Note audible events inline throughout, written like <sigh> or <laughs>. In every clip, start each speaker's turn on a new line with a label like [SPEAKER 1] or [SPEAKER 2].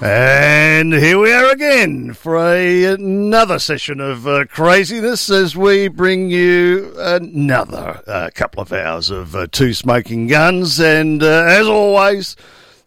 [SPEAKER 1] And here we are again for a, another session of uh, craziness as we bring you another uh, couple of hours of uh, two smoking guns. And uh, as always,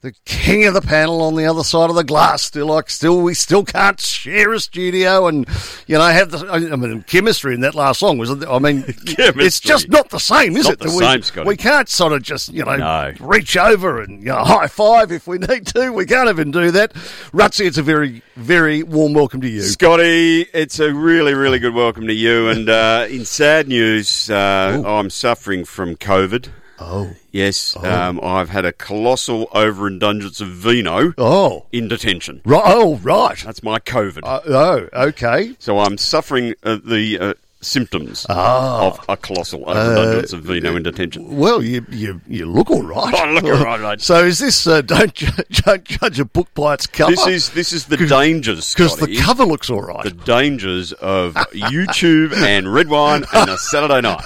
[SPEAKER 1] the king of the panel on the other side of the glass. Still, like, still, we still can't share a studio, and you know, have the. I mean, chemistry in that last song was. I
[SPEAKER 2] <laughs>
[SPEAKER 1] mean, it's just not the same, is
[SPEAKER 2] not
[SPEAKER 1] it?
[SPEAKER 2] the
[SPEAKER 1] That
[SPEAKER 2] same,
[SPEAKER 1] we,
[SPEAKER 2] Scotty.
[SPEAKER 1] we can't sort of just you know
[SPEAKER 2] No.
[SPEAKER 1] reach over and you know, high five if we need to. We can't even do that. Rutsy, it's a very, very warm welcome to you.
[SPEAKER 2] Scotty, it's a really, really good welcome to you. And
[SPEAKER 1] <laughs>
[SPEAKER 2] uh, in sad news, uh, I'm suffering from COVID.
[SPEAKER 1] Oh,
[SPEAKER 2] Yes, um, I've had a colossal overindulgence of vino
[SPEAKER 1] oh,
[SPEAKER 2] in detention.
[SPEAKER 1] right, oh, right.
[SPEAKER 2] That's my COVID.
[SPEAKER 1] Uh, oh, okay.
[SPEAKER 2] so I'm suffering uh, the uh, symptoms
[SPEAKER 1] Ah.
[SPEAKER 2] of a colossal overindulgence of vino in detention.
[SPEAKER 1] Well, you you, you look all right.
[SPEAKER 2] <laughs> Oh, I look all right,
[SPEAKER 1] <laughs>
[SPEAKER 2] mate.
[SPEAKER 1] So is this? Uh, don't ju- <laughs> don't judge a book by its cover.
[SPEAKER 2] This is this is the dangers,
[SPEAKER 1] Because
[SPEAKER 2] Scotty.
[SPEAKER 1] the cover looks all right.
[SPEAKER 2] the dangers
[SPEAKER 1] <laughs>
[SPEAKER 2] of YouTube and red wine and a Saturday night.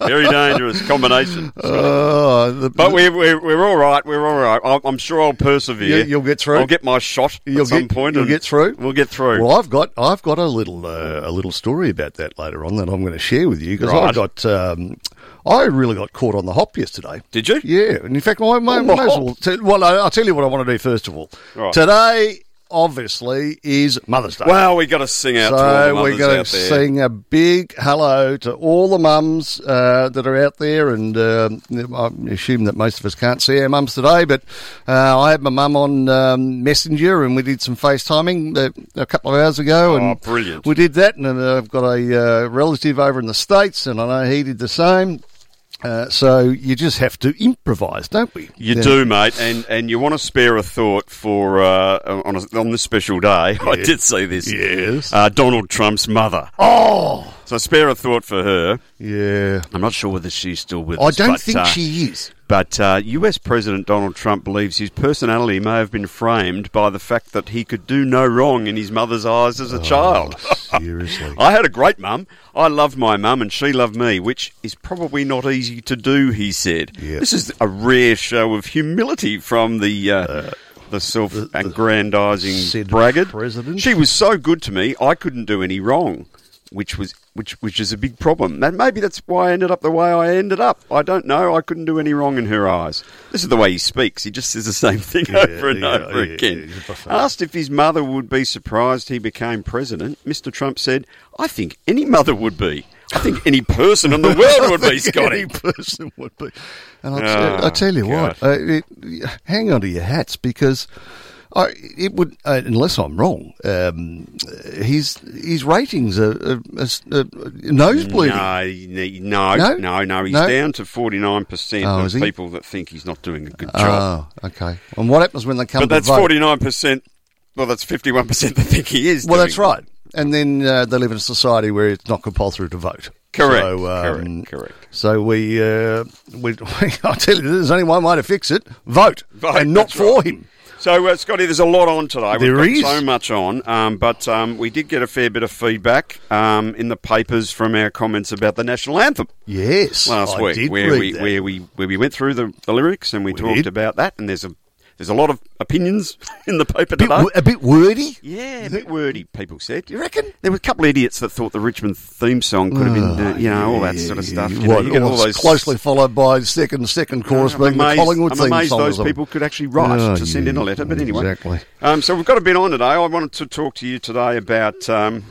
[SPEAKER 2] Very dangerous combination.
[SPEAKER 1] Oh, the,
[SPEAKER 2] But we're, we're, we're all right. We're all right. I'm, I'm sure I'll persevere.
[SPEAKER 1] You- you'll get through.
[SPEAKER 2] I'll get my shot
[SPEAKER 1] you'll
[SPEAKER 2] at some
[SPEAKER 1] get,
[SPEAKER 2] point.
[SPEAKER 1] You'll
[SPEAKER 2] and
[SPEAKER 1] get through.
[SPEAKER 2] We'll get through.
[SPEAKER 1] Well, I've got I've got a little uh, a little story about that later on that I'm going to share with you because I
[SPEAKER 2] Right.
[SPEAKER 1] got um, I really got caught on the hop yesterday.
[SPEAKER 2] Did you?
[SPEAKER 1] Yeah, and in fact, my, my,
[SPEAKER 2] On the
[SPEAKER 1] may as
[SPEAKER 2] hop?
[SPEAKER 1] well, t- well, I- I'll tell you what I want to do first of all.
[SPEAKER 2] Right.
[SPEAKER 1] Today, obviously, is Mother's Day.
[SPEAKER 2] Well, we got to sing out to all the
[SPEAKER 1] So
[SPEAKER 2] mothers
[SPEAKER 1] we're going
[SPEAKER 2] out
[SPEAKER 1] to
[SPEAKER 2] there.
[SPEAKER 1] sing a big hello to all the mums uh, that are out there, and um, I assume that most of us can't see our mums today. But uh, I had my mum on um, Messenger, and we did some FaceTiming uh, a couple of hours ago, and
[SPEAKER 2] Oh, brilliant.
[SPEAKER 1] we did that. And then I've got a uh, relative over in the states, and I know he did the same. Uh, so you just have to improvise, don't we?
[SPEAKER 2] You
[SPEAKER 1] Yeah.
[SPEAKER 2] do, mate, and, and you want to spare a thought for uh, on a, on this special day. <laughs> I did see this.
[SPEAKER 1] Yes.
[SPEAKER 2] Uh, Donald Trump's mother.
[SPEAKER 1] Oh,
[SPEAKER 2] So spare a thought for her.
[SPEAKER 1] yeah.
[SPEAKER 2] I'm not sure whether she's still with
[SPEAKER 1] I
[SPEAKER 2] us.
[SPEAKER 1] don't
[SPEAKER 2] but,
[SPEAKER 1] think
[SPEAKER 2] uh,
[SPEAKER 1] she is.
[SPEAKER 2] But uh, US President Donald Trump believes his personality may have been framed by the fact that he could do no wrong in his mother's eyes
[SPEAKER 1] Oh,
[SPEAKER 2] as
[SPEAKER 1] <laughs>
[SPEAKER 2] a child.
[SPEAKER 1] Seriously.
[SPEAKER 2] I had a great mum. I loved my mum and she loved me, which is probably not easy to do, he said.
[SPEAKER 1] Yeah.
[SPEAKER 2] This is a rare show of humility from the. Uh, the self-aggrandizing
[SPEAKER 1] said
[SPEAKER 2] braggart.
[SPEAKER 1] president.
[SPEAKER 2] She was so good to me, I couldn't do any wrong, which was which which is a big problem. That maybe that's why I ended up the way I ended up. I don't know. I couldn't do any wrong in her eyes. This is the way he speaks. He just says the same thing over and
[SPEAKER 1] yeah,
[SPEAKER 2] over
[SPEAKER 1] yeah,
[SPEAKER 2] again.
[SPEAKER 1] yeah, he's a buffet.
[SPEAKER 2] Asked if his mother would be surprised he became president, Mr. Trump said, "I think any mother would be. I think any
[SPEAKER 1] <laughs>
[SPEAKER 2] person in the world would be, Scotty."
[SPEAKER 1] Any <laughs> person would be. And I
[SPEAKER 2] Oh,
[SPEAKER 1] tell, I tell you what, uh, it, hang on to your hats because I, it would, uh, unless I'm wrong, um, his his ratings are, are, are, are nosebleeding.
[SPEAKER 2] No, he- no,
[SPEAKER 1] No?
[SPEAKER 2] no, no, He's
[SPEAKER 1] No?
[SPEAKER 2] down to forty nine percent
[SPEAKER 1] Oh, is
[SPEAKER 2] of
[SPEAKER 1] he?
[SPEAKER 2] people that think he's not doing a good job.
[SPEAKER 1] Oh, okay. And what happens when they come
[SPEAKER 2] but
[SPEAKER 1] to
[SPEAKER 2] that's
[SPEAKER 1] vote?
[SPEAKER 2] forty nine percent. Well, that's fifty one percent that think he is.
[SPEAKER 1] well,
[SPEAKER 2] doing-
[SPEAKER 1] that's right. And then uh, they live in a society where it's not compulsory to vote.
[SPEAKER 2] Correct,
[SPEAKER 1] So, um,
[SPEAKER 2] correct, correct.
[SPEAKER 1] So we, uh, we, <laughs> I tell you, there's only one way to fix it: vote,
[SPEAKER 2] Vote,
[SPEAKER 1] and not
[SPEAKER 2] that's
[SPEAKER 1] for
[SPEAKER 2] right.
[SPEAKER 1] him.
[SPEAKER 2] So, uh, Scotty, there's a lot on today. We've
[SPEAKER 1] There
[SPEAKER 2] got
[SPEAKER 1] is.
[SPEAKER 2] so much on, um, but um, we did get a fair bit of feedback um, in the papers from our comments about the national anthem
[SPEAKER 1] Yes,
[SPEAKER 2] last
[SPEAKER 1] I
[SPEAKER 2] week,
[SPEAKER 1] did
[SPEAKER 2] where
[SPEAKER 1] read
[SPEAKER 2] we
[SPEAKER 1] that.
[SPEAKER 2] where we where we went through the, the lyrics and we, talked
[SPEAKER 1] did.
[SPEAKER 2] about that. And there's a there's a lot of opinions <laughs> in the paper
[SPEAKER 1] bit,
[SPEAKER 2] today.
[SPEAKER 1] wo- a bit wordy.
[SPEAKER 2] Yeah, a bit wordy, people said. You
[SPEAKER 1] reckon?
[SPEAKER 2] There were a couple of idiots that thought the Richmond theme song could have been,
[SPEAKER 1] Ah,
[SPEAKER 2] uh, you know, all that sort of stuff. You know,
[SPEAKER 1] What-
[SPEAKER 2] you get all
[SPEAKER 1] what's
[SPEAKER 2] those
[SPEAKER 1] closely followed by second second chorus
[SPEAKER 2] I'm
[SPEAKER 1] being the
[SPEAKER 2] amazed-
[SPEAKER 1] Collingwood
[SPEAKER 2] I'm
[SPEAKER 1] theme
[SPEAKER 2] amazed
[SPEAKER 1] song. or
[SPEAKER 2] those
[SPEAKER 1] something.
[SPEAKER 2] people could actually write
[SPEAKER 1] Oh,
[SPEAKER 2] to send in a
[SPEAKER 1] yeah,
[SPEAKER 2] letter. But anyway,
[SPEAKER 1] exactly.
[SPEAKER 2] Um, so we've got a bit on today. I wanted to talk to you today
[SPEAKER 1] <laughs>
[SPEAKER 2] about um,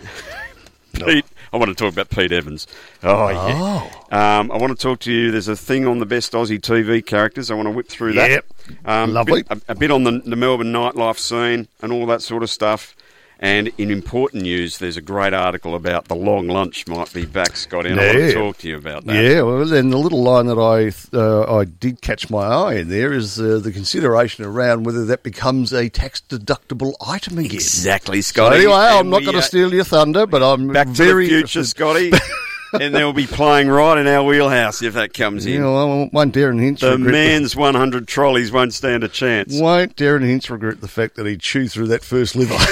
[SPEAKER 2] Pete. I want to talk about Pete Evans. Oh, yeah. Um, I want to talk to you. There's a thing on the best Aussie TV characters. I want to whip through that.
[SPEAKER 1] Yep.
[SPEAKER 2] Um,
[SPEAKER 1] Lovely.
[SPEAKER 2] bit- a, a bit on the, the Melbourne nightlife scene and all that sort of stuff. And in important news, there's a great article about the long lunch might be back, Scotty. And I want
[SPEAKER 1] Yeah.
[SPEAKER 2] to talk to you about that.
[SPEAKER 1] Yeah, well, then the little line that I uh, I did catch my eye in there is uh, the consideration around whether that becomes a tax deductible item again.
[SPEAKER 2] Exactly,
[SPEAKER 1] So
[SPEAKER 2] Scotty.
[SPEAKER 1] anyway, I'm
[SPEAKER 2] And
[SPEAKER 1] not
[SPEAKER 2] we
[SPEAKER 1] going to
[SPEAKER 2] are-
[SPEAKER 1] steal your thunder, but I'm
[SPEAKER 2] Back to
[SPEAKER 1] very
[SPEAKER 2] the future,
[SPEAKER 1] interested- <laughs>
[SPEAKER 2] Scotty. and they'll be playing right in our wheelhouse if that comes in.
[SPEAKER 1] You know, I won't- won't dare and hinch.
[SPEAKER 2] the
[SPEAKER 1] regret
[SPEAKER 2] man's 100 trolleys won't stand a chance.
[SPEAKER 1] <laughs> Won't Darren Hinch regret the fact that he chewed through that first liver? <laughs>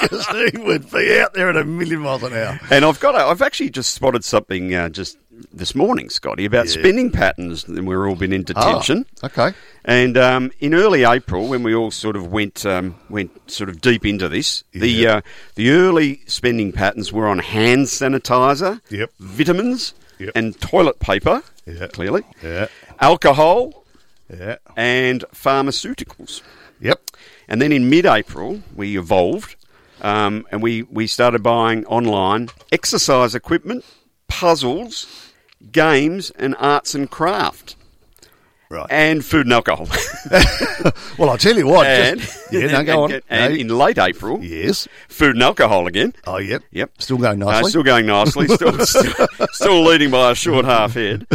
[SPEAKER 1] Because he would be out there at a million miles an hour.
[SPEAKER 2] And I've got, a, I've actually just spotted something uh, just this morning, Scotty, about
[SPEAKER 1] Yeah.
[SPEAKER 2] spending patterns. And we've all been in detention.
[SPEAKER 1] Ah, okay.
[SPEAKER 2] And um, in early April, when we all sort of went um, went sort of deep into this, the
[SPEAKER 1] Yeah.
[SPEAKER 2] uh, the early spending patterns were on hand sanitizer,
[SPEAKER 1] Yep.
[SPEAKER 2] vitamins,
[SPEAKER 1] Yep.
[SPEAKER 2] and toilet paper.
[SPEAKER 1] Yeah.
[SPEAKER 2] Clearly,
[SPEAKER 1] Yeah.
[SPEAKER 2] alcohol
[SPEAKER 1] Yeah.
[SPEAKER 2] and pharmaceuticals.
[SPEAKER 1] Yep.
[SPEAKER 2] And then in mid-April, we evolved, um, and we we started buying online exercise equipment, puzzles, games, and arts and craft,
[SPEAKER 1] Right.
[SPEAKER 2] and food and
[SPEAKER 1] <laughs>
[SPEAKER 2] alcohol. <laughs>
[SPEAKER 1] well, I'll tell you what.
[SPEAKER 2] and
[SPEAKER 1] just, <laughs> yeah, no, go on.
[SPEAKER 2] <laughs> and- and
[SPEAKER 1] No,
[SPEAKER 2] in late April,
[SPEAKER 1] yes.
[SPEAKER 2] food and alcohol again.
[SPEAKER 1] Oh, yep.
[SPEAKER 2] Yep.
[SPEAKER 1] Still going
[SPEAKER 2] Uh,
[SPEAKER 1] nicely.
[SPEAKER 2] still going nicely.
[SPEAKER 1] <laughs>
[SPEAKER 2] Still, still, still leading by a short half head.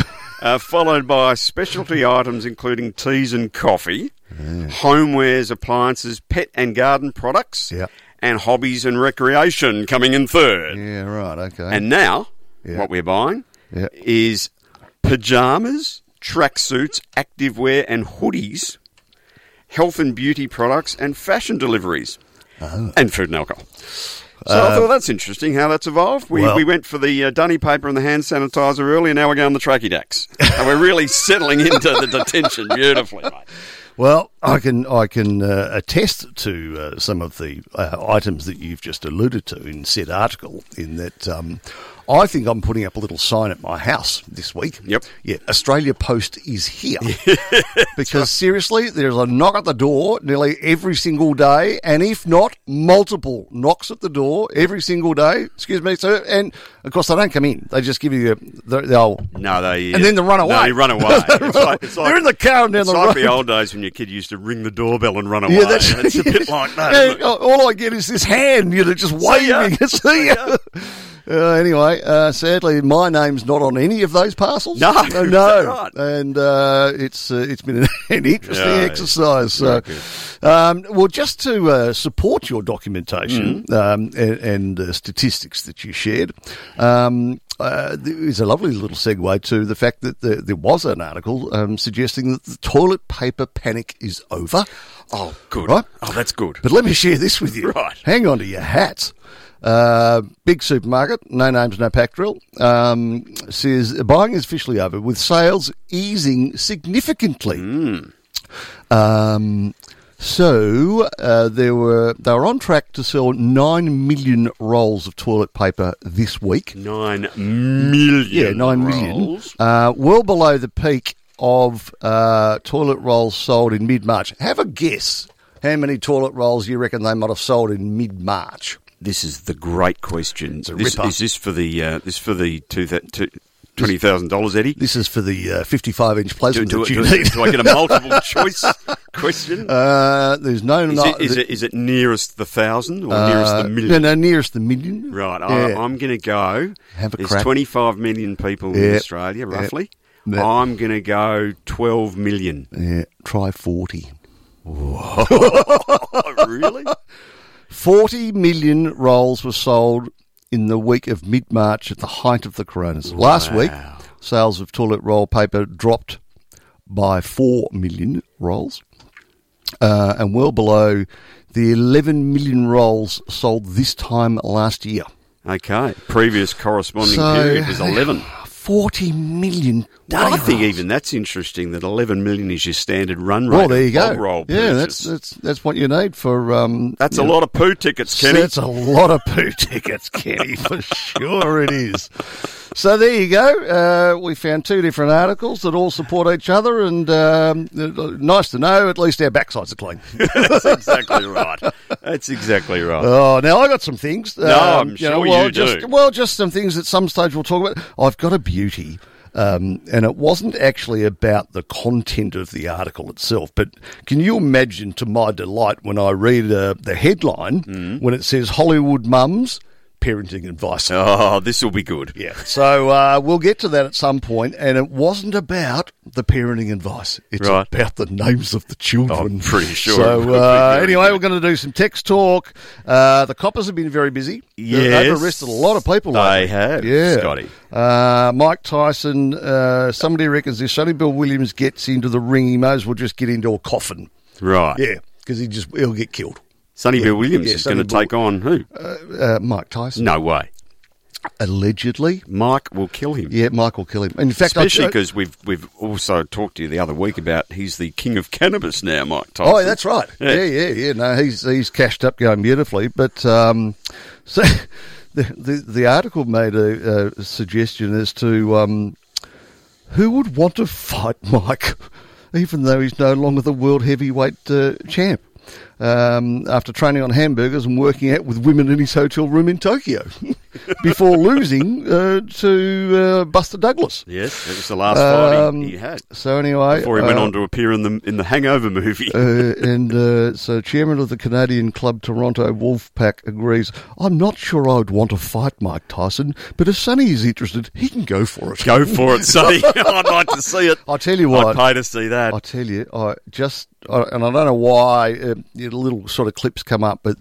[SPEAKER 2] Uh, followed by specialty items including teas and coffee,
[SPEAKER 1] Mm.
[SPEAKER 2] homewares, appliances, pet and garden products,
[SPEAKER 1] Yeah.
[SPEAKER 2] and hobbies and recreation coming in third.
[SPEAKER 1] yeah. Right. Okay.
[SPEAKER 2] And now,
[SPEAKER 1] Yeah.
[SPEAKER 2] what we're buying
[SPEAKER 1] Yeah.
[SPEAKER 2] is pajamas, tracksuits, activewear, and hoodies, health and beauty products, and fashion deliveries,
[SPEAKER 1] Oh.
[SPEAKER 2] and food and alcohol. So I thought that's interesting how that's evolved. We,
[SPEAKER 1] Uh, well-
[SPEAKER 2] we went for the uh, dunny paper and the hand sanitizer early, and now we're going the tracky dacks. and we're really settling into the detention beautifully, mate.
[SPEAKER 1] Well, I can I can uh, attest to uh, some of the uh, items that you've just alluded to in said article. In that, um, I think I'm putting up a little sign at my house this week.
[SPEAKER 2] Yep.
[SPEAKER 1] Yeah, Australia Post is
[SPEAKER 2] <laughs>
[SPEAKER 1] here <laughs> because seriously, there's a knock at the door nearly every single day, and if not, multiple knocks at the door every single day. Excuse me, sir. And of course, they don't come in; they just give you the, the old.
[SPEAKER 2] No, they
[SPEAKER 1] And then they run away.
[SPEAKER 2] No, <laughs> they run away. It's like- it's
[SPEAKER 1] They're
[SPEAKER 2] like-
[SPEAKER 1] in the car and down
[SPEAKER 2] It's
[SPEAKER 1] the road.
[SPEAKER 2] like the old days when your kid used to ring the doorbell and run away. <laughs> it's a bit like
[SPEAKER 1] <laughs>
[SPEAKER 2] that.
[SPEAKER 1] Yeah,
[SPEAKER 2] isn't it?
[SPEAKER 1] all I get is this hand, you know, just waving. <laughs> See ya. Uh, anyway, uh, sadly, my name's not on any of those parcels.
[SPEAKER 2] No,
[SPEAKER 1] Uh,
[SPEAKER 2] that's
[SPEAKER 1] no,
[SPEAKER 2] right.
[SPEAKER 1] and uh, it's uh, it's been an, <laughs> an interesting
[SPEAKER 2] Yeah,
[SPEAKER 1] exercise. So, um, well, just to uh, support your documentation
[SPEAKER 2] Mm.
[SPEAKER 1] um, and, and uh, statistics that you shared. Um, uh, there is a lovely little segue to the fact that there, there was an article um, suggesting that the toilet paper panic is over.
[SPEAKER 2] Oh, good.
[SPEAKER 1] Right?
[SPEAKER 2] Oh, that's good.
[SPEAKER 1] But let me share this with you.
[SPEAKER 2] <laughs> Right.
[SPEAKER 1] Hang on to your hats. Uh, big supermarket, no names, no pack drill, um, says buying is officially over with sales easing significantly.
[SPEAKER 2] Mm.
[SPEAKER 1] Um, so uh, there were they were on track to sell nine million rolls of toilet paper this week.
[SPEAKER 2] Nine million.
[SPEAKER 1] Yeah, nine million.
[SPEAKER 2] rolls.
[SPEAKER 1] Uh, well below the peak of uh, toilet rolls sold in mid March. Have a guess how many toilet rolls you reckon they might have sold in mid March?
[SPEAKER 2] This is the great question.
[SPEAKER 1] a
[SPEAKER 2] This,
[SPEAKER 1] ripper.
[SPEAKER 2] is this for the uh, this for the two thou- two- twenty thousand dollars, Eddie?
[SPEAKER 1] This is for the uh, 55 inch
[SPEAKER 2] Do,
[SPEAKER 1] plasma
[SPEAKER 2] do,
[SPEAKER 1] that you
[SPEAKER 2] <laughs> do,
[SPEAKER 1] need.
[SPEAKER 2] <laughs> do I get
[SPEAKER 1] <laughs>
[SPEAKER 2] a multiple choice <laughs> question?
[SPEAKER 1] Uh, there's no.
[SPEAKER 2] is,
[SPEAKER 1] no
[SPEAKER 2] it, is, it, is it nearest the thousand or nearest
[SPEAKER 1] uh,
[SPEAKER 2] the million?
[SPEAKER 1] No, no, nearest the million.
[SPEAKER 2] Right,
[SPEAKER 1] Yeah.
[SPEAKER 2] I, I'm going to go.
[SPEAKER 1] Have a
[SPEAKER 2] There's
[SPEAKER 1] crack.
[SPEAKER 2] 25 million people in
[SPEAKER 1] Yep.
[SPEAKER 2] Australia,
[SPEAKER 1] Yep.
[SPEAKER 2] roughly.
[SPEAKER 1] Yep.
[SPEAKER 2] I'm going to go 12 million.
[SPEAKER 1] Yeah, try 40.
[SPEAKER 2] Oh, <laughs> really?
[SPEAKER 1] 40 million rolls were sold in the week of mid March at the height of the coronavirus. Last week, sales of toilet roll paper dropped by 4 million rolls uh, and well below the 11 million rolls sold this time last year.
[SPEAKER 2] Okay. Previous corresponding
[SPEAKER 1] So-
[SPEAKER 2] period was 11.
[SPEAKER 1] 40 million daily
[SPEAKER 2] I think
[SPEAKER 1] rolls.
[SPEAKER 2] even that's interesting that 11 million is your standard run rate.
[SPEAKER 1] Well, there you
[SPEAKER 2] of
[SPEAKER 1] go.
[SPEAKER 2] bog Roll
[SPEAKER 1] yeah,
[SPEAKER 2] purchase.
[SPEAKER 1] that's, that's that's what you need for um,
[SPEAKER 2] That's
[SPEAKER 1] you
[SPEAKER 2] a
[SPEAKER 1] know,
[SPEAKER 2] lot of poo tickets, Kenny.
[SPEAKER 1] That's a lot of poo tickets, Kenny, for
[SPEAKER 2] <laughs>
[SPEAKER 1] sure it is. So there you go. Uh, we found two different articles that all support each other, and um, uh, nice to know at least our backsides are
[SPEAKER 2] <laughs>
[SPEAKER 1] clean.
[SPEAKER 2] That's exactly right. That's exactly right.
[SPEAKER 1] oh, now I got some things. No,
[SPEAKER 2] I'm sure
[SPEAKER 1] um, well,
[SPEAKER 2] you
[SPEAKER 1] just,
[SPEAKER 2] do.
[SPEAKER 1] Well, just some things at some stage we'll talk about. I've got a beauty. Um, and it wasn't actually about the content of the article itself, but can you imagine, to my delight, when I read uh, the headline
[SPEAKER 2] Mm.
[SPEAKER 1] when it says Hollywood mums parenting advice?
[SPEAKER 2] Oh, this will be good.
[SPEAKER 1] Yeah. So uh, we'll get to that at some point, and it wasn't about the parenting advice. It's
[SPEAKER 2] Right.
[SPEAKER 1] about the names of the children.
[SPEAKER 2] I'm pretty sure it would <laughs>
[SPEAKER 1] So
[SPEAKER 2] be
[SPEAKER 1] uh,
[SPEAKER 2] very
[SPEAKER 1] anyway,
[SPEAKER 2] good.
[SPEAKER 1] we're going to do some text talk. Uh, the coppers have been very busy.
[SPEAKER 2] Yes.
[SPEAKER 1] They've arrested a lot of people.
[SPEAKER 2] They
[SPEAKER 1] lately.
[SPEAKER 2] have,
[SPEAKER 1] Yeah.
[SPEAKER 2] Scotty.
[SPEAKER 1] Uh, Mike Tyson. Uh, somebody reckons if Sonny Bill Williams gets into the ring, he may as well just get into a coffin.
[SPEAKER 2] Right.
[SPEAKER 1] Yeah, because he just he'll get killed.
[SPEAKER 2] Sonny Bill Williams
[SPEAKER 1] Yeah,
[SPEAKER 2] is
[SPEAKER 1] Sonny
[SPEAKER 2] going to
[SPEAKER 1] Bill-
[SPEAKER 2] take on who?
[SPEAKER 1] Uh, Mike Tyson.
[SPEAKER 2] no way.
[SPEAKER 1] Allegedly.
[SPEAKER 2] Mike will kill him.
[SPEAKER 1] Yeah, Mike will kill him. In fact, I-
[SPEAKER 2] Especially because we've we've also talked to you the other week about he's the king of cannabis now, Mike Tyson.
[SPEAKER 1] Oh, that's right. Yeah,
[SPEAKER 2] Yeah.
[SPEAKER 1] yeah, yeah. No, he's he's cashed up going beautifully. But um, <laughs> so the, the the article made a, a suggestion as to um, who would want to fight <laughs> Mike, even though he's no longer the world heavyweight uh, champ. Um, after training on hamburgers and working out with women in his hotel room in Tokyo, <laughs> before losing uh, to uh, Buster Douglas.
[SPEAKER 2] Yes, it was the last fight
[SPEAKER 1] Um,
[SPEAKER 2] he, he had
[SPEAKER 1] So anyway,
[SPEAKER 2] before he went
[SPEAKER 1] uh,
[SPEAKER 2] on to appear in the in the Hangover movie. <laughs>
[SPEAKER 1] uh, and uh, so chairman of the Canadian club Toronto Wolfpack agrees. I'm not sure I would want to fight Mike Tyson, but if Sonny is interested, he can go for it.
[SPEAKER 2] Go
[SPEAKER 1] <laughs>
[SPEAKER 2] for it, Sonny. <laughs> I'd like to see it.
[SPEAKER 1] I tell you
[SPEAKER 2] I'd
[SPEAKER 1] what,
[SPEAKER 2] pay to see that.
[SPEAKER 1] I tell you, I just I, and I don't know why uh, you know, little sort of clips come up, but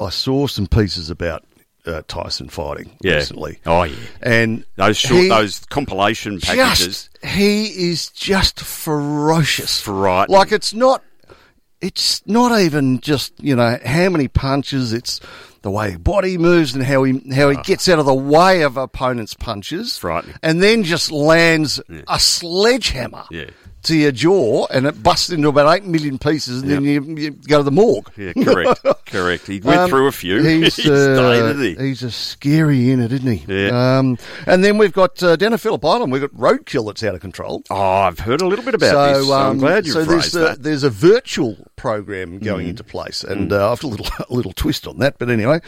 [SPEAKER 1] I saw some pieces about uh, Tyson fighting
[SPEAKER 2] yeah.
[SPEAKER 1] recently,
[SPEAKER 2] Oh yeah.
[SPEAKER 1] and
[SPEAKER 2] Those short,
[SPEAKER 1] he
[SPEAKER 2] those compilation packages.
[SPEAKER 1] Just he is just ferocious.
[SPEAKER 2] Frightening.
[SPEAKER 1] Like it's not it's not even just, you know, how many punches, it's the way his body moves and how he how he gets out of the way of opponents' punches.
[SPEAKER 2] Ah. Frightening.
[SPEAKER 1] And then just lands a sledgehammer
[SPEAKER 2] Yeah.
[SPEAKER 1] to your jaw and it busts into about eight million pieces and then you, you go to the morgue.
[SPEAKER 2] Yeah, correct,
[SPEAKER 1] <laughs>
[SPEAKER 2] correct. He went
[SPEAKER 1] Um,
[SPEAKER 2] through a few. <laughs>
[SPEAKER 1] He's,
[SPEAKER 2] He
[SPEAKER 1] uh,
[SPEAKER 2] stayed, didn't he?
[SPEAKER 1] he's a scary unit, isn't he?
[SPEAKER 2] Yeah.
[SPEAKER 1] Um, and then we've got uh, down at Phillip Island, we've got roadkill that's out of control.
[SPEAKER 2] Oh, I've heard a little bit about this. So I'm
[SPEAKER 1] um,
[SPEAKER 2] glad you
[SPEAKER 1] so
[SPEAKER 2] phrased
[SPEAKER 1] there's a,
[SPEAKER 2] that. Mm.
[SPEAKER 1] there's a virtual program going into place, and uh, after a little <laughs> a little twist on that, but anyway,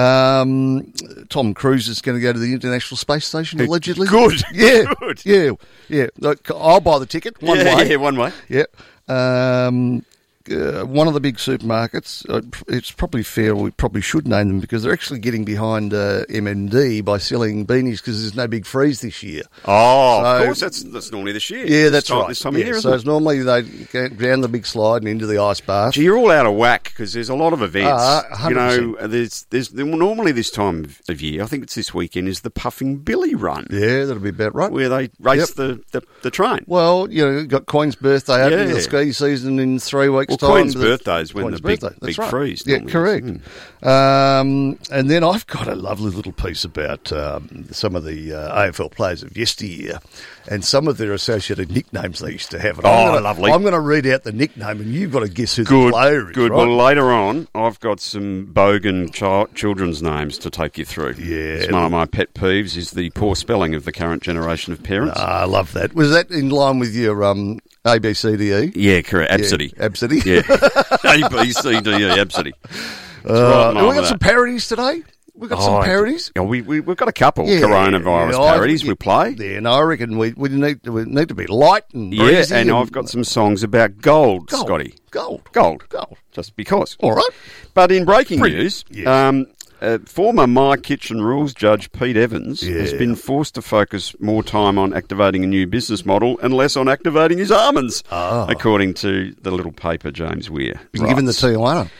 [SPEAKER 1] um, Tom Cruise is going to go to the International Space Station allegedly.
[SPEAKER 2] good,
[SPEAKER 1] <laughs> yeah,
[SPEAKER 2] <laughs> good.
[SPEAKER 1] yeah, yeah. Look, I'll buy the ticket one
[SPEAKER 2] yeah,
[SPEAKER 1] way.
[SPEAKER 2] yeah, one way.
[SPEAKER 1] Yep. Um, uh, one of the big supermarkets. Uh, it's probably fair. We probably should name them because they're actually getting behind uh, MMD by selling beanies because there's no big freeze this year.
[SPEAKER 2] Oh,
[SPEAKER 1] So-
[SPEAKER 2] of course. That's that's normally this
[SPEAKER 1] Yeah,
[SPEAKER 2] year. This
[SPEAKER 1] that's
[SPEAKER 2] time-
[SPEAKER 1] right.
[SPEAKER 2] This time
[SPEAKER 1] yeah,
[SPEAKER 2] of year,
[SPEAKER 1] so
[SPEAKER 2] isn't it?
[SPEAKER 1] it's normally they go down the big slide and into the ice bath.
[SPEAKER 2] Gee, you're all out of whack because there's a lot of events.
[SPEAKER 1] Ah,
[SPEAKER 2] you know, there's there's normally this time of year. I think it's this weekend is the Puffing Billy Run
[SPEAKER 1] Yeah, that'll be about right.
[SPEAKER 2] where they race
[SPEAKER 1] Yep.
[SPEAKER 2] the, the the train.
[SPEAKER 1] Well, you know, you've got Coin's birthday opening
[SPEAKER 2] Yeah.
[SPEAKER 1] the ski season in three weeks'
[SPEAKER 2] Well,
[SPEAKER 1] time.
[SPEAKER 2] Queen's
[SPEAKER 1] The-
[SPEAKER 2] birthday is when the big- big freeze Hmm.
[SPEAKER 1] Yeah,
[SPEAKER 2] normally is.
[SPEAKER 1] correct. Um, and then I've got a lovely little piece about um, some of the uh, AFL players of yesteryear and some of their associated nicknames they used to have. And I'm
[SPEAKER 2] Oh,
[SPEAKER 1] gonna-
[SPEAKER 2] lovely.
[SPEAKER 1] I'm going to read out the nickname and you've got to guess who the
[SPEAKER 2] Good,
[SPEAKER 1] player is.
[SPEAKER 2] good.
[SPEAKER 1] right?
[SPEAKER 2] Well, later on, I've got some bogan chi- children's names to take you through.
[SPEAKER 1] Yeah.
[SPEAKER 2] it's one of my pet peeves is the poor spelling of the current generation of parents.
[SPEAKER 1] Ah, I love that. Was that in line with your um, ABCDE?
[SPEAKER 2] Yeah, correct. Absidy.
[SPEAKER 1] E? Absidy.
[SPEAKER 2] Yeah, <laughs>
[SPEAKER 1] <laughs>
[SPEAKER 2] A B C D E. Absidy. It's
[SPEAKER 1] Uh,
[SPEAKER 2] right in
[SPEAKER 1] and
[SPEAKER 2] line
[SPEAKER 1] we
[SPEAKER 2] with
[SPEAKER 1] got some
[SPEAKER 2] that.
[SPEAKER 1] parodies today. We got
[SPEAKER 2] Oh,
[SPEAKER 1] some parodies.
[SPEAKER 2] Yeah, we, we, we've got a couple
[SPEAKER 1] Yeah,
[SPEAKER 2] coronavirus
[SPEAKER 1] yeah, I-
[SPEAKER 2] parodies we play.
[SPEAKER 1] Yeah, and I reckon we, we need we need to be light and
[SPEAKER 2] Yeah,
[SPEAKER 1] breezy
[SPEAKER 2] and I've got some songs about gold,
[SPEAKER 1] gold,
[SPEAKER 2] Scotty.
[SPEAKER 1] Gold,
[SPEAKER 2] Gold.
[SPEAKER 1] gold.
[SPEAKER 2] Just because.
[SPEAKER 1] All right.
[SPEAKER 2] But in breaking news,
[SPEAKER 1] Yes.
[SPEAKER 2] um, uh, former My Kitchen Rules judge Pete Evans has
[SPEAKER 1] Yeah.
[SPEAKER 2] been forced to focus more time on activating a new business model and less on activating his almonds, according to the little paper James Weir.
[SPEAKER 1] Ah. Been given the
[SPEAKER 2] writes.
[SPEAKER 1] Tijuana.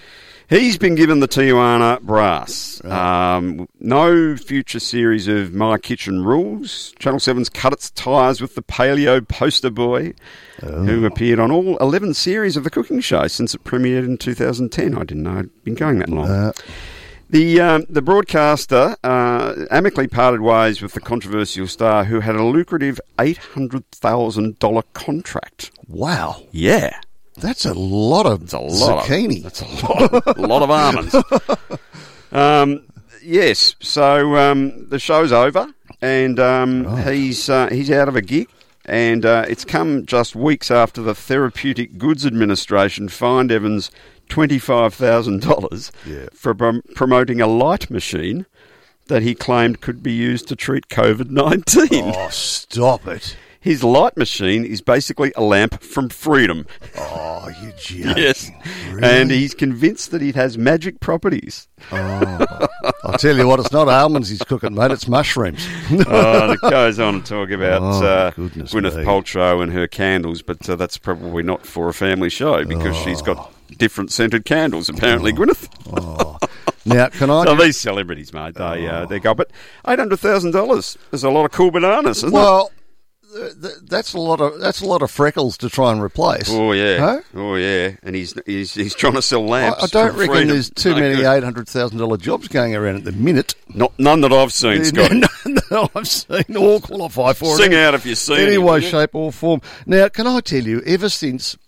[SPEAKER 2] He's been given the Tijuana brass. Um, no future series of My Kitchen Rules. Channel 7's cut its ties with the paleo poster boy who appeared on all 11 series of the cooking show since it premiered in 2010. I didn't know it'd been going that long. The um, the broadcaster uh, amicably parted ways with the controversial star who had a lucrative $800,000 contract.
[SPEAKER 1] Wow,
[SPEAKER 2] Yeah.
[SPEAKER 1] that's a lot of
[SPEAKER 2] It's a lot.
[SPEAKER 1] zucchini.
[SPEAKER 2] Of, that's a lot. A lot of almonds.
[SPEAKER 1] <laughs>
[SPEAKER 2] um, yes. So um, the show's over, and um, he's uh, he's out of a gig, and uh, it's come just weeks after the Therapeutic Goods Administration fined Evans twenty five thousand dollars
[SPEAKER 1] Yeah.
[SPEAKER 2] for prom- promoting a light machine that he claimed could be used to treat COVID nineteen.
[SPEAKER 1] oh, stop it!
[SPEAKER 2] His light machine is basically a lamp from Freedom.
[SPEAKER 1] Oh, you joke.
[SPEAKER 2] <laughs> Yes.
[SPEAKER 1] Really?
[SPEAKER 2] And he's convinced that it has magic properties.
[SPEAKER 1] Oh, I'll tell you what, it's not almonds he's cooking, mate. It's mushrooms.
[SPEAKER 2] <laughs> Oh, and it goes on to talk about
[SPEAKER 1] Oh,
[SPEAKER 2] uh,
[SPEAKER 1] goodness
[SPEAKER 2] Gwyneth
[SPEAKER 1] me.
[SPEAKER 2] Paltrow and her candles, but uh, that's probably not for a family show because she's
[SPEAKER 1] Oh.
[SPEAKER 2] got different scented candles, apparently, Gwyneth.
[SPEAKER 1] <laughs> now, Oh. can I?
[SPEAKER 2] <laughs>
[SPEAKER 1] Oh.
[SPEAKER 2] So
[SPEAKER 1] just-
[SPEAKER 2] these celebrities, mate, they, uh, they go. But $800,000 is a lot of cool bananas, isn't
[SPEAKER 1] well, th- that's a lot of that's a lot of freckles to try and replace.
[SPEAKER 2] Oh yeah.
[SPEAKER 1] Huh?
[SPEAKER 2] Oh yeah. And he's he's he's trying to sell
[SPEAKER 1] I,
[SPEAKER 2] lamps.
[SPEAKER 1] I don't
[SPEAKER 2] for
[SPEAKER 1] reckon
[SPEAKER 2] freedom.
[SPEAKER 1] there's too
[SPEAKER 2] No
[SPEAKER 1] many
[SPEAKER 2] good.
[SPEAKER 1] eight hundred thousand dollar jobs going around at the minute.
[SPEAKER 2] Not, none that I've seen,
[SPEAKER 1] <laughs>
[SPEAKER 2] Scott.
[SPEAKER 1] None that I've seen or qualify for
[SPEAKER 2] Sing
[SPEAKER 1] it
[SPEAKER 2] out if you see
[SPEAKER 1] in any
[SPEAKER 2] it,
[SPEAKER 1] way,
[SPEAKER 2] will you?
[SPEAKER 1] shape, or form. Now, can I tell you? Ever since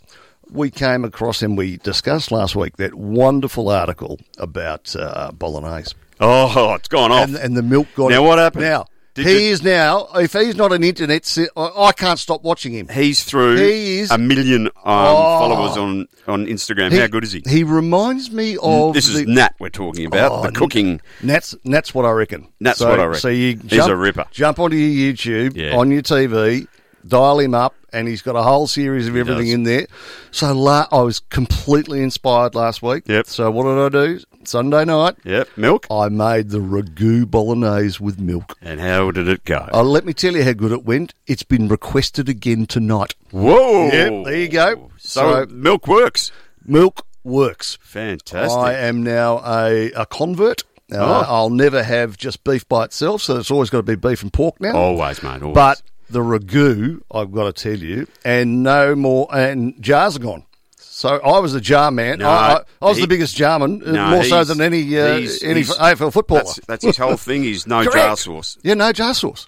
[SPEAKER 1] we came across and we discussed last week that wonderful article about uh, bolognese
[SPEAKER 2] Oh, it's gone off.
[SPEAKER 1] and, and the milk got
[SPEAKER 2] Now, what happened?
[SPEAKER 1] Now
[SPEAKER 2] Did
[SPEAKER 1] he
[SPEAKER 2] you-
[SPEAKER 1] is now. If he's not an internet, se- I, I can't stop watching him.
[SPEAKER 2] He's through
[SPEAKER 1] He is- Oh.
[SPEAKER 2] a million um, followers on, on Instagram. How
[SPEAKER 1] He-
[SPEAKER 2] good is he?
[SPEAKER 1] He reminds me of
[SPEAKER 2] This is
[SPEAKER 1] the,
[SPEAKER 2] Nat we're talking about.
[SPEAKER 1] Oh,
[SPEAKER 2] the cooking.
[SPEAKER 1] That's that's what I reckon.
[SPEAKER 2] That's
[SPEAKER 1] So-
[SPEAKER 2] what I reckon.
[SPEAKER 1] So you
[SPEAKER 2] He's
[SPEAKER 1] jump,
[SPEAKER 2] a ripper.
[SPEAKER 1] Jump onto your YouTube
[SPEAKER 2] Yeah.
[SPEAKER 1] on your TV, dial him up, and he's got a whole series of everything
[SPEAKER 2] does.
[SPEAKER 1] in there. So la- I was completely inspired last week.
[SPEAKER 2] Yep.
[SPEAKER 1] So what did I do? Sunday night,
[SPEAKER 2] Yep, milk.
[SPEAKER 1] I made the ragu bolognese with milk.
[SPEAKER 2] And how did it go?
[SPEAKER 1] Oh, let me tell you how good it went. It's been requested again tonight.
[SPEAKER 2] Whoa!
[SPEAKER 1] Yep, there you go.
[SPEAKER 2] So,
[SPEAKER 1] So-
[SPEAKER 2] milk works.
[SPEAKER 1] Milk works.
[SPEAKER 2] Fantastic.
[SPEAKER 1] I am now a, a convert. Uh,
[SPEAKER 2] Oh.
[SPEAKER 1] I'll never have just beef by itself, so it's always got to be beef and pork now.
[SPEAKER 2] always, mate. Always.
[SPEAKER 1] But the ragu, I've got to tell you, and no more, and jars are gone. So I was a jar man.
[SPEAKER 2] No,
[SPEAKER 1] I, I, I was
[SPEAKER 2] he-
[SPEAKER 1] the biggest jar man, uh,
[SPEAKER 2] No,
[SPEAKER 1] more so
[SPEAKER 2] he's-
[SPEAKER 1] than any uh,
[SPEAKER 2] he's-
[SPEAKER 1] any
[SPEAKER 2] he's-
[SPEAKER 1] AFL footballer.
[SPEAKER 2] that's, that's his whole thing. Mm. He's no
[SPEAKER 1] Correct.
[SPEAKER 2] jar sauce.
[SPEAKER 1] <laughs> Yeah, no jar sauce.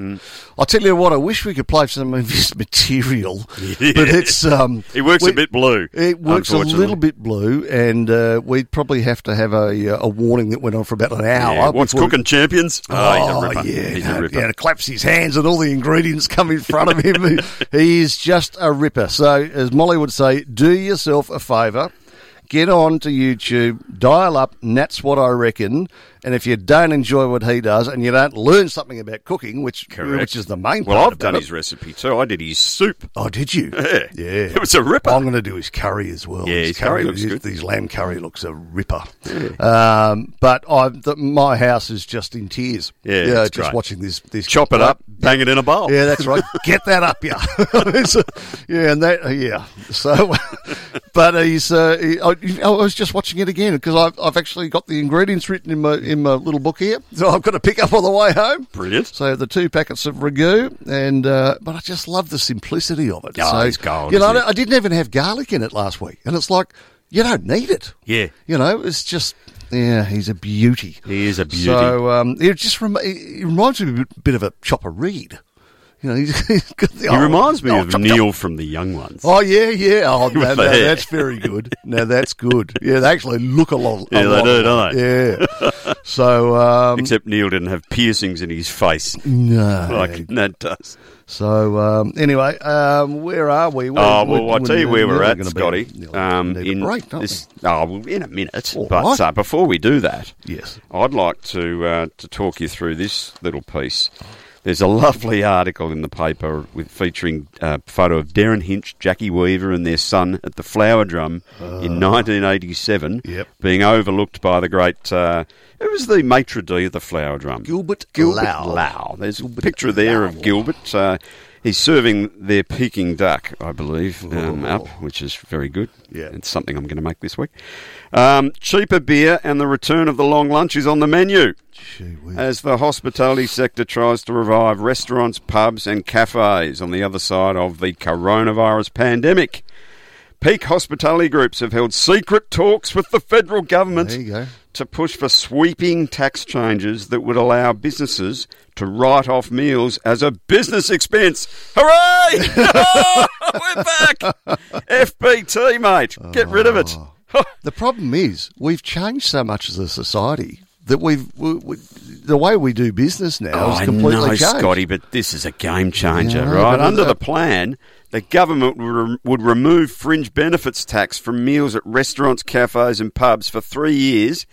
[SPEAKER 1] I'll tell you what, I wish we could play some of his <laughs>
[SPEAKER 2] <laughs>
[SPEAKER 1] material, but it's um,
[SPEAKER 2] He works
[SPEAKER 1] we-
[SPEAKER 2] a bit blue.
[SPEAKER 1] It works a
[SPEAKER 2] unfortunately.
[SPEAKER 1] little bit blue, and uh, we'd probably have to have a, uh, a warning that went on for about an hour.
[SPEAKER 2] Yeah. What's
[SPEAKER 1] before-
[SPEAKER 2] cooking champions? Oh,
[SPEAKER 1] Oh,
[SPEAKER 2] he's a ripper.
[SPEAKER 1] yeah,
[SPEAKER 2] he's a ripper.
[SPEAKER 1] yeah, and claps his hands, and all the ingredients come in front of him.
[SPEAKER 2] <laughs>
[SPEAKER 1] He's just a ripper. So, as Molly would say, do yourself a favour. Get on to YouTube, dial up, and that's what I reckon. And if you don't enjoy what he does, and you don't learn something about cooking, which
[SPEAKER 2] Correct.
[SPEAKER 1] which is the main part
[SPEAKER 2] Well, I've
[SPEAKER 1] about
[SPEAKER 2] done
[SPEAKER 1] it-
[SPEAKER 2] his recipe too. I did his soup.
[SPEAKER 1] Oh, did you?
[SPEAKER 2] Yeah.
[SPEAKER 1] yeah.
[SPEAKER 2] It was a ripper.
[SPEAKER 1] I'm going to do his curry as well.
[SPEAKER 2] Yeah, his curry looks
[SPEAKER 1] his,
[SPEAKER 2] good.
[SPEAKER 1] His lamb curry looks a ripper. Um, but I, the, my house is just in tears.
[SPEAKER 2] Yeah, it's
[SPEAKER 1] just
[SPEAKER 2] great.
[SPEAKER 1] watching this. this
[SPEAKER 2] Chop it up, bang it in a bowl.
[SPEAKER 1] Yeah, that's
[SPEAKER 2] <laughs>
[SPEAKER 1] right. Get that up, yeah. <laughs> It's, uh, yeah, and that, yeah. So, <laughs> but he's. Uh, he, I, you know, I was just watching it again because I've, I've actually got the ingredients written in my in my little book here, so I've got to pick up on the way home.
[SPEAKER 2] Brilliant.
[SPEAKER 1] So the two packets of ragu, and uh, but I just love the simplicity of it.
[SPEAKER 2] Oh,
[SPEAKER 1] so,
[SPEAKER 2] it's gold,
[SPEAKER 1] You know,
[SPEAKER 2] isn't
[SPEAKER 1] I, I didn't even have garlic in it last week, and it's like you don't need it.
[SPEAKER 2] Yeah.
[SPEAKER 1] you know, it's just yeah, he's a beauty.
[SPEAKER 2] He is a beauty.
[SPEAKER 1] So um, it just rem- it reminds me a bit- bit of a Chopper Reed. You know, <laughs> he's, he's got the
[SPEAKER 2] He
[SPEAKER 1] old-
[SPEAKER 2] reminds me
[SPEAKER 1] oh,
[SPEAKER 2] of
[SPEAKER 1] chop,
[SPEAKER 2] Neil from The Young Ones.
[SPEAKER 1] Oh yeah, yeah. Oh, no,
[SPEAKER 2] the
[SPEAKER 1] no,
[SPEAKER 2] hair.
[SPEAKER 1] that's very good. Now that's good. Yeah, they actually look a lot. a
[SPEAKER 2] Yeah, they
[SPEAKER 1] lot
[SPEAKER 2] do,
[SPEAKER 1] alike.
[SPEAKER 2] don't <laughs>
[SPEAKER 1] Yeah. So um,
[SPEAKER 2] Except Neil didn't have piercings in his face
[SPEAKER 1] no,
[SPEAKER 2] like Ned does.
[SPEAKER 1] So um, anyway, um, where are we? Where,
[SPEAKER 2] Oh, well, I'll tell you where we're at,
[SPEAKER 1] gonna be-
[SPEAKER 2] Scotty.
[SPEAKER 1] nearly
[SPEAKER 2] Um,
[SPEAKER 1] need a
[SPEAKER 2] in
[SPEAKER 1] break, don't
[SPEAKER 2] this- oh, well, in a minute.
[SPEAKER 1] All
[SPEAKER 2] but
[SPEAKER 1] right.
[SPEAKER 2] uh, before we do that,
[SPEAKER 1] we? Yes.
[SPEAKER 2] I'd like to uh, to talk you through this little piece. There's a lovely article in the paper with featuring a photo of Darren Hinch, Jackie Weaver, and their son at the Flower Drum in 1987,
[SPEAKER 1] Ah. Yep.
[SPEAKER 2] being overlooked by the great. Uh, it was the maitre d' of the Flower Drum,
[SPEAKER 1] Gilbert,
[SPEAKER 2] Gilbert
[SPEAKER 1] Lau.
[SPEAKER 2] Lau. There's a picture there of Gilbert. Uh, he's serving their Peking duck, I believe, um, up, which is very good.
[SPEAKER 1] Yeah.
[SPEAKER 2] It's something I'm going to make this week. Um, cheaper beer and the return of the long lunch is on the menu
[SPEAKER 1] Gee whiz.
[SPEAKER 2] as the hospitality sector tries to revive restaurants, pubs, and cafes on the other side of the coronavirus pandemic. Peak hospitality groups have held secret talks with the federal government
[SPEAKER 1] There you go.
[SPEAKER 2] to push for sweeping tax changes that would allow businesses to write off meals as a business expense. Hooray! <laughs> Oh,
[SPEAKER 1] <laughs>
[SPEAKER 2] we're back! FBT, mate. Get rid of <laughs> it.
[SPEAKER 1] Oh. The problem is we've changed so much as a society that we've we, we, the way we do business now
[SPEAKER 2] Oh,
[SPEAKER 1] is
[SPEAKER 2] I
[SPEAKER 1] completely
[SPEAKER 2] know,
[SPEAKER 1] changed.
[SPEAKER 2] Scotty, but this is a game changer,
[SPEAKER 1] Yeah, I know,
[SPEAKER 2] right?
[SPEAKER 1] but
[SPEAKER 2] Under
[SPEAKER 1] I-
[SPEAKER 2] the plan, the government would, re- would remove fringe benefits tax from meals at restaurants, cafes, and pubs for three years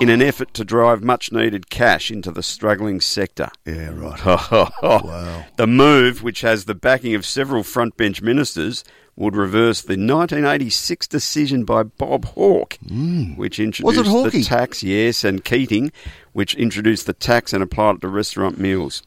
[SPEAKER 2] in
[SPEAKER 1] Oh.
[SPEAKER 2] an effort to drive much needed cash into the struggling sector.
[SPEAKER 1] Yeah, right.
[SPEAKER 2] <laughs> wow. The move, which has the backing of several frontbench ministers, would reverse the 1986 decision by Bob Hawke, which introduced the
[SPEAKER 1] Hawke?
[SPEAKER 2] tax, yes, and Keating, which introduced the tax and applied it to restaurant meals.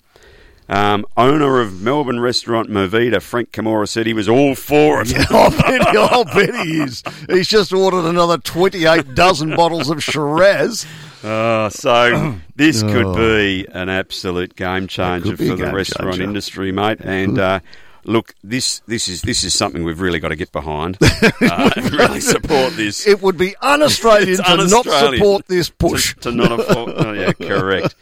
[SPEAKER 2] Um, owner of Melbourne restaurant Movida, Frank Camora, said he was all for it.
[SPEAKER 1] I'll bet, he- I'll bet he is. He's just ordered another 28 dozen bottles of Shiraz. Oh.
[SPEAKER 2] Uh, so this could be an absolute game changer
[SPEAKER 1] could be a
[SPEAKER 2] for the
[SPEAKER 1] game
[SPEAKER 2] restaurant
[SPEAKER 1] changer.
[SPEAKER 2] industry, mate. And uh, Look, this this is this is something we've really got to get behind. <laughs> uh, really support this.
[SPEAKER 1] It would be un-Australian
[SPEAKER 2] <laughs> It's
[SPEAKER 1] to not
[SPEAKER 2] un-Australian.
[SPEAKER 1] support this push.
[SPEAKER 2] to, to not afford.
[SPEAKER 1] <laughs>
[SPEAKER 2] oh, yeah, correct.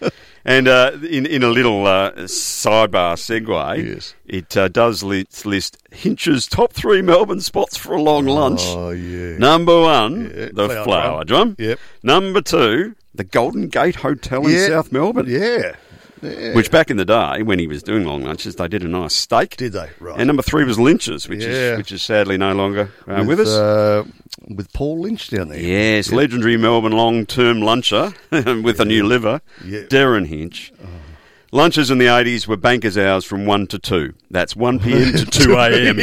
[SPEAKER 2] And uh, in in a little uh, sidebar segue,
[SPEAKER 1] Yes.
[SPEAKER 2] it uh, does li- list Hinch's top three Melbourne spots for a long lunch.
[SPEAKER 1] Oh yeah.
[SPEAKER 2] Number one,
[SPEAKER 1] Yeah,
[SPEAKER 2] the
[SPEAKER 1] flower
[SPEAKER 2] flower, drum.
[SPEAKER 1] Yep.
[SPEAKER 2] Number two, the Golden Gate Hotel in
[SPEAKER 1] Yeah.
[SPEAKER 2] South Melbourne.
[SPEAKER 1] Yeah. Yeah.
[SPEAKER 2] Which back in the day, when he was doing long lunches, they did a nice steak.
[SPEAKER 1] Did they? Right.
[SPEAKER 2] And number three was Lynch's, which
[SPEAKER 1] Yeah.
[SPEAKER 2] is which is sadly no longer uh, with, us.
[SPEAKER 1] uh, with Paul Lynch down there.
[SPEAKER 2] Yes, legendary Melbourne long-term luncher <laughs> with a new liver,
[SPEAKER 1] Yeah. Oh.
[SPEAKER 2] Darren Hinch. Lunches in the 80s were bankers' hours from 1 to 2. That's 1
[SPEAKER 1] <laughs>
[SPEAKER 2] p.m. to 2 a.m.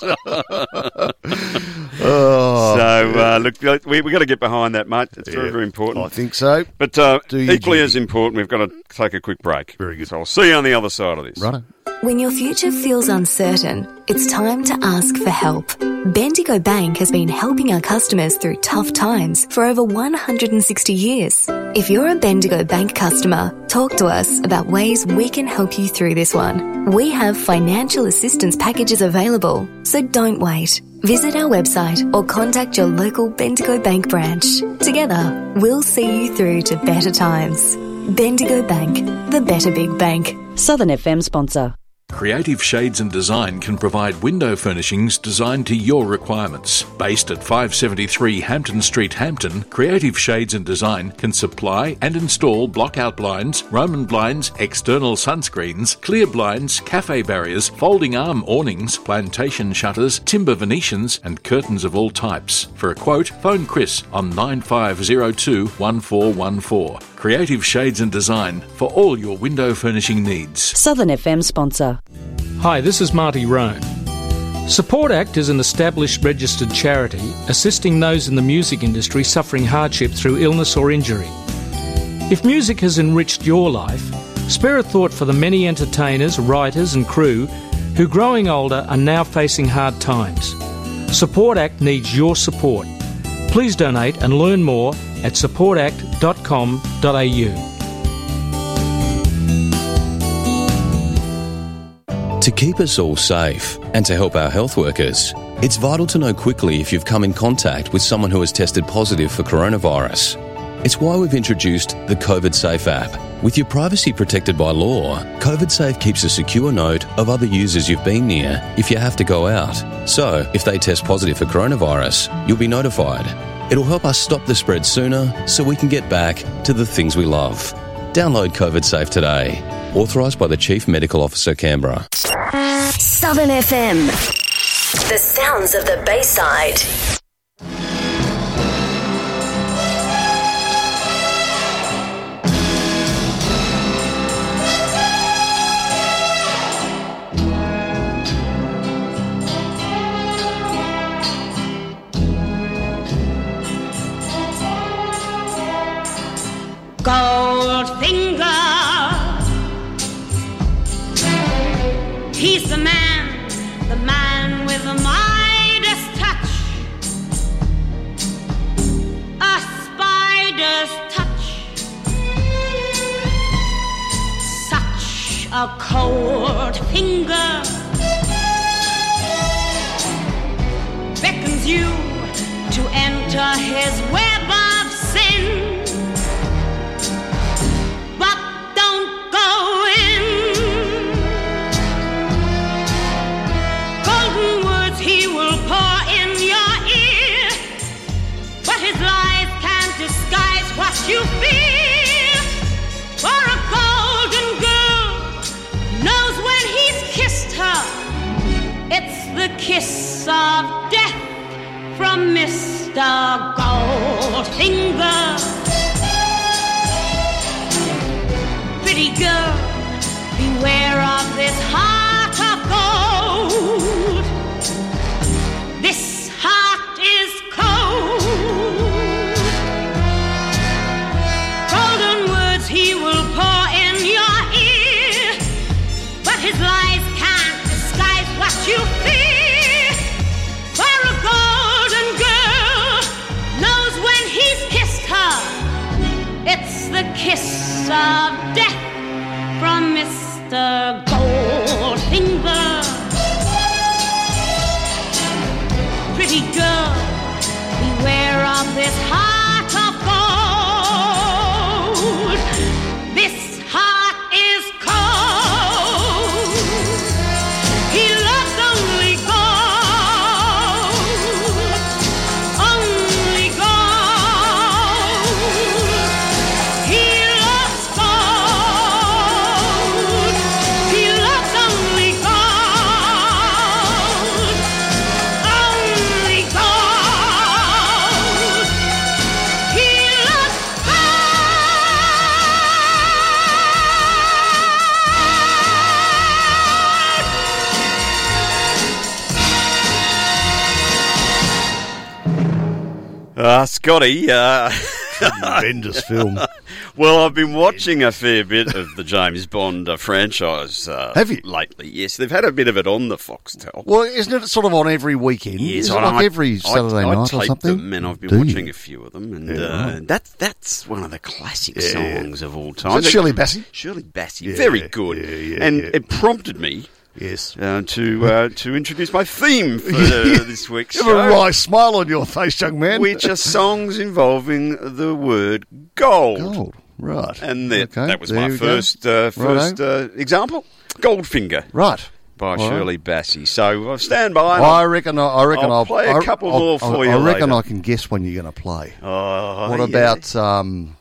[SPEAKER 2] <laughs>
[SPEAKER 1] Oh,
[SPEAKER 2] So, uh, look, look, we, we've got to get behind that, mate. It's very,
[SPEAKER 1] Yeah.
[SPEAKER 2] very
[SPEAKER 1] I
[SPEAKER 2] important.
[SPEAKER 1] think so.
[SPEAKER 2] But uh,
[SPEAKER 1] Do your
[SPEAKER 2] equally
[SPEAKER 1] duty.
[SPEAKER 2] as important, we've got to take a quick break.
[SPEAKER 1] Very good.
[SPEAKER 2] So I'll see you on the other side of this.
[SPEAKER 1] Right.
[SPEAKER 3] When your future feels uncertain, it's time to ask for help. Bendigo Bank has been helping our customers through tough times for over 160 years. If you're a Bendigo Bank customer, talk to us about ways we can help you through this one. We have financial assistance packages available, so don't wait. Visit our website or contact your local Bendigo Bank branch. Together, we'll see you through to better times. Bendigo Bank, the better big bank.
[SPEAKER 4] Southern FM sponsor.
[SPEAKER 5] Creative Shades and Design can provide window furnishings designed to your requirements. Based at 573 Hampton Street, Hampton, Creative Shades and Design can supply and install blockout blinds, Roman blinds, external sunscreens, clear blinds, cafe barriers, folding arm awnings, plantation shutters, timber Venetians, and curtains of all types. For a quote, phone Chris on 9502 1414. Creative Shades and Design for all your window furnishing needs.
[SPEAKER 4] Southern FM sponsor.
[SPEAKER 6] Hi, this is Marty Roan. Support Act is an established registered charity assisting those in the music industry suffering hardship through illness or injury. If music has enriched your life, spare a thought for the many entertainers, writers, and crew who, growing older, are now facing hard times. Support Act needs your support. Please donate and learn more at supportact.com.au.
[SPEAKER 7] To keep us all safe and to help our health workers, it's vital to know quickly if you've come in contact with someone who has tested positive for coronavirus. It's why we've introduced the COVID Safe app. With your privacy protected by law, COVID Safe keeps a secure note of other users you've been near if you have to go out. So, if they test positive for coronavirus, you'll be notified. It'll help us stop the spread sooner so we can get back to the things we love. Download COVID Safe today. Authorised by the Chief Medical Officer, Canberra.
[SPEAKER 8] Southern FM. The sounds of the Bayside.
[SPEAKER 9] Goldfinger. He's the man, the man with the Midas touch. A spider's touch. Such a cold finger beckons you to enter his web of sin. But don't go in. Golden words he will pour in your ear, but his lies can't disguise what you feel. For a golden girl knows when he's kissed her, it's the kiss of death from Mr. Goldfinger. pretty girl, beware of this heart of gold. This heart is cold. Golden words he will pour in your ear, but his lies can't disguise what you fear. For a golden girl knows when he's kissed her. It's the kiss of death from Mr. Goldfinger. pretty girl, beware of this heart of gold. This heart is cold. He loves only gold. Only gold. He loves gold. He loves only gold. Only gold. He loves
[SPEAKER 2] Uh, Scotty, uh,
[SPEAKER 1] Tremendous film.
[SPEAKER 2] <laughs> well, I've been watching a fair bit of the James Bond uh, franchise. Uh,
[SPEAKER 1] Have you?
[SPEAKER 2] Lately, yes. They've had a bit of it on the Foxtel.
[SPEAKER 1] Well, isn't it sort of on every weekend?
[SPEAKER 2] Yes,
[SPEAKER 1] Is it
[SPEAKER 2] I-
[SPEAKER 1] like
[SPEAKER 2] I-
[SPEAKER 1] every Saturday
[SPEAKER 2] I, I
[SPEAKER 1] night
[SPEAKER 2] tape
[SPEAKER 1] or something?
[SPEAKER 2] them, and I've been
[SPEAKER 1] Do you?
[SPEAKER 2] watching a few of them, and uh, that that's one of the classic songs of all time.
[SPEAKER 1] Is it Shirley Bassey?
[SPEAKER 2] Shirley Bassey, very good, and
[SPEAKER 1] yeah.
[SPEAKER 2] it prompted me.
[SPEAKER 1] Yes.
[SPEAKER 2] Uh,
[SPEAKER 1] <laughs>
[SPEAKER 2] to uh, to introduce my theme for uh, this week's
[SPEAKER 1] You have a
[SPEAKER 2] show,
[SPEAKER 1] wry smile on your face, young man.
[SPEAKER 2] which are songs involving the word gold.
[SPEAKER 1] Gold. Right.
[SPEAKER 2] And that
[SPEAKER 1] Okay,
[SPEAKER 2] that was
[SPEAKER 1] there
[SPEAKER 2] my
[SPEAKER 1] we go.
[SPEAKER 2] first uh, first uh, example, Goldfinger
[SPEAKER 1] Right.
[SPEAKER 2] by
[SPEAKER 1] All right.
[SPEAKER 2] Shirley Bassey. So uh, stand by. and
[SPEAKER 1] I reckon. I, I reckon.
[SPEAKER 2] I'll
[SPEAKER 1] I'll
[SPEAKER 2] play a
[SPEAKER 1] I-
[SPEAKER 2] couple
[SPEAKER 1] I'll-
[SPEAKER 2] more
[SPEAKER 1] I'll- I,
[SPEAKER 2] for you
[SPEAKER 1] reckon
[SPEAKER 2] later.
[SPEAKER 1] I can guess when you're going to play.
[SPEAKER 2] Oh,
[SPEAKER 1] what
[SPEAKER 2] yeah.
[SPEAKER 1] about? Um,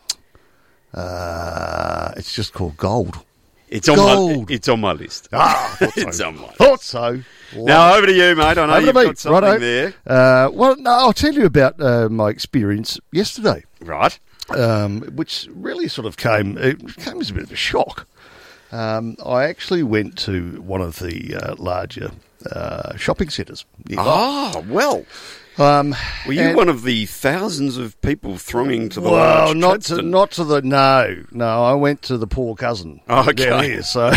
[SPEAKER 1] uh, it's just called gold.
[SPEAKER 2] It's on
[SPEAKER 1] Gold.
[SPEAKER 2] my it's on my list. <laughs>
[SPEAKER 1] Ah,
[SPEAKER 2] it's on my.
[SPEAKER 1] Thought so.
[SPEAKER 2] Now over to you, mate. I know
[SPEAKER 1] Over to
[SPEAKER 2] you've
[SPEAKER 1] me.
[SPEAKER 2] got something
[SPEAKER 1] Righto.
[SPEAKER 2] there.
[SPEAKER 1] Uh, well, no, I'll tell you about uh, my experience yesterday.
[SPEAKER 2] Right.
[SPEAKER 1] um, which really sort of came it came as a bit of a shock. Um, I actually went to one of the uh, larger uh, shopping centres. nearby.
[SPEAKER 2] Ah, well.
[SPEAKER 1] Um,
[SPEAKER 2] Were you
[SPEAKER 1] and-
[SPEAKER 2] one of the thousands of people thronging to the
[SPEAKER 1] well,
[SPEAKER 2] large
[SPEAKER 1] not to,
[SPEAKER 2] Chadstone?
[SPEAKER 1] not to the no, no. I went to the poor cousin.
[SPEAKER 2] Okay.
[SPEAKER 1] down here,
[SPEAKER 2] <laughs>
[SPEAKER 1] so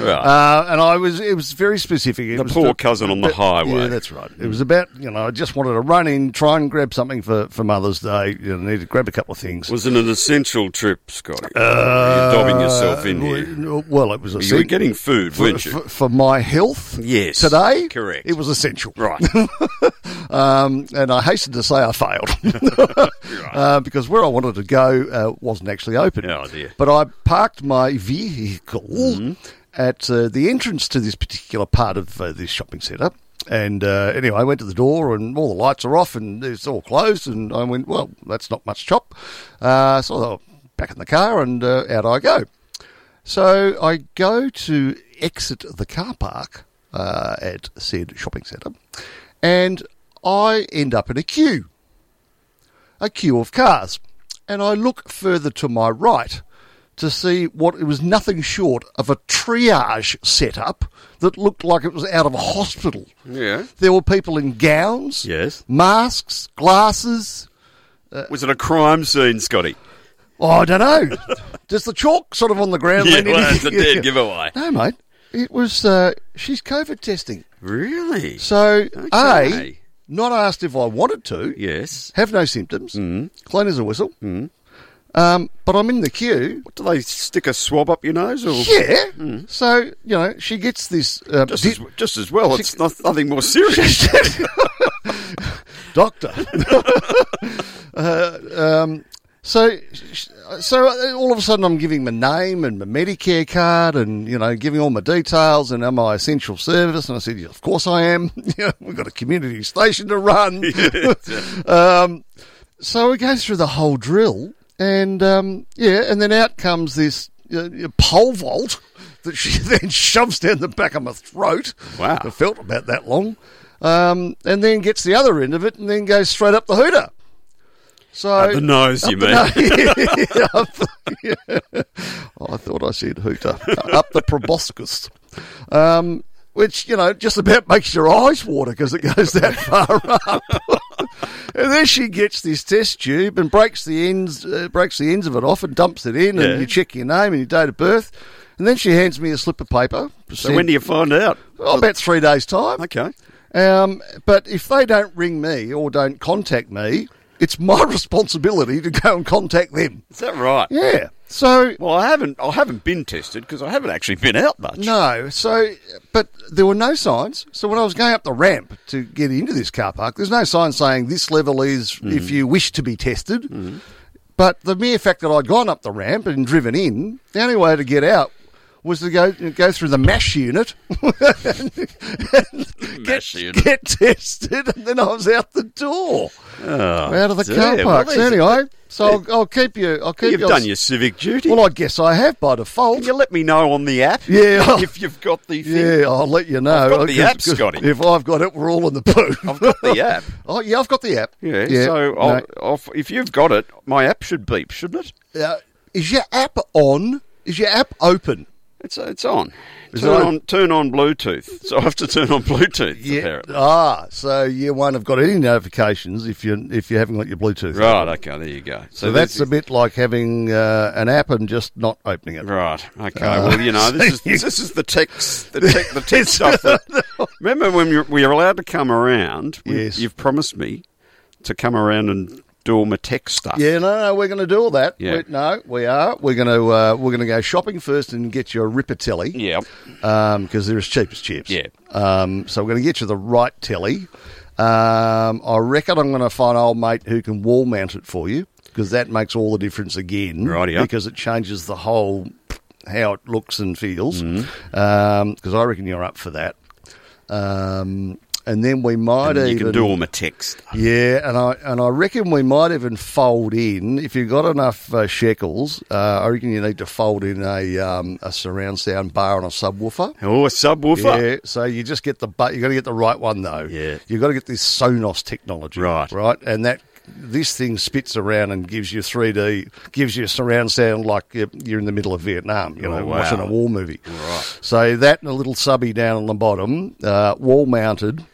[SPEAKER 2] Right.
[SPEAKER 1] Uh, and I was, it was very specific. It
[SPEAKER 2] The
[SPEAKER 1] was
[SPEAKER 2] poor cousin on the highway.
[SPEAKER 1] Yeah, that's right. It was about, you know, I just wanted to run in, try and grab something for, for Mother's Day. You know, need to grab a couple of things.
[SPEAKER 2] Was it an essential trip, Scotty? Uh, You're dobbing yourself in
[SPEAKER 1] Uh,
[SPEAKER 2] here.
[SPEAKER 1] Well, it was a
[SPEAKER 2] You were getting food,
[SPEAKER 1] for,
[SPEAKER 2] weren't you?
[SPEAKER 1] For, for my health,
[SPEAKER 2] Yes,
[SPEAKER 1] today,
[SPEAKER 2] correct.
[SPEAKER 1] It was essential,
[SPEAKER 2] Right.
[SPEAKER 1] <laughs> um, and I hasten to say I
[SPEAKER 2] <laughs>
[SPEAKER 1] failed uh, because where I wanted to go uh, wasn't actually open.
[SPEAKER 2] Oh, dear.
[SPEAKER 1] But I parked my vehicle at uh, the entrance to this particular part of uh, this shopping centre. And uh, anyway, I went to the door, and all the lights are off, and it's all closed. And I went, well, that's not much chop. Uh, so I thought, back in the car, and uh, out I go. So I go to exit the car park uh, at said shopping centre, and I end up in a queue, a queue of cars, and I look further to my right to see what it was nothing short of a triage setup that looked like it was out of a hospital.
[SPEAKER 2] Yeah.
[SPEAKER 1] There were people in gowns,
[SPEAKER 2] Yes.
[SPEAKER 1] masks, glasses, Uh,
[SPEAKER 2] Was it a crime scene, Scotty?
[SPEAKER 1] Oh, I don't
[SPEAKER 2] <laughs>
[SPEAKER 1] know. Just the chalk sort of on the ground.
[SPEAKER 2] Yeah,
[SPEAKER 1] landing. <laughs>
[SPEAKER 2] well, that's a dead giveaway.
[SPEAKER 1] No, mate. It was, uh, she's COVID testing.
[SPEAKER 2] Really?
[SPEAKER 1] So,
[SPEAKER 2] Okay.
[SPEAKER 1] A, not asked if I wanted to,
[SPEAKER 2] Yes. Mm.
[SPEAKER 1] have no symptoms, clean as a whistle. Um, but I'm in the queue.
[SPEAKER 2] Do they stick a swab up your nose? Or Mm.
[SPEAKER 1] Yeah. So, you know, she gets this. Uh,
[SPEAKER 2] Just,
[SPEAKER 1] di-
[SPEAKER 2] as, just as well. It's not, nothing more serious.
[SPEAKER 1] <laughs> doctor.
[SPEAKER 2] <laughs>
[SPEAKER 1] <laughs> Uh, um, so, so uh, all of a sudden, I'm giving my name and my Medicare card, and you know, giving all my details, and am I essential service? And I said, yeah, of course I am. <laughs> You know, We've got a community station to run. <laughs> um, so we go through the whole drill, and um, yeah, and then out comes this uh, pole vault that she <laughs> then shoves down the back of my throat.
[SPEAKER 2] Wow.
[SPEAKER 1] I felt about that long, um, and then gets the other end of it, and then goes straight up the hooter. So
[SPEAKER 2] Up the nose, you
[SPEAKER 1] <laughs>
[SPEAKER 2] mean?
[SPEAKER 1] yeah, up the- Oh, I thought I said hooter <laughs> up the proboscis, um, which you know just about makes your eyes water because it goes that far up. and then she gets this test tube and breaks the ends, uh, breaks the ends of it off and dumps it in,
[SPEAKER 2] Yeah.
[SPEAKER 1] and you check your name and your date of birth, and then she hands me a slip of paper.
[SPEAKER 2] so when do you find out?
[SPEAKER 1] Oh, about three days' time.
[SPEAKER 2] Okay.
[SPEAKER 1] Um, but if they don't ring me or don't contact me, It's my <laughs> responsibility to go and contact them.
[SPEAKER 2] Is that right?
[SPEAKER 1] Yeah. So
[SPEAKER 2] Well, I haven't. I haven't been tested because I haven't actually been out much.
[SPEAKER 1] no. So but there were no signs. So when I was going up the ramp to get into this car park, there's no sign saying this level is if
[SPEAKER 2] Mm-hmm.
[SPEAKER 1] you wish to be tested. But the mere fact that I'd gone up the ramp and driven in, the only way to get out was to go go through the mash unit <laughs>
[SPEAKER 2] Mash unit.
[SPEAKER 1] get tested, and then I was out the door, out of the
[SPEAKER 2] dear.
[SPEAKER 1] car
[SPEAKER 2] Oh, Well,
[SPEAKER 1] park. So
[SPEAKER 2] there's-
[SPEAKER 1] anyway, so I'll, I'll keep you. I'll keep
[SPEAKER 2] You've
[SPEAKER 1] you.
[SPEAKER 2] done your civic duty.
[SPEAKER 1] Well, I guess I have by
[SPEAKER 2] Can
[SPEAKER 1] default.
[SPEAKER 2] you let me know on the app?
[SPEAKER 1] Yeah.
[SPEAKER 2] <laughs> If you've got the thing.
[SPEAKER 1] Yeah, I'll let you know.
[SPEAKER 2] I've got the
[SPEAKER 1] Because-
[SPEAKER 2] app, Scotty.
[SPEAKER 1] If I've got it, we're all in the poo.
[SPEAKER 2] I've got
[SPEAKER 1] <laughs>
[SPEAKER 2] the app.
[SPEAKER 1] oh yeah, I've got the app.
[SPEAKER 2] Yeah. so I'll,
[SPEAKER 1] no.
[SPEAKER 2] I'll, if you've got it, my app should beep, shouldn't it?
[SPEAKER 1] Uh, is your app on? Is your app open?
[SPEAKER 2] It's it's on.
[SPEAKER 1] Is
[SPEAKER 2] turn
[SPEAKER 1] it on?
[SPEAKER 2] on turn on Bluetooth. So I have to turn on Bluetooth. Apparently.
[SPEAKER 1] Ah, so you won't have got any notifications if you if you haven't got your Bluetooth.
[SPEAKER 2] Right. Okay. There you go.
[SPEAKER 1] So that's a
[SPEAKER 2] this-
[SPEAKER 1] bit like having uh, an app and just not opening it. Uh,
[SPEAKER 2] Right. Okay. well,
[SPEAKER 1] <laughs>
[SPEAKER 2] you know, this is
[SPEAKER 1] Ah. you-
[SPEAKER 2] this is the tech
[SPEAKER 1] <laughs>
[SPEAKER 2] the tech the tech stuff. That, remember when you we were allowed to come around? we-
[SPEAKER 1] Yes.
[SPEAKER 2] You've promised me to come around and do all my tech stuff.
[SPEAKER 1] Yeah, no, no, we're going to do all that.
[SPEAKER 2] Yeah.
[SPEAKER 1] We- no, we are. We're going to uh, we're going to go shopping first and get you a ripper telly.
[SPEAKER 2] Yeah.
[SPEAKER 1] because um, they're as cheap as chips.
[SPEAKER 2] Yeah.
[SPEAKER 1] Um, so we're going to get you the right telly. Um, I reckon I'm going to find an old mate who can wall mount it for you because that makes all the difference again.
[SPEAKER 2] Rightio.
[SPEAKER 1] Because it changes the whole how it looks and feels.
[SPEAKER 2] Mm-hmm.
[SPEAKER 1] Because I reckon you're up for that. Um, and then we might
[SPEAKER 2] And you
[SPEAKER 1] even
[SPEAKER 2] can do all my tech stuff.
[SPEAKER 1] yeah, and I and I reckon we might even fold in if you've got enough uh, shekels. Uh, I reckon you need to fold in a um, a surround sound bar and a subwoofer.
[SPEAKER 2] Oh, a subwoofer.
[SPEAKER 1] Yeah, so you just get the but you got to get the right one though.
[SPEAKER 2] Yeah.
[SPEAKER 1] you got to get this Sonos technology.
[SPEAKER 2] Right.
[SPEAKER 1] right, and that this thing spits around and gives you 3D, gives you surround sound like you're, you're in the middle of Vietnam. You know,
[SPEAKER 2] Oh, wow.
[SPEAKER 1] watching a war movie. Right. So that and a little subby down on the bottom, uh, wall mounted.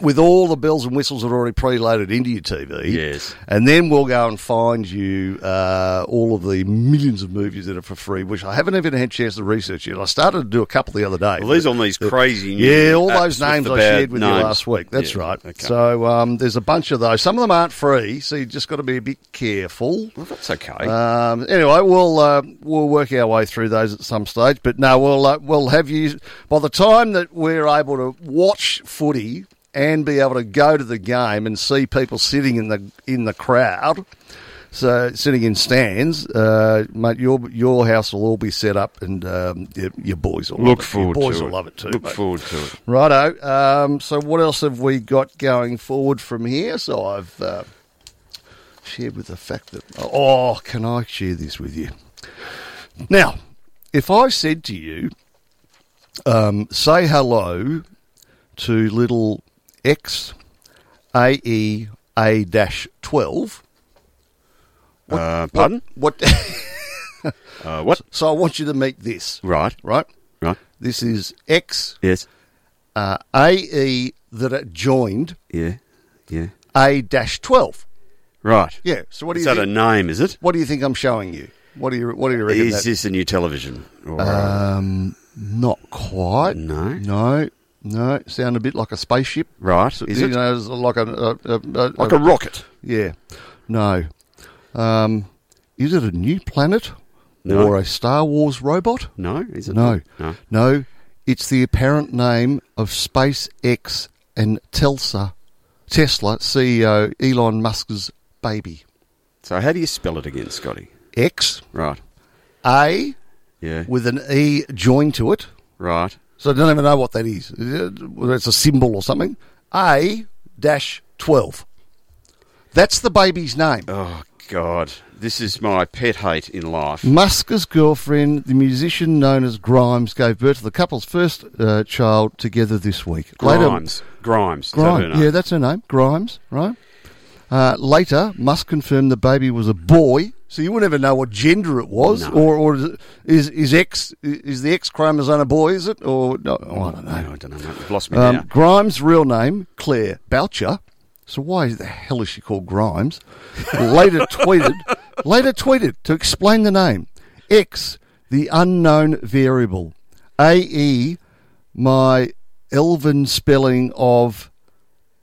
[SPEAKER 1] With all the bells and whistles that are already preloaded into your TV,
[SPEAKER 2] Yes.
[SPEAKER 1] and then we'll go and find you uh, all of the millions of movies that are for free, which I haven't even had a chance to research yet. I started to do a couple the other day.
[SPEAKER 2] Well, these on these crazy new
[SPEAKER 1] Yeah, all
[SPEAKER 2] apps
[SPEAKER 1] those
[SPEAKER 2] with
[SPEAKER 1] names
[SPEAKER 2] the
[SPEAKER 1] I
[SPEAKER 2] bad
[SPEAKER 1] shared with
[SPEAKER 2] names.
[SPEAKER 1] you last week. That's
[SPEAKER 2] Yeah,
[SPEAKER 1] right.
[SPEAKER 2] Okay.
[SPEAKER 1] So um, there's a bunch of those. Some of them aren't free, so you just got to be a bit careful.
[SPEAKER 2] well, that's okay.
[SPEAKER 1] Um, anyway, we'll uh, we'll work our way through those at some stage. But no, we'll uh, we'll have you by the time that we're able to watch footy and be able to go to the game and see people sitting in the in the crowd. So sitting in stands, uh, mate, your your house will all be set up, and um, your, your boys will love
[SPEAKER 2] Look
[SPEAKER 1] it.
[SPEAKER 2] forward
[SPEAKER 1] Your boys
[SPEAKER 2] to
[SPEAKER 1] will
[SPEAKER 2] it.
[SPEAKER 1] love it too.
[SPEAKER 2] Look
[SPEAKER 1] mate.
[SPEAKER 2] forward to it.
[SPEAKER 1] Righto. Um, so what else have we got going forward from here? So I've uh, shared with the fact that oh, can I share this with you? Now, if I said to you, um, say hello to little X A E A dash twelve.
[SPEAKER 2] uh, pardon?
[SPEAKER 1] What? <laughs>
[SPEAKER 2] Uh, what?
[SPEAKER 1] so I want you to meet this.
[SPEAKER 2] Right.
[SPEAKER 1] Right.
[SPEAKER 2] Right.
[SPEAKER 1] This is X
[SPEAKER 2] Yes.
[SPEAKER 1] uh, A E that it joined
[SPEAKER 2] Yeah. Yeah.
[SPEAKER 1] A dash twelve.
[SPEAKER 2] Right.
[SPEAKER 1] Yeah. So what do
[SPEAKER 2] Is
[SPEAKER 1] you
[SPEAKER 2] that
[SPEAKER 1] think?
[SPEAKER 2] a name? Is it?
[SPEAKER 1] What do you think I'm showing you? What do you What do you reckon?
[SPEAKER 2] Is
[SPEAKER 1] that-
[SPEAKER 2] this a new television? Or,
[SPEAKER 1] um, not quite.
[SPEAKER 2] No.
[SPEAKER 1] No. No. Sound a bit like a spaceship.
[SPEAKER 2] right. Is
[SPEAKER 1] you
[SPEAKER 2] it
[SPEAKER 1] know, it's like a, a, a, a
[SPEAKER 2] like a rocket?
[SPEAKER 1] yeah. No. Um, is it a new planet
[SPEAKER 2] No.
[SPEAKER 1] or a Star Wars robot?
[SPEAKER 2] No. Is it?
[SPEAKER 1] No.
[SPEAKER 2] No.
[SPEAKER 1] No. It's the apparent name of SpaceX and Telsa, Tesla CEO Elon Musk's baby.
[SPEAKER 2] So how do you spell it again, Scotty?
[SPEAKER 1] X
[SPEAKER 2] Right.
[SPEAKER 1] A
[SPEAKER 2] Yeah.
[SPEAKER 1] with an E joined to it.
[SPEAKER 2] right.
[SPEAKER 1] So I don't even know what that is. Whether it's a symbol or something. A dash twelve. That's the baby's name.
[SPEAKER 2] Oh God, this is my pet hate in life.
[SPEAKER 1] Musk's girlfriend, the musician known as Grimes, gave birth to the couple's first uh, child together this week.
[SPEAKER 2] Grimes. Grimes. Is that her
[SPEAKER 1] Grimes.
[SPEAKER 2] name?
[SPEAKER 1] yeah, that's her name. Grimes, right? Uh, later, Musk confirmed the baby was a boy, so you wouldn't ever know what gender it was,
[SPEAKER 2] No.
[SPEAKER 1] or or is it- is is X is the X chromosome a boy? Is it or no, oh, I don't know.
[SPEAKER 2] No, I don't know. Mate. You've lost me
[SPEAKER 1] Um,
[SPEAKER 2] now.
[SPEAKER 1] Grimes' real name, Claire Boucher. So why the hell is she called Grimes? <laughs> Later tweeted, later tweeted to explain the name. X, the unknown variable. A E, my elven spelling of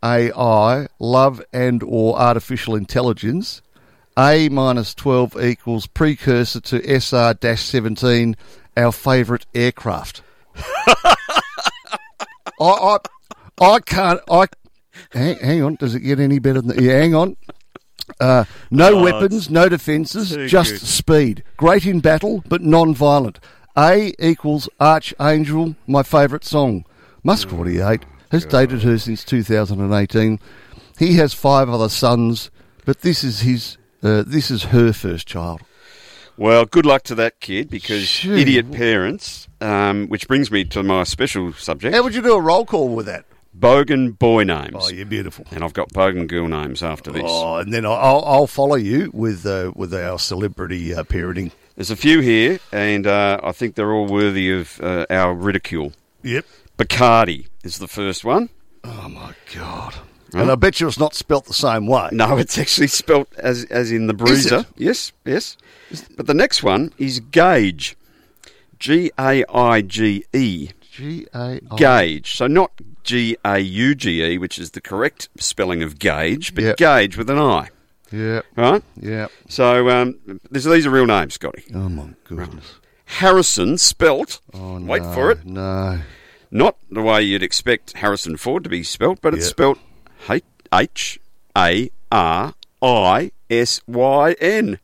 [SPEAKER 1] AI, love and or artificial intelligence. A minus 12 equals precursor to SR 17, our favourite aircraft. I, I, I can't. I hang, hang on. Does it get any better than that? Yeah, hang on. Uh,
[SPEAKER 2] Oh,
[SPEAKER 1] no weapons, no defences, just speed. Great in battle, but non-violent. A equals Archangel, my favourite song. Musk
[SPEAKER 2] Mm.
[SPEAKER 1] 48 has dated her since 2018. He has five other sons, but this is his. Uh, this is her first child.
[SPEAKER 2] Well, good luck to that kid because
[SPEAKER 1] Gee.
[SPEAKER 2] idiot parents. Um, which brings me to my special subject:
[SPEAKER 1] How would you do a roll call with that?
[SPEAKER 2] bogan boy names.
[SPEAKER 1] Oh, you're beautiful.
[SPEAKER 2] And I've got bogan girl names after this.
[SPEAKER 1] Oh, and then I'll- I'll, I'll follow you with uh, with our celebrity uh, parenting.
[SPEAKER 2] There's a few here, and uh, I think they're all worthy of uh, our ridicule.
[SPEAKER 1] Yep.
[SPEAKER 2] Bacardi is the first one.
[SPEAKER 1] Oh my god. And I bet you it's not spelt the same way.
[SPEAKER 2] No, it's actually spelt as as in the
[SPEAKER 1] Is it?
[SPEAKER 2] bruiser. Yes, yes. But the next one is gauge. G A I G E.
[SPEAKER 1] G A I.
[SPEAKER 2] Gauge. So not G A U G E, which is the correct spelling of gauge, but
[SPEAKER 1] Yep.
[SPEAKER 2] gauge with an I.
[SPEAKER 1] Yep.
[SPEAKER 2] Right?
[SPEAKER 1] Yep.
[SPEAKER 2] So um, these, these are real names, Scotty.
[SPEAKER 1] Oh my goodness.
[SPEAKER 2] Harrison, spelt.
[SPEAKER 1] Oh,
[SPEAKER 2] wait
[SPEAKER 1] no,
[SPEAKER 2] for it.
[SPEAKER 1] No.
[SPEAKER 2] Not the way you'd expect Harrison Ford to be spelt, but it's
[SPEAKER 1] Yep.
[SPEAKER 2] spelt H A R I S Y N.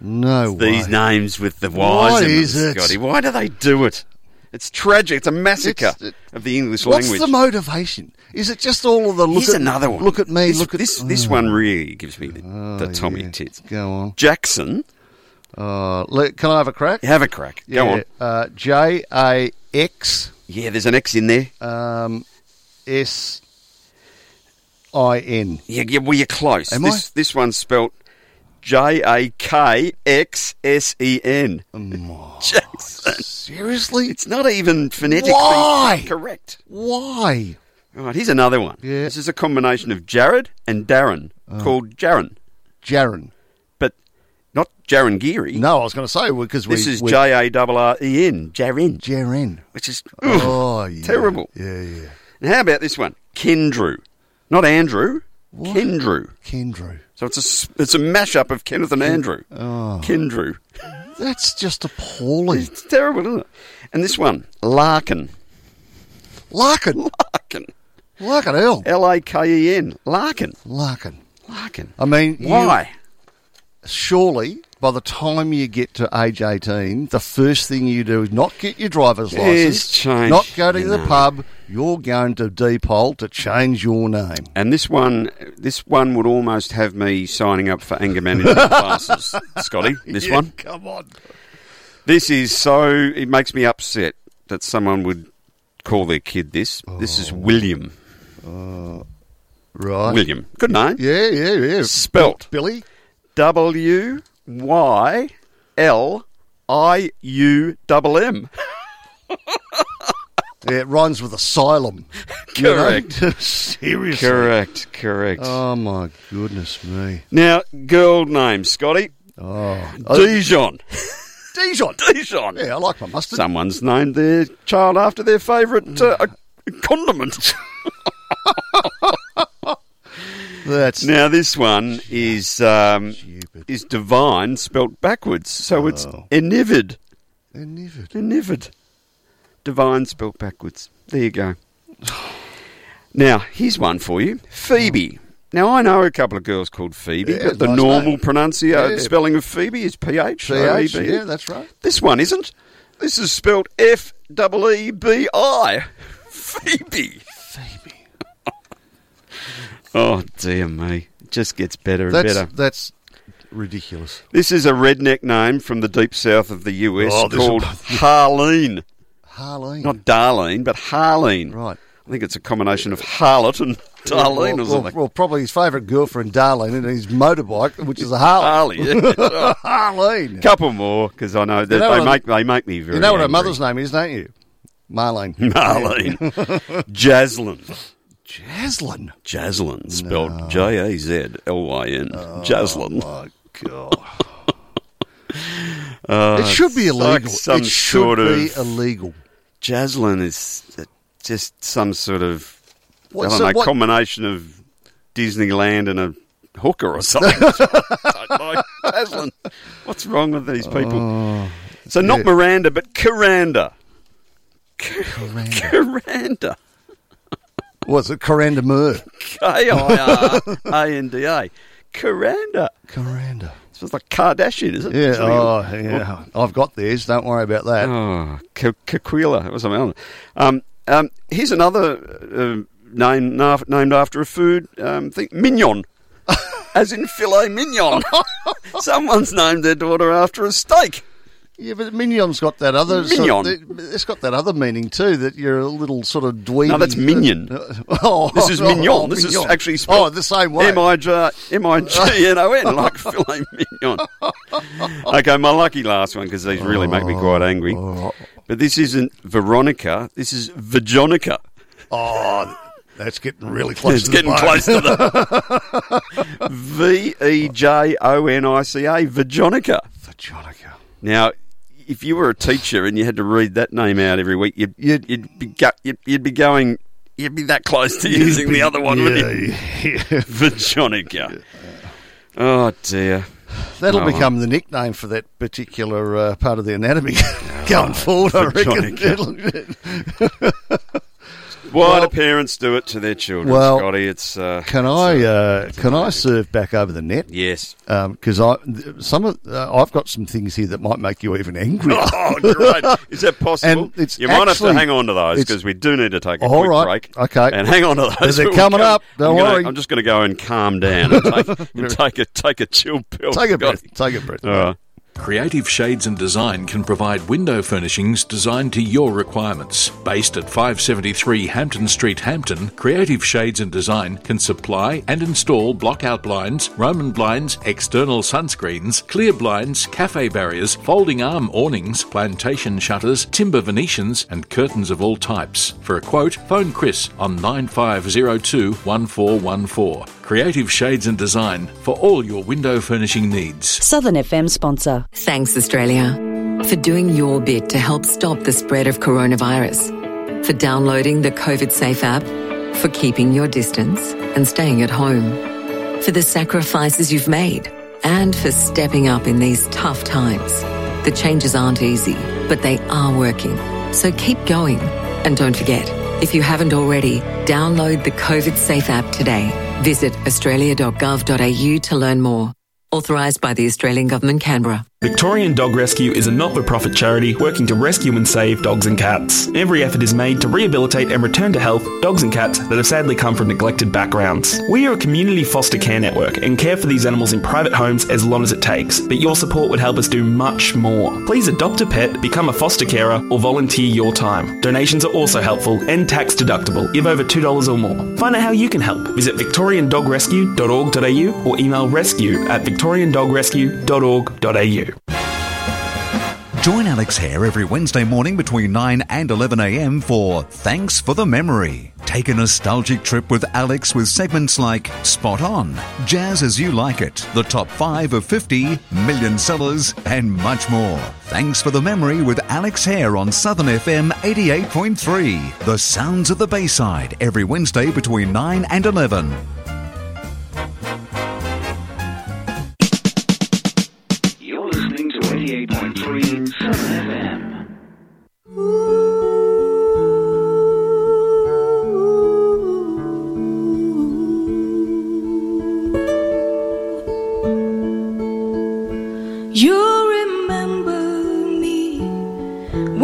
[SPEAKER 1] No way.
[SPEAKER 2] These names with the Y's
[SPEAKER 1] What
[SPEAKER 2] in them,
[SPEAKER 1] is it?
[SPEAKER 2] Scotty. Why do they do it? It's tragic. It's a massacre
[SPEAKER 1] It's- it-
[SPEAKER 2] of the English
[SPEAKER 1] What's
[SPEAKER 2] language.
[SPEAKER 1] the motivation? Is it just all of the look
[SPEAKER 2] Here's
[SPEAKER 1] at
[SPEAKER 2] another one.
[SPEAKER 1] Look at me.
[SPEAKER 2] This,
[SPEAKER 1] look at Oh.
[SPEAKER 2] this. This one really gives me the, the Tommy
[SPEAKER 1] yeah.
[SPEAKER 2] tits.
[SPEAKER 1] Go on.
[SPEAKER 2] Jackson,
[SPEAKER 1] Uh, le- can I have a crack?
[SPEAKER 2] have a crack. Go on.
[SPEAKER 1] Uh, J A X
[SPEAKER 2] Yeah, there's an X in there.
[SPEAKER 1] um, S I N.
[SPEAKER 2] Yeah, yeah well, you're close.
[SPEAKER 1] Am
[SPEAKER 2] this, this one's spelt J A K X S E N. <laughs> Jackson.
[SPEAKER 1] Seriously?
[SPEAKER 2] It's not even phonetically
[SPEAKER 1] Why?
[SPEAKER 2] correct.
[SPEAKER 1] Why?
[SPEAKER 2] All right, here's another one.
[SPEAKER 1] Yeah. Oh.
[SPEAKER 2] This is a combination of Jared and Darren, called Jaron,
[SPEAKER 1] Jaron.
[SPEAKER 2] but not Jaron Geary.
[SPEAKER 1] No, I was going to say because we.
[SPEAKER 2] This is
[SPEAKER 1] we-
[SPEAKER 2] J A R R E N, Jarin,
[SPEAKER 1] Jaren.
[SPEAKER 2] which is ugh.
[SPEAKER 1] Oh, yeah.
[SPEAKER 2] terrible.
[SPEAKER 1] Yeah, yeah.
[SPEAKER 2] And how about this one? Kendrew, not Andrew. Kendrew.
[SPEAKER 1] Kendrew.
[SPEAKER 2] So it's a s- it's a mashup of Kenneth and Andrew.
[SPEAKER 1] Oh,
[SPEAKER 2] Kendrew.
[SPEAKER 1] Uh-huh. That's just appalling.
[SPEAKER 2] It's terrible, isn't it? And this one, Larkin.
[SPEAKER 1] Larkin.
[SPEAKER 2] Larkin.
[SPEAKER 1] Larkin L.
[SPEAKER 2] L A K E N. Larkin.
[SPEAKER 1] Larkin.
[SPEAKER 2] Larkin.
[SPEAKER 1] I mean, you-
[SPEAKER 2] why?
[SPEAKER 1] surely by the time you get to age 18, the first thing you do is not get your driver's
[SPEAKER 2] Is
[SPEAKER 1] license,
[SPEAKER 2] change
[SPEAKER 1] not go to
[SPEAKER 2] your
[SPEAKER 1] the
[SPEAKER 2] name.
[SPEAKER 1] pub. You're going to Depol to change your name.
[SPEAKER 2] And this one, this one would almost have me signing up for anger
[SPEAKER 1] <laughs>
[SPEAKER 2] management classes, Scotty. This
[SPEAKER 1] Yeah,
[SPEAKER 2] one,
[SPEAKER 1] Come on.
[SPEAKER 2] this is so. It makes me upset that someone would call their kid this. This is William.
[SPEAKER 1] Oh. Uh, Right.
[SPEAKER 2] William, good name.
[SPEAKER 1] Yeah, yeah, yeah.
[SPEAKER 2] Spelt
[SPEAKER 1] Billy.
[SPEAKER 2] W Y L I U double M.
[SPEAKER 1] Yeah, <laughs> it rhymes with asylum. you know? <laughs>
[SPEAKER 2] Correct.
[SPEAKER 1] Seriously.
[SPEAKER 2] Correct. Correct.
[SPEAKER 1] Oh my goodness me.
[SPEAKER 2] Now, girl name, Scotty.
[SPEAKER 1] Oh,
[SPEAKER 2] Dijon.
[SPEAKER 1] Dijon.
[SPEAKER 2] Dijon.
[SPEAKER 1] Yeah, I like my mustard.
[SPEAKER 2] Someone's named their child after their favourite uh,
[SPEAKER 1] <laughs>
[SPEAKER 2] condiment.
[SPEAKER 1] That's
[SPEAKER 2] now this one is um, is divine spelt backwards, so it's
[SPEAKER 1] Oh.
[SPEAKER 2] enivid.
[SPEAKER 1] Nivet.
[SPEAKER 2] Enivid. Divine spelt backwards. There you go. Now here's one for you, Phoebe. Now I know a couple of girls called Phoebe,
[SPEAKER 1] Hmm. Yeah,
[SPEAKER 2] but the
[SPEAKER 1] nice
[SPEAKER 2] normal
[SPEAKER 1] name.
[SPEAKER 2] pronunciation
[SPEAKER 1] Yeah.
[SPEAKER 2] spelling of Phoebe is P H O E
[SPEAKER 1] CH.
[SPEAKER 2] B.
[SPEAKER 1] Yeah, that's right.
[SPEAKER 2] This one isn't. This is spelled F E E B I. <laughs> Phoebe.
[SPEAKER 1] Phoebe.
[SPEAKER 2] Oh dear me. It just gets better and
[SPEAKER 1] That's
[SPEAKER 2] better.
[SPEAKER 1] that's ridiculous.
[SPEAKER 2] This is a redneck name from the deep south of the US
[SPEAKER 1] Oh, this'll- <laughs>
[SPEAKER 2] called Harleen.
[SPEAKER 1] Harleen.
[SPEAKER 2] Not Darlene, but Harleen.
[SPEAKER 1] Right.
[SPEAKER 2] I think it's a combination of Harlot and Darlene
[SPEAKER 1] well,
[SPEAKER 2] or
[SPEAKER 1] well,
[SPEAKER 2] something.
[SPEAKER 1] well, probably his favourite girlfriend, Darlene, and his motorbike, which is a Harley.
[SPEAKER 2] Harley.
[SPEAKER 1] <laughs>
[SPEAKER 2] yeah.
[SPEAKER 1] Harlene.
[SPEAKER 2] couple more because I know, that
[SPEAKER 1] know
[SPEAKER 2] they
[SPEAKER 1] what I-
[SPEAKER 2] make they make me very.
[SPEAKER 1] You know what her
[SPEAKER 2] angry.
[SPEAKER 1] mother's name is, don't you? Marlene.
[SPEAKER 2] <laughs> Marlene.
[SPEAKER 1] <laughs>
[SPEAKER 2] Jaslyn.
[SPEAKER 1] Jaslyn.
[SPEAKER 2] Jaslyn, spelled J A Z L Y N. Jaslyn.
[SPEAKER 1] Oh, God. it should be
[SPEAKER 2] Uh, it's
[SPEAKER 1] illegal.
[SPEAKER 2] like some
[SPEAKER 1] it should
[SPEAKER 2] sort of-
[SPEAKER 1] be illegal.
[SPEAKER 2] Jaslyn is uh, just some sort of I
[SPEAKER 1] What-
[SPEAKER 2] don't
[SPEAKER 1] so
[SPEAKER 2] know,
[SPEAKER 1] what-
[SPEAKER 2] combination of Disneyland and a hooker
[SPEAKER 1] <laughs>
[SPEAKER 2] or something. <laughs> I don't know. Aslan, what's wrong with these people?
[SPEAKER 1] Oh,
[SPEAKER 2] so not Miranda, but Caranda. <laughs> Caranda.
[SPEAKER 1] Was it Coranda
[SPEAKER 2] <laughs>
[SPEAKER 1] Moore?
[SPEAKER 2] K-I-R-A-N-D-A. Caranda.
[SPEAKER 1] Coranda.
[SPEAKER 2] It smells like Kardashian, is it?
[SPEAKER 1] Yeah,
[SPEAKER 2] Something-
[SPEAKER 1] oh, yeah. I've got these. Don't worry about that.
[SPEAKER 2] Oh, Ka- Kaquila or something. I don't know. Um, um, here's another uh, name naf- named after a food um, thing: mignon, as in filet mignon. Someone's named their daughter after a steak.
[SPEAKER 1] Yeah, but Mignon's got that other. sort of-
[SPEAKER 2] Mignon.
[SPEAKER 1] it's got that other meaning too. That you're a little sort of dweeby.
[SPEAKER 2] No, that's minion.
[SPEAKER 1] <laughs> oh,
[SPEAKER 2] This
[SPEAKER 1] <laughs>
[SPEAKER 2] is
[SPEAKER 1] oh,
[SPEAKER 2] mignon.
[SPEAKER 1] oh,
[SPEAKER 2] this
[SPEAKER 1] mignon.
[SPEAKER 2] is actually
[SPEAKER 1] oh
[SPEAKER 2] spelled
[SPEAKER 1] the same way.
[SPEAKER 2] M I G M I G N
[SPEAKER 1] <laughs>
[SPEAKER 2] O N, like filet mignon. okay, my lucky last one because these really make me quite angry. But this isn't Veronica. This is Vajonica.
[SPEAKER 1] Oh, that's getting really close.
[SPEAKER 2] It's
[SPEAKER 1] to
[SPEAKER 2] getting
[SPEAKER 1] the bone.
[SPEAKER 2] close to the
[SPEAKER 1] <laughs>
[SPEAKER 2] V E J O N I C A Vajonica.
[SPEAKER 1] Vajonica.
[SPEAKER 2] Now, if you were a teacher and you had to read that name out every week, you'd you'd, you'd be go, you'd, you'd be going, you'd be that close to using the other one,
[SPEAKER 1] Yeah,
[SPEAKER 2] wouldn't you? <laughs>
[SPEAKER 1] yeah.
[SPEAKER 2] Vajonica. Oh dear.
[SPEAKER 1] That'll
[SPEAKER 2] Oh, well.
[SPEAKER 1] become the nickname for that particular uh, part of the anatomy <laughs>
[SPEAKER 2] Oh,
[SPEAKER 1] going forward. I reckon. <laughs>
[SPEAKER 2] Why do parents do it to their children,
[SPEAKER 1] well,
[SPEAKER 2] Scotty? It's uh,
[SPEAKER 1] can I uh, can I serve back over the net?
[SPEAKER 2] yes.
[SPEAKER 1] because I th- some of uh, I've got some things here that might make you even angrier.
[SPEAKER 2] <laughs> Oh, great. Is that possible?
[SPEAKER 1] And it's
[SPEAKER 2] you might have
[SPEAKER 1] actually-
[SPEAKER 2] to hang on to those
[SPEAKER 1] it's-
[SPEAKER 2] because we do need to take a
[SPEAKER 1] All
[SPEAKER 2] quick
[SPEAKER 1] right,
[SPEAKER 2] break.
[SPEAKER 1] okay.
[SPEAKER 2] And hang on to those.
[SPEAKER 1] They're
[SPEAKER 2] <laughs> We'll
[SPEAKER 1] coming
[SPEAKER 2] go-
[SPEAKER 1] up, don't
[SPEAKER 2] I'm gonna-
[SPEAKER 1] worry.
[SPEAKER 2] I'm just going to go and calm down and
[SPEAKER 1] <laughs>
[SPEAKER 2] take, and take, a, take a chill pill.
[SPEAKER 1] Take a
[SPEAKER 2] Scotty.
[SPEAKER 1] breath. Take a breath.
[SPEAKER 2] All right.
[SPEAKER 5] Creative Shades and Design can provide window furnishings designed to your requirements. Based at 573 Hampton Street, Hampton, Creative Shades and Design can supply and install blockout blinds, Roman blinds, external sunscreens, clear blinds, cafe barriers, folding arm awnings, plantation shutters, timber Venetians, and curtains of all types. For a quote, phone Chris on 9502 1414. Creative Shades and Design for all your window furnishing needs.
[SPEAKER 4] Southern FM sponsor.
[SPEAKER 10] Thanks, Australia, for doing your bit to help stop the spread of coronavirus, for downloading the COVID Safe app, for keeping your distance and staying at home, for the sacrifices you've made, and for stepping up in these tough times. The changes aren't easy, but they are working. So keep going. And don't forget, if you haven't already, download the COVID Safe app today. Visit australia.gov.au to learn more. Authorised by the Australian Government, Canberra.
[SPEAKER 11] Victorian Dog Rescue is a not for profit charity working to rescue and save dogs and cats. Every effort is made to rehabilitate and return to health dogs and cats that have sadly come from neglected backgrounds. We are a community foster care network and care for these animals in private homes as long as it takes, but your support would help us do much more. Please adopt a pet, become a foster carer, or volunteer your time. Donations are also helpful and tax deductible if over $2 or more. Find out how you can help. Visit victoriandogrescue.org.au or email rescue at victoriandogrescue.org.au.
[SPEAKER 12] Join Alex Hare every Wednesday morning between 9 and 11 a.m. for Thanks for the Memory. Take a nostalgic trip with Alex with segments like Spot On, Jazz as You Like It, The Top 5 of 50, Million Sellers, and much more. Thanks for the Memory with Alex Hare on Southern FM 88.3. The Sounds of the Bayside every Wednesday between 9 and 11.
[SPEAKER 11] You're listening to 88.3 Southern FM.
[SPEAKER 9] You remember me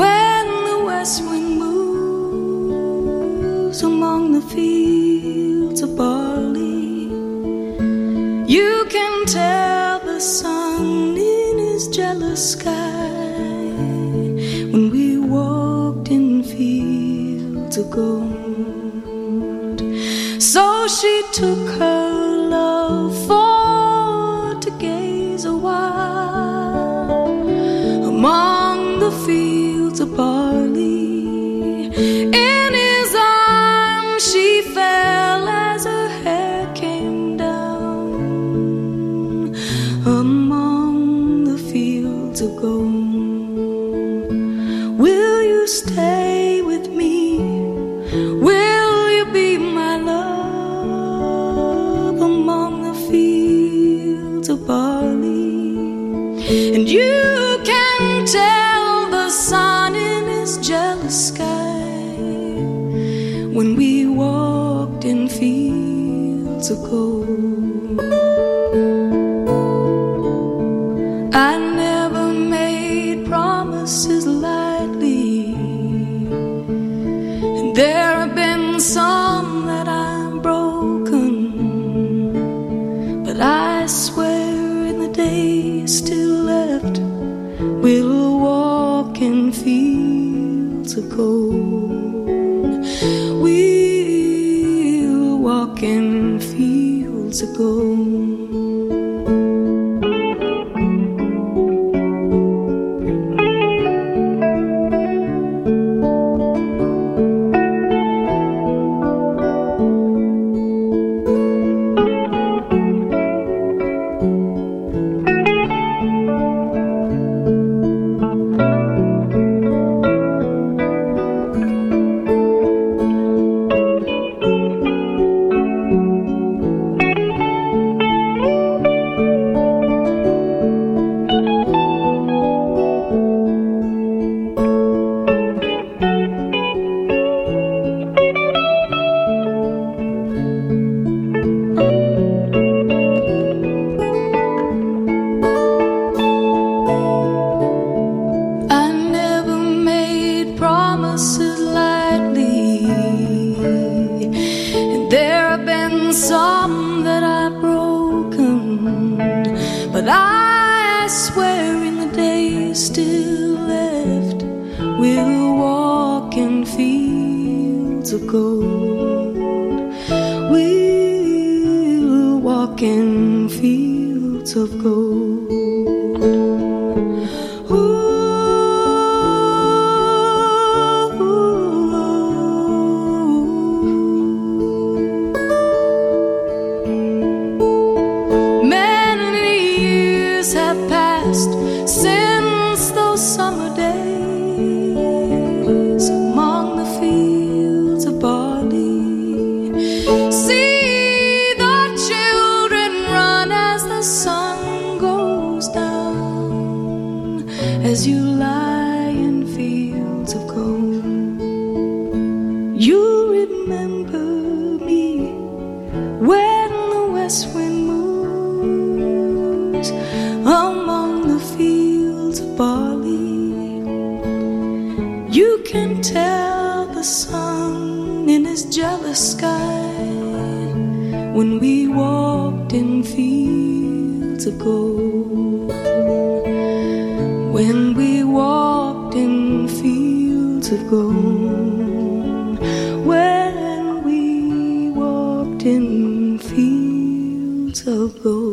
[SPEAKER 9] when the west wind moves among the fields of barley. You can tell the sun in his jealous sky when we walked in fields of gold. So she took her love for to gaze a while among the fields of barley. In his arms she fell as her hair came down among the fields of gold. Will you stay with me? Will you be my
[SPEAKER 13] when we walked in fields of gold. I never made promises lightly, and there have been some that I've broken, but I swear in the days still left, we'll walk in fields of gold. We'll walk in fields of gold. I never made promises lightly, and there have been some that I've broken, but I swear in the days still left, we'll walk in fields of gold. We'll walk in fields of gold. Many years have passed since those summer days among the fields of barley. See the children run as the sun goes down, as you lie in fields of gold. You remember me when the west wind moves among the fields of barley, you can tell the sun in his jealous sky when we walked in fields of gold. When we walked in fields of gold. When we walked in fields of gold.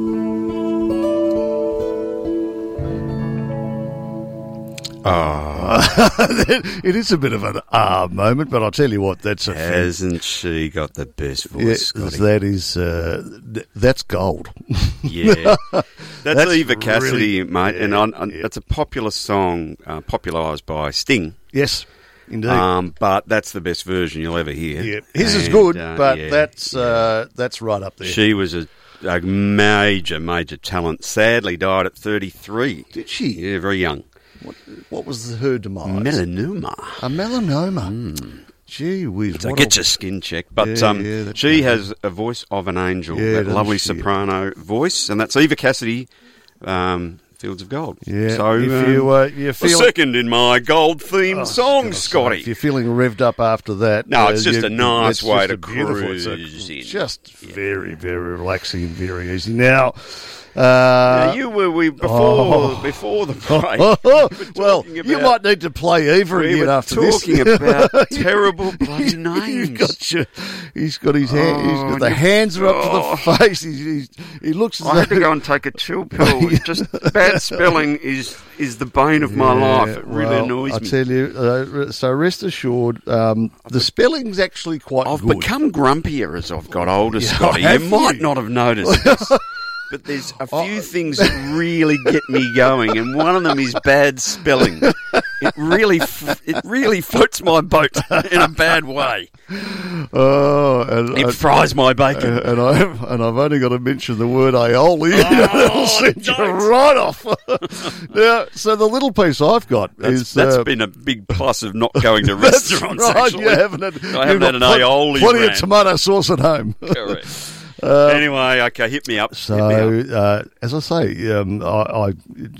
[SPEAKER 1] <laughs> Ah, <laughs> it is a bit of an ah moment, but I'll tell you what, that's a
[SPEAKER 2] Hasn't she got the best
[SPEAKER 1] <laughs> Yeah,
[SPEAKER 2] voice? Scotty?
[SPEAKER 1] that is uh, th- that's gold. <laughs>
[SPEAKER 2] Yeah, that's, Eva
[SPEAKER 1] really-
[SPEAKER 2] Cassidy, mate, and on, on, that's a popular song, uh, popularised by Sting.
[SPEAKER 1] Yes, indeed.
[SPEAKER 2] Um, but that's the best version you'll ever hear.
[SPEAKER 1] yeah, his is
[SPEAKER 2] And,
[SPEAKER 1] good,
[SPEAKER 2] uh,
[SPEAKER 1] but
[SPEAKER 2] yeah.
[SPEAKER 1] that's uh, that's right up there.
[SPEAKER 2] She was a, a major, major talent. Sadly, died at 33.
[SPEAKER 1] Did she?
[SPEAKER 2] Yeah, very young.
[SPEAKER 1] what was her demise?
[SPEAKER 2] Melanoma.
[SPEAKER 1] A melanoma. Gee whiz!
[SPEAKER 2] So
[SPEAKER 1] what
[SPEAKER 2] get
[SPEAKER 1] a-
[SPEAKER 2] your skin checked. But
[SPEAKER 1] Yeah,
[SPEAKER 2] um,
[SPEAKER 1] yeah, that's
[SPEAKER 2] she has a voice of an angel,
[SPEAKER 1] Yeah,
[SPEAKER 2] that
[SPEAKER 1] doesn't
[SPEAKER 2] lovely
[SPEAKER 1] she?
[SPEAKER 2] soprano voice, and that's Eva Cassidy, um, Fields of Gold.
[SPEAKER 1] Yeah,
[SPEAKER 2] So
[SPEAKER 1] if
[SPEAKER 2] um,
[SPEAKER 1] you, uh, you
[SPEAKER 2] the
[SPEAKER 1] feel-
[SPEAKER 2] second in my gold themed
[SPEAKER 1] Oh,
[SPEAKER 2] song,
[SPEAKER 1] If
[SPEAKER 2] Scotty.
[SPEAKER 1] you're feeling revved up after that,
[SPEAKER 2] No, it's just a nice
[SPEAKER 1] it's just
[SPEAKER 2] way to
[SPEAKER 1] a beautiful- it's a-
[SPEAKER 2] cruise in.
[SPEAKER 1] Just very, very relaxing, and very easy. Now, uh,
[SPEAKER 2] now you were we before
[SPEAKER 1] oh.
[SPEAKER 2] before
[SPEAKER 1] <laughs>
[SPEAKER 2] the break.
[SPEAKER 1] well, you might need to play Eva
[SPEAKER 2] We
[SPEAKER 1] again
[SPEAKER 2] were
[SPEAKER 1] after
[SPEAKER 2] talking
[SPEAKER 1] this. <laughs>
[SPEAKER 2] about terrible bloody names. Oh,
[SPEAKER 1] He's got, your, he's got his hand, he's got the hands are up to the <laughs> face. He's, he's, he looks. As
[SPEAKER 2] I had
[SPEAKER 1] though-
[SPEAKER 2] to go and take a
[SPEAKER 1] <laughs>
[SPEAKER 2] chill pill. It's just bad spelling is is the bane of
[SPEAKER 1] <laughs>
[SPEAKER 2] my
[SPEAKER 1] Yeah,
[SPEAKER 2] life. It really
[SPEAKER 1] well,
[SPEAKER 2] annoys
[SPEAKER 1] I
[SPEAKER 2] me.
[SPEAKER 1] tell you. Uh, so rest assured, um, the spelling's actually quite
[SPEAKER 2] I've
[SPEAKER 1] good.
[SPEAKER 2] become grumpier as I've
[SPEAKER 1] <laughs>
[SPEAKER 2] got older, Scotty. You
[SPEAKER 1] have
[SPEAKER 2] might
[SPEAKER 1] you? Oh.
[SPEAKER 2] not
[SPEAKER 1] <laughs>
[SPEAKER 2] have noticed this, but there's a few things that really get me going, and one of them is bad spelling. It really, f- it really floats my boat in a bad way.
[SPEAKER 1] Oh, and
[SPEAKER 2] It fries my bacon. Oh,
[SPEAKER 1] and I and I've only got to mention the word aioli. <laughs> It'll send you right off. <laughs> now, so the little piece I've got
[SPEAKER 2] That's,
[SPEAKER 1] is
[SPEAKER 2] that's
[SPEAKER 1] uh,
[SPEAKER 2] been a big plus
[SPEAKER 1] <laughs>
[SPEAKER 2] of not going to
[SPEAKER 1] That's
[SPEAKER 2] restaurants.
[SPEAKER 1] right,
[SPEAKER 2] actually.
[SPEAKER 1] you haven't had-
[SPEAKER 2] I
[SPEAKER 1] you've
[SPEAKER 2] haven't had
[SPEAKER 1] got
[SPEAKER 2] an
[SPEAKER 1] plen-
[SPEAKER 2] aioli.
[SPEAKER 1] plenty of
[SPEAKER 2] round.
[SPEAKER 1] tomato sauce at home.
[SPEAKER 2] Correct.
[SPEAKER 1] <laughs> Uh,
[SPEAKER 2] anyway, okay, hit me up.
[SPEAKER 1] So, uh, as I say, um, I, I,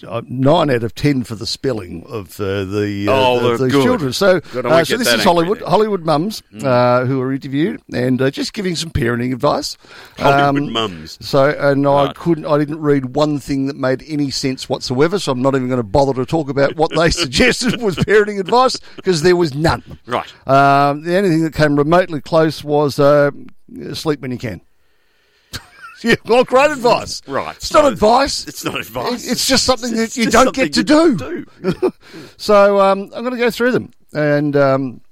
[SPEAKER 1] I, nine out of ten for the spelling of uh, the, uh,
[SPEAKER 2] Oh,
[SPEAKER 1] the,
[SPEAKER 2] they're
[SPEAKER 1] the
[SPEAKER 2] good.
[SPEAKER 1] children. So,
[SPEAKER 2] Gotta
[SPEAKER 1] uh,
[SPEAKER 2] always
[SPEAKER 1] so
[SPEAKER 2] get
[SPEAKER 1] this
[SPEAKER 2] that
[SPEAKER 1] is
[SPEAKER 2] Mm. angry
[SPEAKER 1] Hollywood
[SPEAKER 2] now.
[SPEAKER 1] Hollywood mums uh, who were interviewed and uh, just giving some parenting advice. Um,
[SPEAKER 2] Hollywood mums.
[SPEAKER 1] So, and I couldn't, I didn't read one thing that made any sense whatsoever. So, I'm not even going to bother to talk about what they <laughs> suggested was parenting advice because there was none.
[SPEAKER 2] Right.
[SPEAKER 1] Um, the only thing that came remotely close was uh, sleep when you can. yeah, <laughs> well, great advice.
[SPEAKER 2] Right.
[SPEAKER 1] It's not
[SPEAKER 2] so
[SPEAKER 1] advice.
[SPEAKER 2] It's not advice.
[SPEAKER 1] It's just something
[SPEAKER 2] It's
[SPEAKER 1] that you
[SPEAKER 2] just
[SPEAKER 1] don't get to
[SPEAKER 2] something
[SPEAKER 1] do.
[SPEAKER 2] you do.
[SPEAKER 1] <laughs> So um, I'm going to go through them. And um,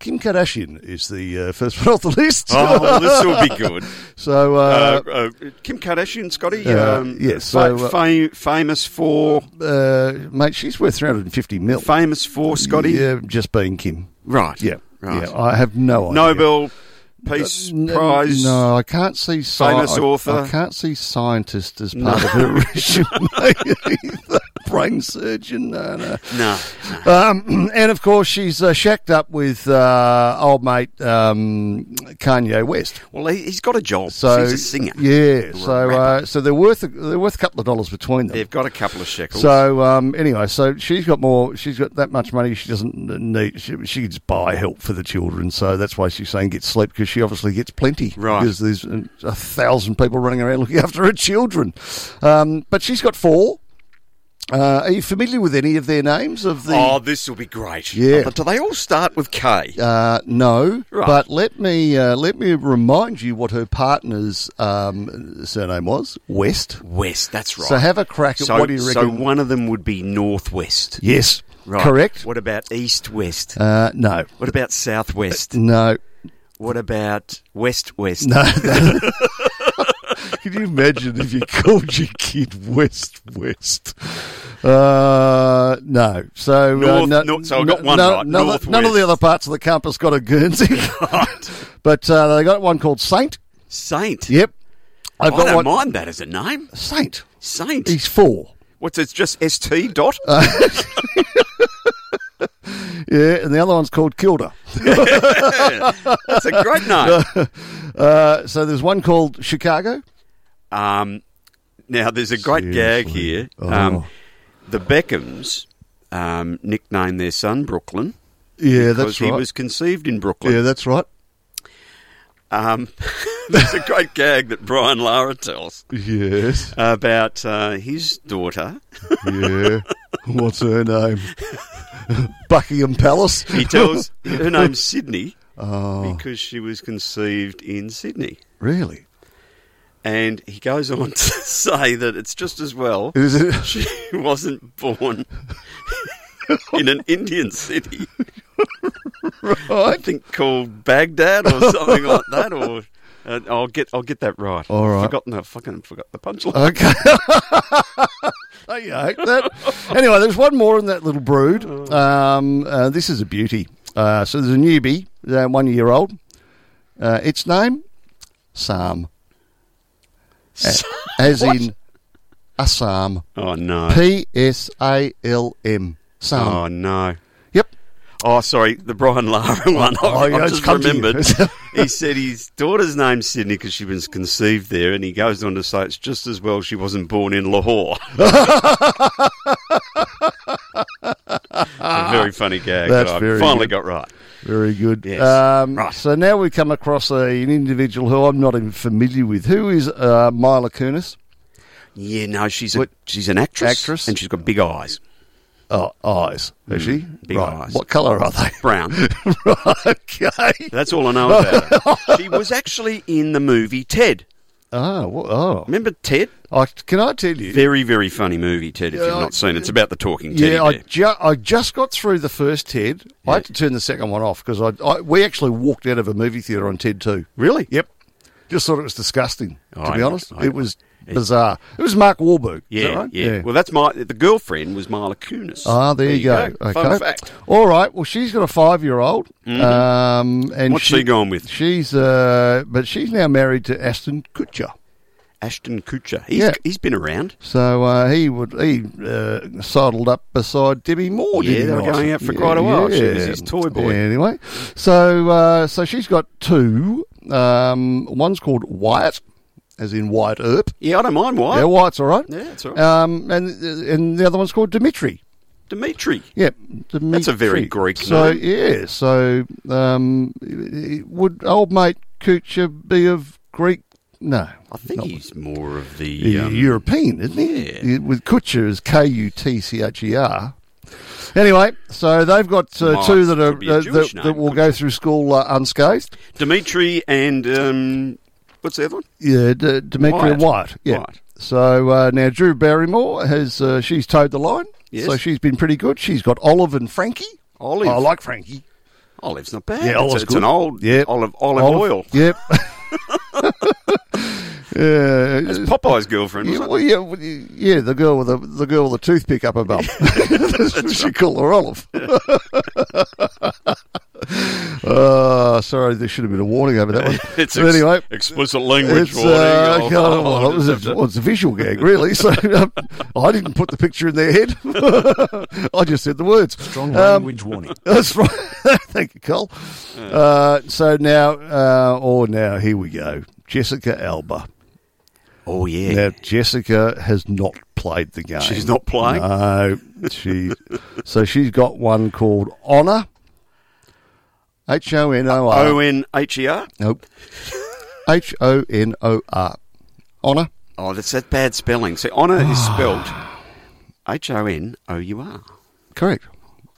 [SPEAKER 1] Kim Kardashian is the uh, first <laughs> one off the list.
[SPEAKER 2] Oh, well, this will be good.
[SPEAKER 1] <laughs> So, uh,
[SPEAKER 2] Uh, uh, Kim Kardashian, Scotty,
[SPEAKER 1] Uh,
[SPEAKER 2] um,
[SPEAKER 1] yeah,
[SPEAKER 2] fa-
[SPEAKER 1] so, uh,
[SPEAKER 2] fa- famous for
[SPEAKER 1] uh, mate, she's worth 350 mil.
[SPEAKER 2] famous for Scotty.
[SPEAKER 1] Yeah, just being Kim.
[SPEAKER 2] Right.
[SPEAKER 1] Yeah.
[SPEAKER 2] Right.
[SPEAKER 1] Yeah, I have no idea.
[SPEAKER 2] Nobel Peace
[SPEAKER 1] N-
[SPEAKER 2] Prize.
[SPEAKER 1] No, I can't see sci-
[SPEAKER 2] Famous
[SPEAKER 1] I-
[SPEAKER 2] author.
[SPEAKER 1] I can't see scientist as part of
[SPEAKER 2] <laughs>
[SPEAKER 1] her <laughs> resume. <laughs> Brain surgeon, no, no.
[SPEAKER 2] No.
[SPEAKER 1] Um, <clears throat> and of course, she's uh, shacked up with uh, old mate um, Kanye West.
[SPEAKER 2] Well, he, he's got a job.
[SPEAKER 1] So
[SPEAKER 2] he's a singer.
[SPEAKER 1] Yeah.
[SPEAKER 2] Or a
[SPEAKER 1] So uh, so they're worth they're worth a couple of dollars between them.
[SPEAKER 2] They've got a couple of shekels.
[SPEAKER 1] So um, anyway, so she's got more. She's got that much money. She doesn't need. She, she can just buy help for the children. So that's why she's saying get sleep because she obviously gets plenty.
[SPEAKER 2] Right.
[SPEAKER 1] Because there's a, a thousand people running around looking <laughs> after her children. Um, but she's got four. Uh, are you familiar with any of their names? Of the
[SPEAKER 2] oh, this will be great.
[SPEAKER 1] Yeah.
[SPEAKER 2] But do they all start with K?
[SPEAKER 1] uh, no,
[SPEAKER 2] Right.
[SPEAKER 1] but let me uh, let me remind you what her partner's um, surname was West.
[SPEAKER 2] West, that's right.
[SPEAKER 1] So have a crack at
[SPEAKER 2] So-
[SPEAKER 1] what do you
[SPEAKER 2] So
[SPEAKER 1] reckon? <laughs>
[SPEAKER 2] one of them would be Northwest.
[SPEAKER 1] Yes,
[SPEAKER 2] Right.
[SPEAKER 1] correct.
[SPEAKER 2] What about East West?
[SPEAKER 1] Uh, no, Uh,
[SPEAKER 2] What about Southwest?
[SPEAKER 1] no,
[SPEAKER 2] What about West West?
[SPEAKER 1] No. <laughs> Can you imagine if you called your kid West West? Uh, no. So uh,
[SPEAKER 2] North-
[SPEAKER 1] no,
[SPEAKER 2] north- so I got
[SPEAKER 1] no-
[SPEAKER 2] one
[SPEAKER 1] no-
[SPEAKER 2] right.
[SPEAKER 1] None, of the- none of the
[SPEAKER 2] Northwest.
[SPEAKER 1] other parts of the campus got a
[SPEAKER 2] <laughs>
[SPEAKER 1] Guernsey, but uh, they got one called Saint.
[SPEAKER 2] Saint.
[SPEAKER 1] Yep,
[SPEAKER 2] I
[SPEAKER 1] I've got
[SPEAKER 2] don't
[SPEAKER 1] one.
[SPEAKER 2] mind that as a name.
[SPEAKER 1] Saint.
[SPEAKER 2] Saint.
[SPEAKER 1] He's four.
[SPEAKER 2] What's it's just
[SPEAKER 1] <laughs>
[SPEAKER 2] St. Dot? <laughs>
[SPEAKER 1] Yeah, and the other one's called
[SPEAKER 2] <laughs>
[SPEAKER 1] Kilda.
[SPEAKER 2] That's a great name.
[SPEAKER 1] <laughs> Uh, so there's one called Chicago.
[SPEAKER 2] Um, now there's a great gag here. Um,
[SPEAKER 1] Oh.
[SPEAKER 2] The Beckhams um, nicknamed their son Brooklyn
[SPEAKER 1] Yeah,
[SPEAKER 2] because
[SPEAKER 1] that's
[SPEAKER 2] he
[SPEAKER 1] right.
[SPEAKER 2] was conceived in Brooklyn.
[SPEAKER 1] yeah, that's right.
[SPEAKER 2] Um, <laughs> there's a great gag that Brian Lara tells
[SPEAKER 1] Yes.
[SPEAKER 2] about uh, his daughter. <laughs>
[SPEAKER 1] Yeah. What's her name? <laughs> Buckingham Palace. <laughs>
[SPEAKER 2] He tells her name's Sydney
[SPEAKER 1] Oh.
[SPEAKER 2] because she was conceived in Sydney.
[SPEAKER 1] Really?
[SPEAKER 2] And he goes on <laughs> to say that it's just as well
[SPEAKER 1] Is it?
[SPEAKER 2] <laughs> she wasn't
[SPEAKER 1] <laughs>
[SPEAKER 2] born in an Indian city, I think called Baghdad or something like that. Or uh, I'll get I'll get that right.
[SPEAKER 1] All right.
[SPEAKER 2] forgotten the fucking forgot the punchline.
[SPEAKER 1] Okay. <laughs> there you go. That- anyway, there's one more in that little brood.
[SPEAKER 2] Oh.
[SPEAKER 1] Um, uh, this is a beauty. Uh, so there's a newbie, uh, one year old. Uh, its name, Sam, <laughs> as in Assam.
[SPEAKER 2] oh no!
[SPEAKER 1] P S A L M. Sam.
[SPEAKER 2] Oh no!
[SPEAKER 1] Yep.
[SPEAKER 2] Oh, sorry, the Brian Lara <laughs> one.
[SPEAKER 1] Oh,
[SPEAKER 2] I,
[SPEAKER 1] yeah,
[SPEAKER 2] I
[SPEAKER 1] it's
[SPEAKER 2] just
[SPEAKER 1] come to you.
[SPEAKER 2] remembered. he said his daughter's name's Sydney because she was conceived there, and he goes on to say it's just as well she wasn't born in
[SPEAKER 1] <laughs>
[SPEAKER 2] Lahore. <laughs> a very funny gag
[SPEAKER 1] That's
[SPEAKER 2] that I
[SPEAKER 1] very
[SPEAKER 2] finally
[SPEAKER 1] good.
[SPEAKER 2] got right.
[SPEAKER 1] <laughs> Very good.
[SPEAKER 2] Yes.
[SPEAKER 1] Um,
[SPEAKER 2] Right.
[SPEAKER 1] So now we come across a, an individual who I'm not even familiar with. Who is uh, Mila Kunis?
[SPEAKER 2] Yeah, no, she's a,
[SPEAKER 1] What-
[SPEAKER 2] she's an actress,
[SPEAKER 1] Actress?
[SPEAKER 2] and she's got big eyes, Mm,
[SPEAKER 1] Oh, eyes. Is she?
[SPEAKER 2] big
[SPEAKER 1] right.
[SPEAKER 2] eyes.
[SPEAKER 1] What colour are they?
[SPEAKER 2] brown.
[SPEAKER 1] <laughs> right. Okay.
[SPEAKER 2] That's all I know about
[SPEAKER 1] <laughs>
[SPEAKER 2] her. She was actually in the movie Ted.
[SPEAKER 1] Oh, wha- oh.
[SPEAKER 2] Remember Ted?
[SPEAKER 1] I, can I tell you?
[SPEAKER 2] Very, very funny movie, Ted. If you've not seen it, it's about the talking teddy
[SPEAKER 1] Yeah, I,
[SPEAKER 2] bear.
[SPEAKER 1] ju- I just got through the first Ted. I had to turn the second one off because I, I we actually walked out of a movie theatre on Ted 2.
[SPEAKER 2] Really?
[SPEAKER 1] Yep. Just thought it was disgusting, to
[SPEAKER 2] I-
[SPEAKER 1] be honest.
[SPEAKER 2] I-
[SPEAKER 1] it was Bizarre. It was Mark Wahlberg. is
[SPEAKER 2] Yeah,
[SPEAKER 1] that right?
[SPEAKER 2] yeah, Well, that's my the girlfriend was Marla Kunis.
[SPEAKER 1] Ah, there, you go. Okay.
[SPEAKER 2] Fun fact.
[SPEAKER 1] All right. Well, she's got a five-year-old.
[SPEAKER 2] Mhm.
[SPEAKER 1] Um, and
[SPEAKER 2] What's she gone with?
[SPEAKER 1] She's, uh, but she's now married to Aston Kutcher.
[SPEAKER 2] Ashton Kutcher. He's,
[SPEAKER 1] Yeah.
[SPEAKER 2] he's been around.
[SPEAKER 1] So uh, he would he uh, sidled up beside Debbie Moore.
[SPEAKER 2] Yeah,
[SPEAKER 1] didn't
[SPEAKER 2] they were
[SPEAKER 1] he, I
[SPEAKER 2] going
[SPEAKER 1] think?
[SPEAKER 2] out for quite a while. She was his toy boy.
[SPEAKER 1] Anyway, so uh, so she's got two. Um, one's called Wyatt, as in Wyatt Earp.
[SPEAKER 2] Yeah, I don't mind Wyatt.
[SPEAKER 1] Yeah, Wyatt's all right.
[SPEAKER 2] Yeah, it's all right.
[SPEAKER 1] Um, and and the other one's called Dimitri.
[SPEAKER 2] Dimitri.
[SPEAKER 1] Yeah,
[SPEAKER 2] That's a very
[SPEAKER 1] Dimitri.
[SPEAKER 2] Greek
[SPEAKER 1] So
[SPEAKER 2] name.
[SPEAKER 1] yeah, so um, would old mate Kucha be of Greek? No,
[SPEAKER 2] I think he's more of the.
[SPEAKER 1] yeah,
[SPEAKER 2] Um,
[SPEAKER 1] Oh. European, isn't he? Yeah. With Kutcher is K U T C H E R. Anyway, so they've got uh,
[SPEAKER 2] Might
[SPEAKER 1] two that are
[SPEAKER 2] could be a
[SPEAKER 1] uh,
[SPEAKER 2] Jewish
[SPEAKER 1] that,
[SPEAKER 2] name,
[SPEAKER 1] that will go through school uh, unscathed.
[SPEAKER 2] Dimitri and. Um, what's the other one?
[SPEAKER 1] Yeah, D- Demetria
[SPEAKER 2] Wyatt.
[SPEAKER 1] White. Yeah.
[SPEAKER 2] Wyatt.
[SPEAKER 1] So uh, now Drew Barrymore has uh, she's towed the line.
[SPEAKER 2] Yes.
[SPEAKER 1] So she's been pretty good. She's got Olive and Frankie.
[SPEAKER 2] Olive.
[SPEAKER 1] I like Frankie.
[SPEAKER 2] Olive's not bad.
[SPEAKER 1] Yeah,
[SPEAKER 2] It's-
[SPEAKER 1] Olive's
[SPEAKER 2] it's, an
[SPEAKER 1] good.
[SPEAKER 2] old
[SPEAKER 1] Yep.
[SPEAKER 2] olive, olive oil. <laughs>
[SPEAKER 1] Yep. <laughs> yeah.
[SPEAKER 2] That's Popeye's girlfriend.
[SPEAKER 1] Yeah,
[SPEAKER 2] Wasn't
[SPEAKER 1] well, yeah, well, y- yeah, the girl with the the girl with the toothpick up her
[SPEAKER 2] <laughs>
[SPEAKER 1] bum. <laughs> That's what she called her Olive. uh, sorry, there should have been a warning over that one.
[SPEAKER 2] it? <laughs> It's
[SPEAKER 1] But
[SPEAKER 2] ex-
[SPEAKER 1] anyway,
[SPEAKER 2] explicit language
[SPEAKER 1] it's,
[SPEAKER 2] warning.
[SPEAKER 1] uh,
[SPEAKER 2] Oh,
[SPEAKER 1] God,
[SPEAKER 2] oh,
[SPEAKER 1] well, it was
[SPEAKER 2] just
[SPEAKER 1] a,
[SPEAKER 2] have
[SPEAKER 1] well, it's a visual gag, really. So <laughs> um, I didn't put the picture in their head. <laughs> I just said the words.
[SPEAKER 14] Strong
[SPEAKER 1] Um,
[SPEAKER 14] language warning.
[SPEAKER 1] <laughs> that's right. Thank you, Cole. Uh, so now, uh, oh, now here we go. Jessica Alba.
[SPEAKER 2] Oh yeah.
[SPEAKER 1] Now Jessica has not played the game.
[SPEAKER 2] She's not playing?
[SPEAKER 1] No, she. so she's got one called Honor. H O N O R.
[SPEAKER 2] O N H E R.
[SPEAKER 1] Nope. H O N O R. Honor.
[SPEAKER 2] Oh, that's that bad spelling. See, honour is
[SPEAKER 1] Ah.
[SPEAKER 2] spelled H O N O U R.
[SPEAKER 1] Correct.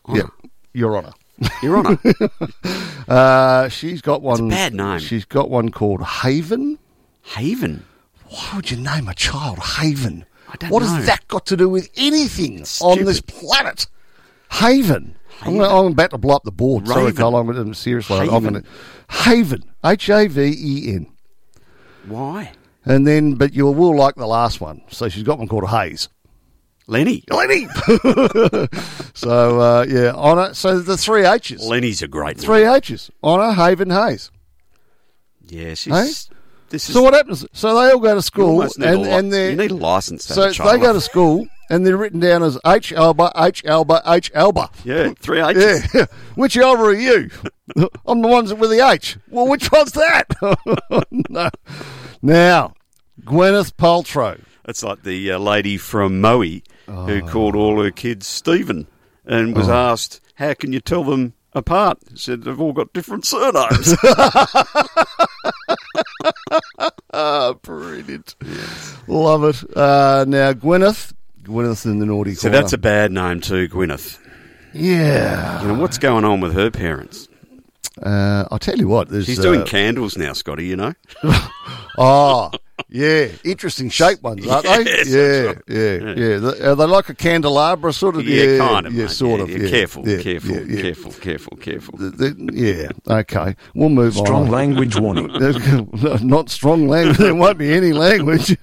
[SPEAKER 2] Honor.
[SPEAKER 1] Yeah. Your Honor.
[SPEAKER 2] <laughs> Your Honour.
[SPEAKER 1] <laughs> Uh, she's got one.
[SPEAKER 2] bad name.
[SPEAKER 1] She's got one called Haven.
[SPEAKER 2] Haven.
[SPEAKER 1] Why would you name a child Haven? I
[SPEAKER 2] don't
[SPEAKER 1] what
[SPEAKER 2] know.
[SPEAKER 1] has that got to do with anything on this planet? Haven. I'm, gonna, I'm about to blow up the board. Sorry,
[SPEAKER 2] Raven.
[SPEAKER 1] Carl. I'm gonna, seriously. I'm
[SPEAKER 2] Haven.
[SPEAKER 1] gonna, Haven. H A V E N.
[SPEAKER 2] Why?
[SPEAKER 1] And then, but you will like the last one. So she's got one called Hayes.
[SPEAKER 2] Lenny.
[SPEAKER 1] Lenny. <laughs> so uh, yeah, honor. So the three H's.
[SPEAKER 2] Lenny's a great one.
[SPEAKER 1] Three H's. Honor, Haven, Hayes.
[SPEAKER 2] Yeah, she's.
[SPEAKER 1] Hey?
[SPEAKER 2] This is.
[SPEAKER 1] So what happens? So they all go to
[SPEAKER 2] you
[SPEAKER 1] school,
[SPEAKER 2] almost need
[SPEAKER 1] and,
[SPEAKER 2] a li-
[SPEAKER 1] and they're
[SPEAKER 2] you need a license. To
[SPEAKER 1] so
[SPEAKER 2] have a child
[SPEAKER 1] they go
[SPEAKER 2] like
[SPEAKER 1] to school, and they're written down as H Alba, H Alba, H Alba.
[SPEAKER 2] Yeah, three H's.
[SPEAKER 1] Yeah. <laughs> Which Alba are you? <laughs> I'm the ones with the H. Well, which one's that? <laughs> no. Now, Gwyneth Paltrow. Oh.
[SPEAKER 2] It's like the uh, lady from Moe who called all her kids Stephen and was asked, "How can you tell them apart?" She said, "They've all got different surnames."
[SPEAKER 1] <laughs>
[SPEAKER 2] <laughs>
[SPEAKER 1] Ah, brilliant. Love it. Uh, now, Gwyneth. Gwyneth's in the naughty
[SPEAKER 2] so
[SPEAKER 1] corner.
[SPEAKER 2] that's a bad name too, Gwyneth.
[SPEAKER 1] yeah.
[SPEAKER 2] You know what's going on with her parents?
[SPEAKER 1] Uh, I'll tell you what. There's,
[SPEAKER 2] She's doing
[SPEAKER 1] uh,
[SPEAKER 2] candles now, Scotty. You know,
[SPEAKER 1] Oh, yeah. Interesting shape ones, aren't
[SPEAKER 2] <laughs> Yes,
[SPEAKER 1] they? Yeah,
[SPEAKER 2] that's
[SPEAKER 1] yeah, yeah. Th- Are they like a candelabra sort of?
[SPEAKER 2] yeah, kind of,
[SPEAKER 1] Yeah,
[SPEAKER 2] mate.
[SPEAKER 1] sort
[SPEAKER 2] Yeah,
[SPEAKER 1] of.
[SPEAKER 2] yeah.
[SPEAKER 1] yeah,
[SPEAKER 2] Careful,
[SPEAKER 1] yeah,
[SPEAKER 2] careful,
[SPEAKER 1] yeah, yeah.
[SPEAKER 2] careful, careful, careful.
[SPEAKER 1] Th- th- Yeah, okay. We'll move
[SPEAKER 14] Strong
[SPEAKER 1] on.
[SPEAKER 14] language warning.
[SPEAKER 1] <laughs> There's- Not strong language. There won't be any language. <laughs>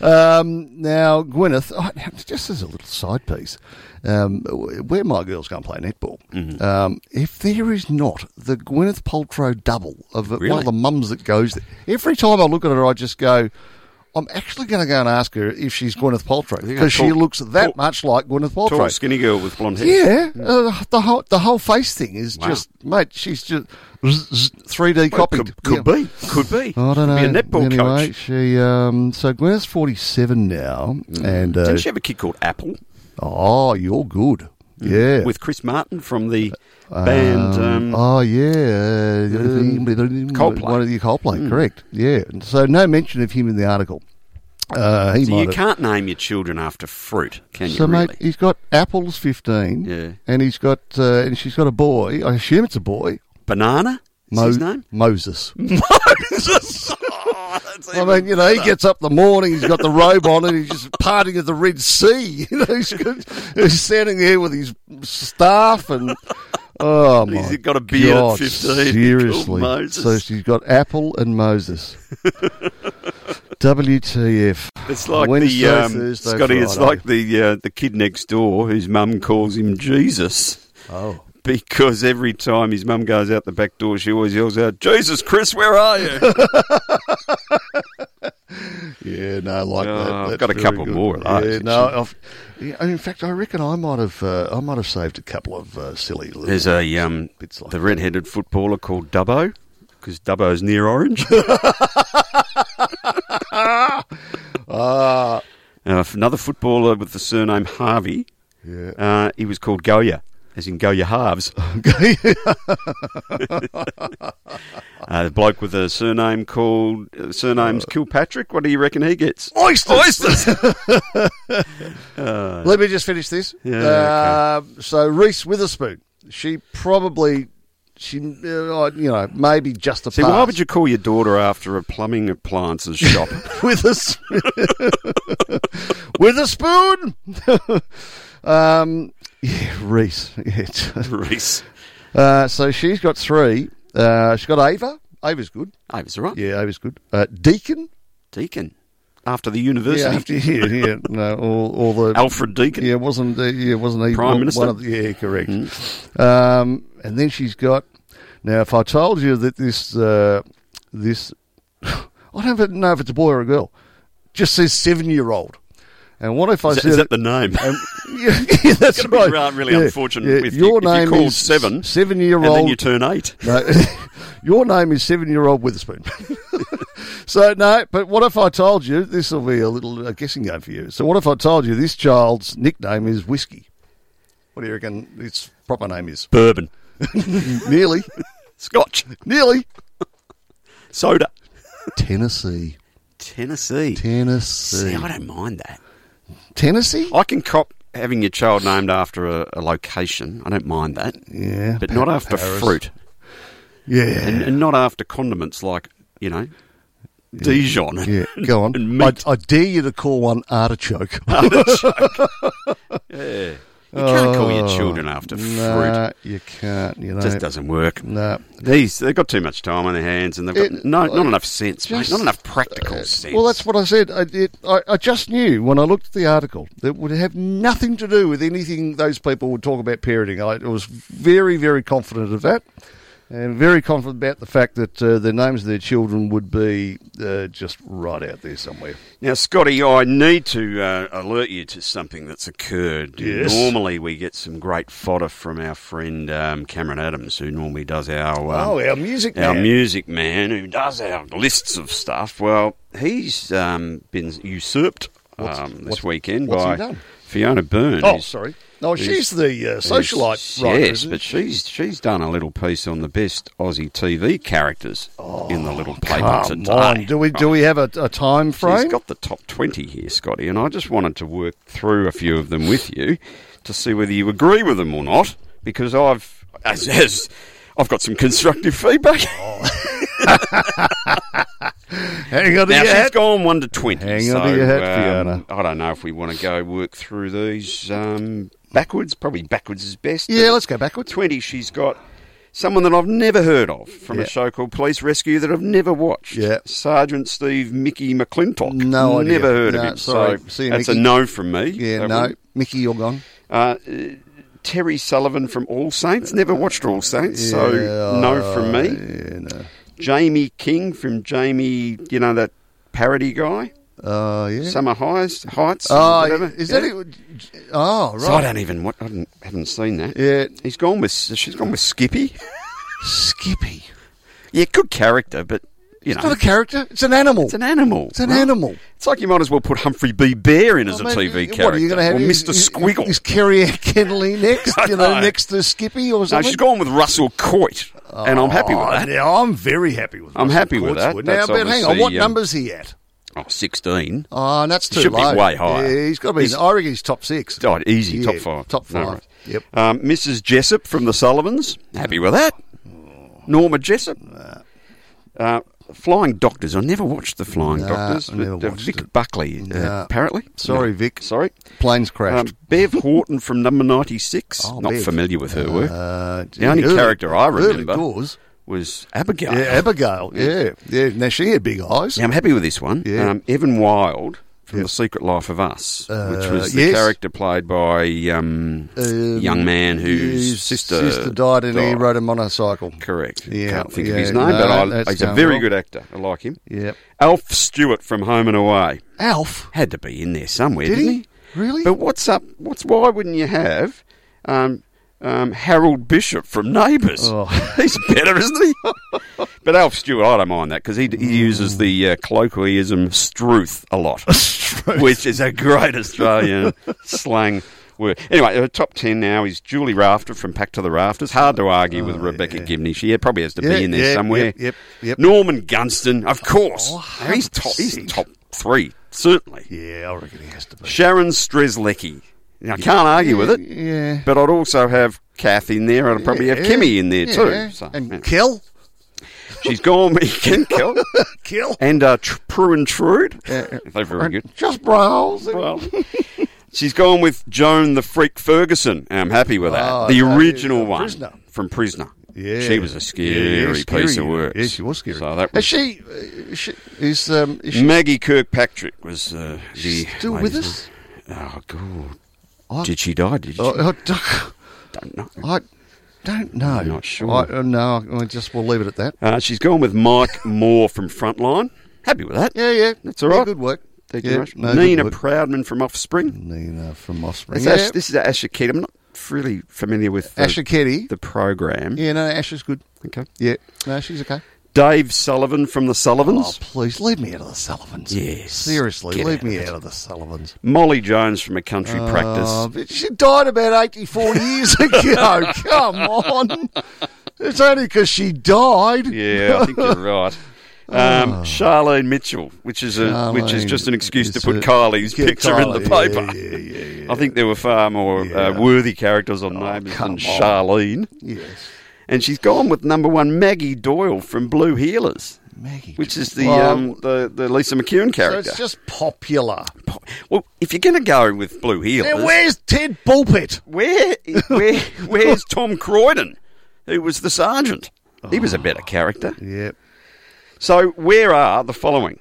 [SPEAKER 1] um, now, Gwyneth, oh, now, just as a little side piece, um, where my girls go and play netball,
[SPEAKER 14] Mm-hmm.
[SPEAKER 1] um, if there is not the Gwyneth Paltrow double of one
[SPEAKER 2] Really?
[SPEAKER 1] of the mums that goes there, every time I look at her, I just go, I'm actually going to go and ask her if she's Gwyneth Paltrow
[SPEAKER 2] think a
[SPEAKER 1] because she
[SPEAKER 2] tall-
[SPEAKER 1] looks that
[SPEAKER 2] tall-
[SPEAKER 1] much like Gwyneth Paltrow.
[SPEAKER 2] Tall, skinny girl with blonde hair. Mm.
[SPEAKER 1] Yeah, uh, the whole the whole face thing is
[SPEAKER 2] Hmm. Wow.
[SPEAKER 1] just mate. She's just three D
[SPEAKER 2] Well,
[SPEAKER 1] copied.
[SPEAKER 2] Could, could
[SPEAKER 1] Yeah.
[SPEAKER 2] be. Could be.
[SPEAKER 1] I don't
[SPEAKER 2] could
[SPEAKER 1] know.
[SPEAKER 2] Be a netball
[SPEAKER 1] anyway,
[SPEAKER 2] coach.
[SPEAKER 1] she um, so Gwyneth's forty seven now, and uh,
[SPEAKER 2] Hmm. Didn't she have a kid called Apple
[SPEAKER 1] oh, you're good.
[SPEAKER 2] Hmm.
[SPEAKER 1] Yeah. Uh,
[SPEAKER 2] with Chris Martin from the band? Um,
[SPEAKER 1] oh yeah,
[SPEAKER 2] um,
[SPEAKER 1] Coldplay.
[SPEAKER 2] Coldplay. Hmm.
[SPEAKER 1] One of the Coldplay, correct? Yeah. So no mention of him in the article. Uh, he
[SPEAKER 2] so
[SPEAKER 1] might
[SPEAKER 2] you
[SPEAKER 1] have-
[SPEAKER 2] can't name your children after fruit, can you?
[SPEAKER 1] So
[SPEAKER 2] really? <laughs>
[SPEAKER 1] mate, he's got apples fifteen,
[SPEAKER 2] Yeah.
[SPEAKER 1] and he's got uh, and she's got a boy. I assume it's a boy.
[SPEAKER 2] Banana. Is
[SPEAKER 1] Mo-
[SPEAKER 2] his name? <laughs>
[SPEAKER 1] Moses. <laughs>
[SPEAKER 2] Moses. Oh, that's
[SPEAKER 1] I
[SPEAKER 2] even
[SPEAKER 1] mean, you know, he
[SPEAKER 2] better.
[SPEAKER 1] gets up in the morning, he's got the robe on, and he's just parting at the Red Sea. <laughs> You know, he's, got- he's standing there with his staff and. Oh, my
[SPEAKER 2] He's got a beard at
[SPEAKER 1] God,
[SPEAKER 2] 15. He called
[SPEAKER 1] Seriously.
[SPEAKER 2] Moses. <laughs>
[SPEAKER 1] So she's got Apple and Moses. WTF.
[SPEAKER 2] It's like
[SPEAKER 1] Wednesday,
[SPEAKER 2] the um,
[SPEAKER 1] Thursday,
[SPEAKER 2] Scotty. It's
[SPEAKER 1] Friday.
[SPEAKER 2] like the uh, the kid next door whose mum calls him Jesus.
[SPEAKER 1] Oh.
[SPEAKER 2] <laughs> Because every time his mum goes out the back door, she always yells out, "Jesus, Chris, where are you?"
[SPEAKER 1] <laughs>
[SPEAKER 2] <laughs>
[SPEAKER 1] yeah, no, I like
[SPEAKER 2] Oh,
[SPEAKER 1] that.
[SPEAKER 2] I've
[SPEAKER 1] That's
[SPEAKER 2] got a
[SPEAKER 1] very
[SPEAKER 2] couple
[SPEAKER 1] good.
[SPEAKER 2] more of those,
[SPEAKER 1] Yeah, no,
[SPEAKER 2] actually.
[SPEAKER 1] I've, yeah, in fact, I reckon I might have uh, I might have saved a couple of uh, silly little.
[SPEAKER 2] There's a um, the red-headed footballer called Dubbo because Dubbo's near Orange. <laughs>
[SPEAKER 1] Ah,
[SPEAKER 2] Uh, another footballer with the surname Harvey.
[SPEAKER 1] Yeah.
[SPEAKER 2] Uh, he was called Goya, as in
[SPEAKER 1] <laughs>
[SPEAKER 2] Goya Halves. uh, the bloke with a surname called uh, surname's Kilpatrick. What do you reckon he gets?
[SPEAKER 1] <laughs> Oysters!
[SPEAKER 2] Uh,
[SPEAKER 1] Let me just finish this.
[SPEAKER 2] Yeah,
[SPEAKER 1] Uh, So Reese Witherspoon, she probably, she uh, you know maybe just a
[SPEAKER 2] See, why would you call your daughter after a
[SPEAKER 1] <laughs>
[SPEAKER 2] plumbing appliances shop?
[SPEAKER 1] with a s- <laughs> with a spoon. <laughs> um, yeah, Reese.
[SPEAKER 2] <laughs>
[SPEAKER 1] <laughs>
[SPEAKER 2] Reese.
[SPEAKER 1] Uh, so she's got three. Uh, she's got Ava. Ava's good.
[SPEAKER 2] Ava's all right.
[SPEAKER 1] Yeah, Ava's good. Uh, Deacon.
[SPEAKER 2] Deacon. After the university.
[SPEAKER 1] Yeah, after, yeah, <laughs> yeah. No, all, all the
[SPEAKER 2] Alfred Deakin.
[SPEAKER 1] Yeah, wasn't uh, yeah, wasn't he
[SPEAKER 2] Prime
[SPEAKER 1] one
[SPEAKER 2] Minister? Mm.
[SPEAKER 1] of the- yeah, correct. Um, and then she's got now. If I told you that this uh, this, <laughs> I don't even know if it's a boy or a girl. Just says seven year old. And what if I
[SPEAKER 2] Is that-
[SPEAKER 1] said <laughs>
[SPEAKER 2] is that the name?
[SPEAKER 1] Um, yeah, yeah, that's
[SPEAKER 2] It's gonna
[SPEAKER 1] right.
[SPEAKER 2] be ra- really
[SPEAKER 1] Yeah,
[SPEAKER 2] unfortunate
[SPEAKER 1] yeah,
[SPEAKER 2] with
[SPEAKER 1] your
[SPEAKER 2] you, if you
[SPEAKER 1] name
[SPEAKER 2] called
[SPEAKER 1] is
[SPEAKER 2] seven,
[SPEAKER 1] seven year old,
[SPEAKER 2] and then you turn eight.
[SPEAKER 1] <laughs> No, your name is seven year old Witherspoon. <laughs> so no, but what if I told you this will be a little uh, guessing game for you? So what if I told you this child's nickname is Whiskey? What do you reckon its proper name is? <laughs>
[SPEAKER 2] Bourbon.
[SPEAKER 1] Nearly.
[SPEAKER 2] Scotch.
[SPEAKER 1] Nearly.
[SPEAKER 2] Soda.
[SPEAKER 1] Tennessee.
[SPEAKER 2] Tennessee.
[SPEAKER 1] Tennessee.
[SPEAKER 2] See, I don't mind that.
[SPEAKER 1] Tennessee?
[SPEAKER 2] I can cop having your child named after a, a location. I don't mind that.
[SPEAKER 1] Yeah,
[SPEAKER 2] But
[SPEAKER 1] Pa-
[SPEAKER 2] not after
[SPEAKER 1] Paris.
[SPEAKER 2] fruit.
[SPEAKER 1] Yeah.
[SPEAKER 2] And, and not after condiments like, you know, Dijon. <laughs>
[SPEAKER 1] Yeah, go on. I, I dare you to call one artichoke.
[SPEAKER 2] Artichoke. <laughs> yeah. You can't call your children after fruit.
[SPEAKER 1] Oh, Nah, you can't. You know,
[SPEAKER 2] Just doesn't work.
[SPEAKER 1] No.
[SPEAKER 2] These they've got too much time on their hands, and they've got
[SPEAKER 1] It-
[SPEAKER 2] no, not
[SPEAKER 1] uh,
[SPEAKER 2] enough sense, mate.
[SPEAKER 1] just- uh,
[SPEAKER 2] Not enough practical sense.
[SPEAKER 1] Well, that's what I said. I, it, I, I just knew when I looked at the article that it would have nothing to do with anything those people would talk about parenting. I was very, very confident of that, and very confident about the fact that uh, the names of their children would be uh, just right out there somewhere.
[SPEAKER 2] Now, Scotty, I need to uh, alert you to something that's occurred.
[SPEAKER 1] Yes.
[SPEAKER 2] Normally, we get some great fodder from our friend um, Cameron Adams, who normally does our um,
[SPEAKER 1] oh, our music.
[SPEAKER 2] our
[SPEAKER 1] man.
[SPEAKER 2] music man, who does our lists of stuff. Well, he's um, been usurped
[SPEAKER 1] What's-
[SPEAKER 2] um, this
[SPEAKER 1] what's-
[SPEAKER 2] weekend
[SPEAKER 1] what's he
[SPEAKER 2] by
[SPEAKER 1] done?
[SPEAKER 2] Fiona Byrne.
[SPEAKER 1] Oh,
[SPEAKER 2] who's-
[SPEAKER 1] sorry. No,
[SPEAKER 2] who's-
[SPEAKER 1] she's the uh,
[SPEAKER 2] who's-
[SPEAKER 1] socialite writer,
[SPEAKER 2] Yes,
[SPEAKER 1] isn't
[SPEAKER 2] but
[SPEAKER 1] she?
[SPEAKER 2] she's she's done a little piece on the best Aussie TV characters in the little paper
[SPEAKER 1] Oh, Come
[SPEAKER 2] today.
[SPEAKER 1] on, do we do we have a, a time frame?
[SPEAKER 2] She's got the top 20 here, Scotty, and I just wanted to work through a few of them with you to see whether you agree with them or not, because I've as, as I've got some constructive feedback. <laughs>
[SPEAKER 1] Hang on to
[SPEAKER 2] now
[SPEAKER 1] your
[SPEAKER 2] she's
[SPEAKER 1] hat.
[SPEAKER 2] gone one to twenty.
[SPEAKER 1] Hang
[SPEAKER 2] so,
[SPEAKER 1] on to your hat,
[SPEAKER 2] um, I don't know if we want to go work through these um, backwards. Probably backwards is best.
[SPEAKER 1] Yeah, let's go backwards.
[SPEAKER 2] Twenty. She's got someone that I've never heard of from
[SPEAKER 1] Yeah.
[SPEAKER 2] a show called Police Rescue that I've never watched.
[SPEAKER 1] Yeah.
[SPEAKER 2] Sergeant Steve Mickey McClintock.
[SPEAKER 1] No idea.
[SPEAKER 2] Never heard of
[SPEAKER 1] No,
[SPEAKER 2] him.
[SPEAKER 1] sorry.
[SPEAKER 2] So
[SPEAKER 1] See you,
[SPEAKER 2] that's
[SPEAKER 1] Mickey.
[SPEAKER 2] a no from me.
[SPEAKER 1] Yeah,
[SPEAKER 2] That
[SPEAKER 1] no,
[SPEAKER 2] one.
[SPEAKER 1] Mickey, you're gone.
[SPEAKER 2] Uh, Terry Sullivan from All Saints. Never watched All Saints, so
[SPEAKER 1] Yeah, oh,
[SPEAKER 2] no from me.
[SPEAKER 1] Yeah, no.
[SPEAKER 2] Jamie King from Jamie, you know that parody guy.
[SPEAKER 1] Oh, yeah.
[SPEAKER 2] Summer Highs, Heights.
[SPEAKER 1] Oh,
[SPEAKER 2] whatever.
[SPEAKER 1] is
[SPEAKER 2] yeah.
[SPEAKER 1] that it? Oh, right.
[SPEAKER 2] So I don't even. wa- I haven't, haven't seen that.
[SPEAKER 1] Yeah.
[SPEAKER 2] He's gone with. She's gone with Skippy.
[SPEAKER 1] Skippy.
[SPEAKER 2] yeah, good character, but you
[SPEAKER 1] It's
[SPEAKER 2] know,
[SPEAKER 1] not a character. It's an animal.
[SPEAKER 2] it's an animal.
[SPEAKER 1] It's an
[SPEAKER 2] right?
[SPEAKER 1] animal.
[SPEAKER 2] It's like you might as well put Humphrey B. Bear in as a
[SPEAKER 1] I mean,
[SPEAKER 2] TV
[SPEAKER 1] Oh, what,
[SPEAKER 2] character,
[SPEAKER 1] are you going to have?
[SPEAKER 2] or
[SPEAKER 1] is-
[SPEAKER 2] Mr.
[SPEAKER 1] is-
[SPEAKER 2] Squiggle.
[SPEAKER 1] Is Kerry <laughs> Ann Kennelly next?
[SPEAKER 2] <laughs> I
[SPEAKER 1] You know,
[SPEAKER 2] know.
[SPEAKER 1] next to Skippy or
[SPEAKER 2] no,
[SPEAKER 1] something?
[SPEAKER 2] she's gone with Russell Coit, and I'm happy with
[SPEAKER 1] Oh,
[SPEAKER 2] that.
[SPEAKER 1] Now, I'm very happy with.
[SPEAKER 2] I'm
[SPEAKER 1] Russell
[SPEAKER 2] happy with that.
[SPEAKER 1] Portswood.
[SPEAKER 2] That's
[SPEAKER 1] Now, but hang on,
[SPEAKER 2] obviously,
[SPEAKER 1] what
[SPEAKER 2] um,
[SPEAKER 1] number's he at?
[SPEAKER 2] Oh, 16.
[SPEAKER 1] Oh, and that's
[SPEAKER 2] He
[SPEAKER 1] too
[SPEAKER 2] should be
[SPEAKER 1] low.
[SPEAKER 2] way higher.
[SPEAKER 1] Yeah, he's got to be.
[SPEAKER 2] He's-
[SPEAKER 1] I reckon he's top six.
[SPEAKER 2] Oh, easy,
[SPEAKER 1] Yeah,
[SPEAKER 2] top five.
[SPEAKER 1] Top
[SPEAKER 2] No
[SPEAKER 1] five.
[SPEAKER 2] worries.
[SPEAKER 1] Yep.
[SPEAKER 2] Um, Mrs. Jessup from the Sullivans. Happy with that. Norma Jessup. Uh, Flying Doctors. I never watched The Flying
[SPEAKER 1] Nah,
[SPEAKER 2] Doctors.
[SPEAKER 1] I never
[SPEAKER 2] but, uh,
[SPEAKER 1] watched
[SPEAKER 2] Vic
[SPEAKER 1] it.
[SPEAKER 2] Buckley, uh,
[SPEAKER 1] Nah.
[SPEAKER 2] apparently.
[SPEAKER 1] Sorry,
[SPEAKER 2] No,
[SPEAKER 1] Vic.
[SPEAKER 2] Sorry.
[SPEAKER 1] Planes
[SPEAKER 2] Um,
[SPEAKER 1] crashed.
[SPEAKER 2] <laughs> Bev Horton from number 96.
[SPEAKER 1] Oh,
[SPEAKER 2] Not
[SPEAKER 1] Bev.
[SPEAKER 2] familiar with her work.
[SPEAKER 1] Uh,
[SPEAKER 2] the only
[SPEAKER 1] early-
[SPEAKER 2] character I
[SPEAKER 1] early
[SPEAKER 2] remember
[SPEAKER 1] doors.
[SPEAKER 2] was Abigail.
[SPEAKER 1] Yeah, Abigail. Yeah, yeah. Now she had big eyes.
[SPEAKER 2] Yeah, I'm happy with this one.
[SPEAKER 1] Yeah. Uh,
[SPEAKER 2] Um, Evan Wild from The Secret Life of Us, which was the
[SPEAKER 1] yes.
[SPEAKER 2] character played by um, young man whose sister,
[SPEAKER 1] sister died and he
[SPEAKER 2] died.
[SPEAKER 1] rode a motorcycle.
[SPEAKER 2] Correct.
[SPEAKER 1] Yeah,
[SPEAKER 2] Can't think
[SPEAKER 1] yeah,
[SPEAKER 2] of his name,
[SPEAKER 1] no,
[SPEAKER 2] but
[SPEAKER 1] that's
[SPEAKER 2] I, he's a
[SPEAKER 1] going
[SPEAKER 2] very
[SPEAKER 1] well.
[SPEAKER 2] good actor. I like him.
[SPEAKER 1] Yep.
[SPEAKER 2] Alf Stewart from Home and Away.
[SPEAKER 1] Alf?
[SPEAKER 2] Had to be in there somewhere,
[SPEAKER 1] Did
[SPEAKER 2] didn't
[SPEAKER 1] he? Really?
[SPEAKER 2] But what's up? What's Why wouldn't you have um, um, Harold Bishop from Neighbours?
[SPEAKER 1] Oh.
[SPEAKER 2] <laughs> He's better, isn't he? <laughs> but Alf Stewart, I don't mind that because he,
[SPEAKER 1] Mm.
[SPEAKER 2] he uses the uh, colloquialism struth
[SPEAKER 1] <laughs>
[SPEAKER 2] a lot, which is a great Australian slang word. Anyway, her top 10 now is Julie Rafter from Pack to the Rafters. Hard to argue with Rebecca Gibney. She probably has to
[SPEAKER 1] Oh, Yeah,
[SPEAKER 2] be in there
[SPEAKER 1] yeah,
[SPEAKER 2] somewhere.
[SPEAKER 1] yep, yep, yep. Oh,
[SPEAKER 2] Norman Gunston, of course. he's, top, he's
[SPEAKER 1] 100%.
[SPEAKER 2] top three, certainly.
[SPEAKER 1] Yeah, I reckon he has to be.
[SPEAKER 2] Sharon Strzelecki. Now, I can't argue with it.
[SPEAKER 1] Yeah.
[SPEAKER 2] But I'd also have Kath in there, and I'd probably have
[SPEAKER 1] Yeah.
[SPEAKER 2] Kimmy in there
[SPEAKER 1] Yeah.
[SPEAKER 2] too. So,
[SPEAKER 1] And
[SPEAKER 2] yeah.
[SPEAKER 1] Kel?
[SPEAKER 2] She's gone.
[SPEAKER 1] <laughs>
[SPEAKER 2] You can kill.
[SPEAKER 1] Kill.
[SPEAKER 2] And uh, Tr- Prue and Trude. They're very good.
[SPEAKER 1] Just brawls.
[SPEAKER 2] She's gone with Joan the Freak Ferguson. and I'm happy with that.
[SPEAKER 1] Oh,
[SPEAKER 2] the
[SPEAKER 1] okay.
[SPEAKER 2] original
[SPEAKER 1] Uh,
[SPEAKER 2] one
[SPEAKER 1] Prisoner.
[SPEAKER 2] from Prisoner.
[SPEAKER 1] Yeah.
[SPEAKER 2] she was a scary,
[SPEAKER 1] Yeah, scary.
[SPEAKER 2] piece of work.
[SPEAKER 1] Yeah, she was scary.
[SPEAKER 2] So that
[SPEAKER 1] <laughs> Is
[SPEAKER 2] was
[SPEAKER 1] she, is she, is, um, is she
[SPEAKER 2] Maggie Kirkpatrick was uh, the
[SPEAKER 1] still with
[SPEAKER 2] lady's
[SPEAKER 1] us?
[SPEAKER 2] name. Oh God,
[SPEAKER 1] I-
[SPEAKER 2] did she die? Did she?
[SPEAKER 1] Oh, I don't-
[SPEAKER 2] don't know.
[SPEAKER 1] I don't know.
[SPEAKER 2] I'm not sure.
[SPEAKER 1] I, uh, no, I just we'll leave it at that.
[SPEAKER 2] Uh, she's gone with Mike Moore from Frontline. Happy with that.
[SPEAKER 1] Yeah, yeah,
[SPEAKER 2] That's all
[SPEAKER 1] Yeah,
[SPEAKER 2] right.
[SPEAKER 1] Good work.
[SPEAKER 2] Thank
[SPEAKER 1] Yeah,
[SPEAKER 2] you very
[SPEAKER 1] no,
[SPEAKER 2] much.
[SPEAKER 1] good
[SPEAKER 2] Nina
[SPEAKER 1] work.
[SPEAKER 2] Proudman from Offspring.
[SPEAKER 1] Nina from Offspring.
[SPEAKER 2] That's
[SPEAKER 1] Yeah.
[SPEAKER 2] Ash, this is Asher Kidd. I'm not really familiar with the,
[SPEAKER 1] Asher Keddy.
[SPEAKER 2] the program.
[SPEAKER 1] Yeah, no, Ash is good.
[SPEAKER 2] Okay.
[SPEAKER 1] Yeah, no, she's okay.
[SPEAKER 2] Dave Sullivan from the
[SPEAKER 1] Oh,
[SPEAKER 2] Sullivans.
[SPEAKER 1] please leave me out of the Sullivans.
[SPEAKER 2] Yes,
[SPEAKER 1] Seriously,
[SPEAKER 2] get
[SPEAKER 1] leave
[SPEAKER 2] out
[SPEAKER 1] me
[SPEAKER 2] of it.
[SPEAKER 1] out of the Sullivans.
[SPEAKER 2] Molly Jones from A Country
[SPEAKER 1] Oh,
[SPEAKER 2] Practice.
[SPEAKER 1] but she died about
[SPEAKER 2] <laughs>
[SPEAKER 1] 84 years ago. Come on. It's only because she died. Oh.
[SPEAKER 2] Yeah, I
[SPEAKER 1] <laughs>
[SPEAKER 2] think you're right. Um, Charlene Mitchell, which is a which is
[SPEAKER 1] Charlene
[SPEAKER 2] just an excuse to
[SPEAKER 1] is
[SPEAKER 2] put
[SPEAKER 1] a-
[SPEAKER 2] Kylie's
[SPEAKER 1] get
[SPEAKER 2] picture in the
[SPEAKER 1] Kylie,
[SPEAKER 2] paper.
[SPEAKER 1] yeah, yeah, yeah,
[SPEAKER 2] I think there were far more uh,
[SPEAKER 1] Yeah. Oh,
[SPEAKER 2] worthy characters on Neighbours
[SPEAKER 1] come
[SPEAKER 2] than
[SPEAKER 1] on.
[SPEAKER 2] Charlene.
[SPEAKER 1] Yes.
[SPEAKER 2] And she's gone with number one Maggie Doyle from Blue Healers,
[SPEAKER 1] Maggie.
[SPEAKER 2] which is the
[SPEAKER 1] Well,
[SPEAKER 2] um, the, the Lisa McCune
[SPEAKER 1] So
[SPEAKER 2] character.
[SPEAKER 1] it's just popular.
[SPEAKER 2] well, if you're going to go with Blue Healers,
[SPEAKER 1] Now, where's Ted Bulpit?
[SPEAKER 2] Where,
[SPEAKER 1] <laughs>
[SPEAKER 2] where, where's Tom Croydon, who was the sergeant? He was a better character.
[SPEAKER 1] Oh, Yep.
[SPEAKER 2] So, where are the following?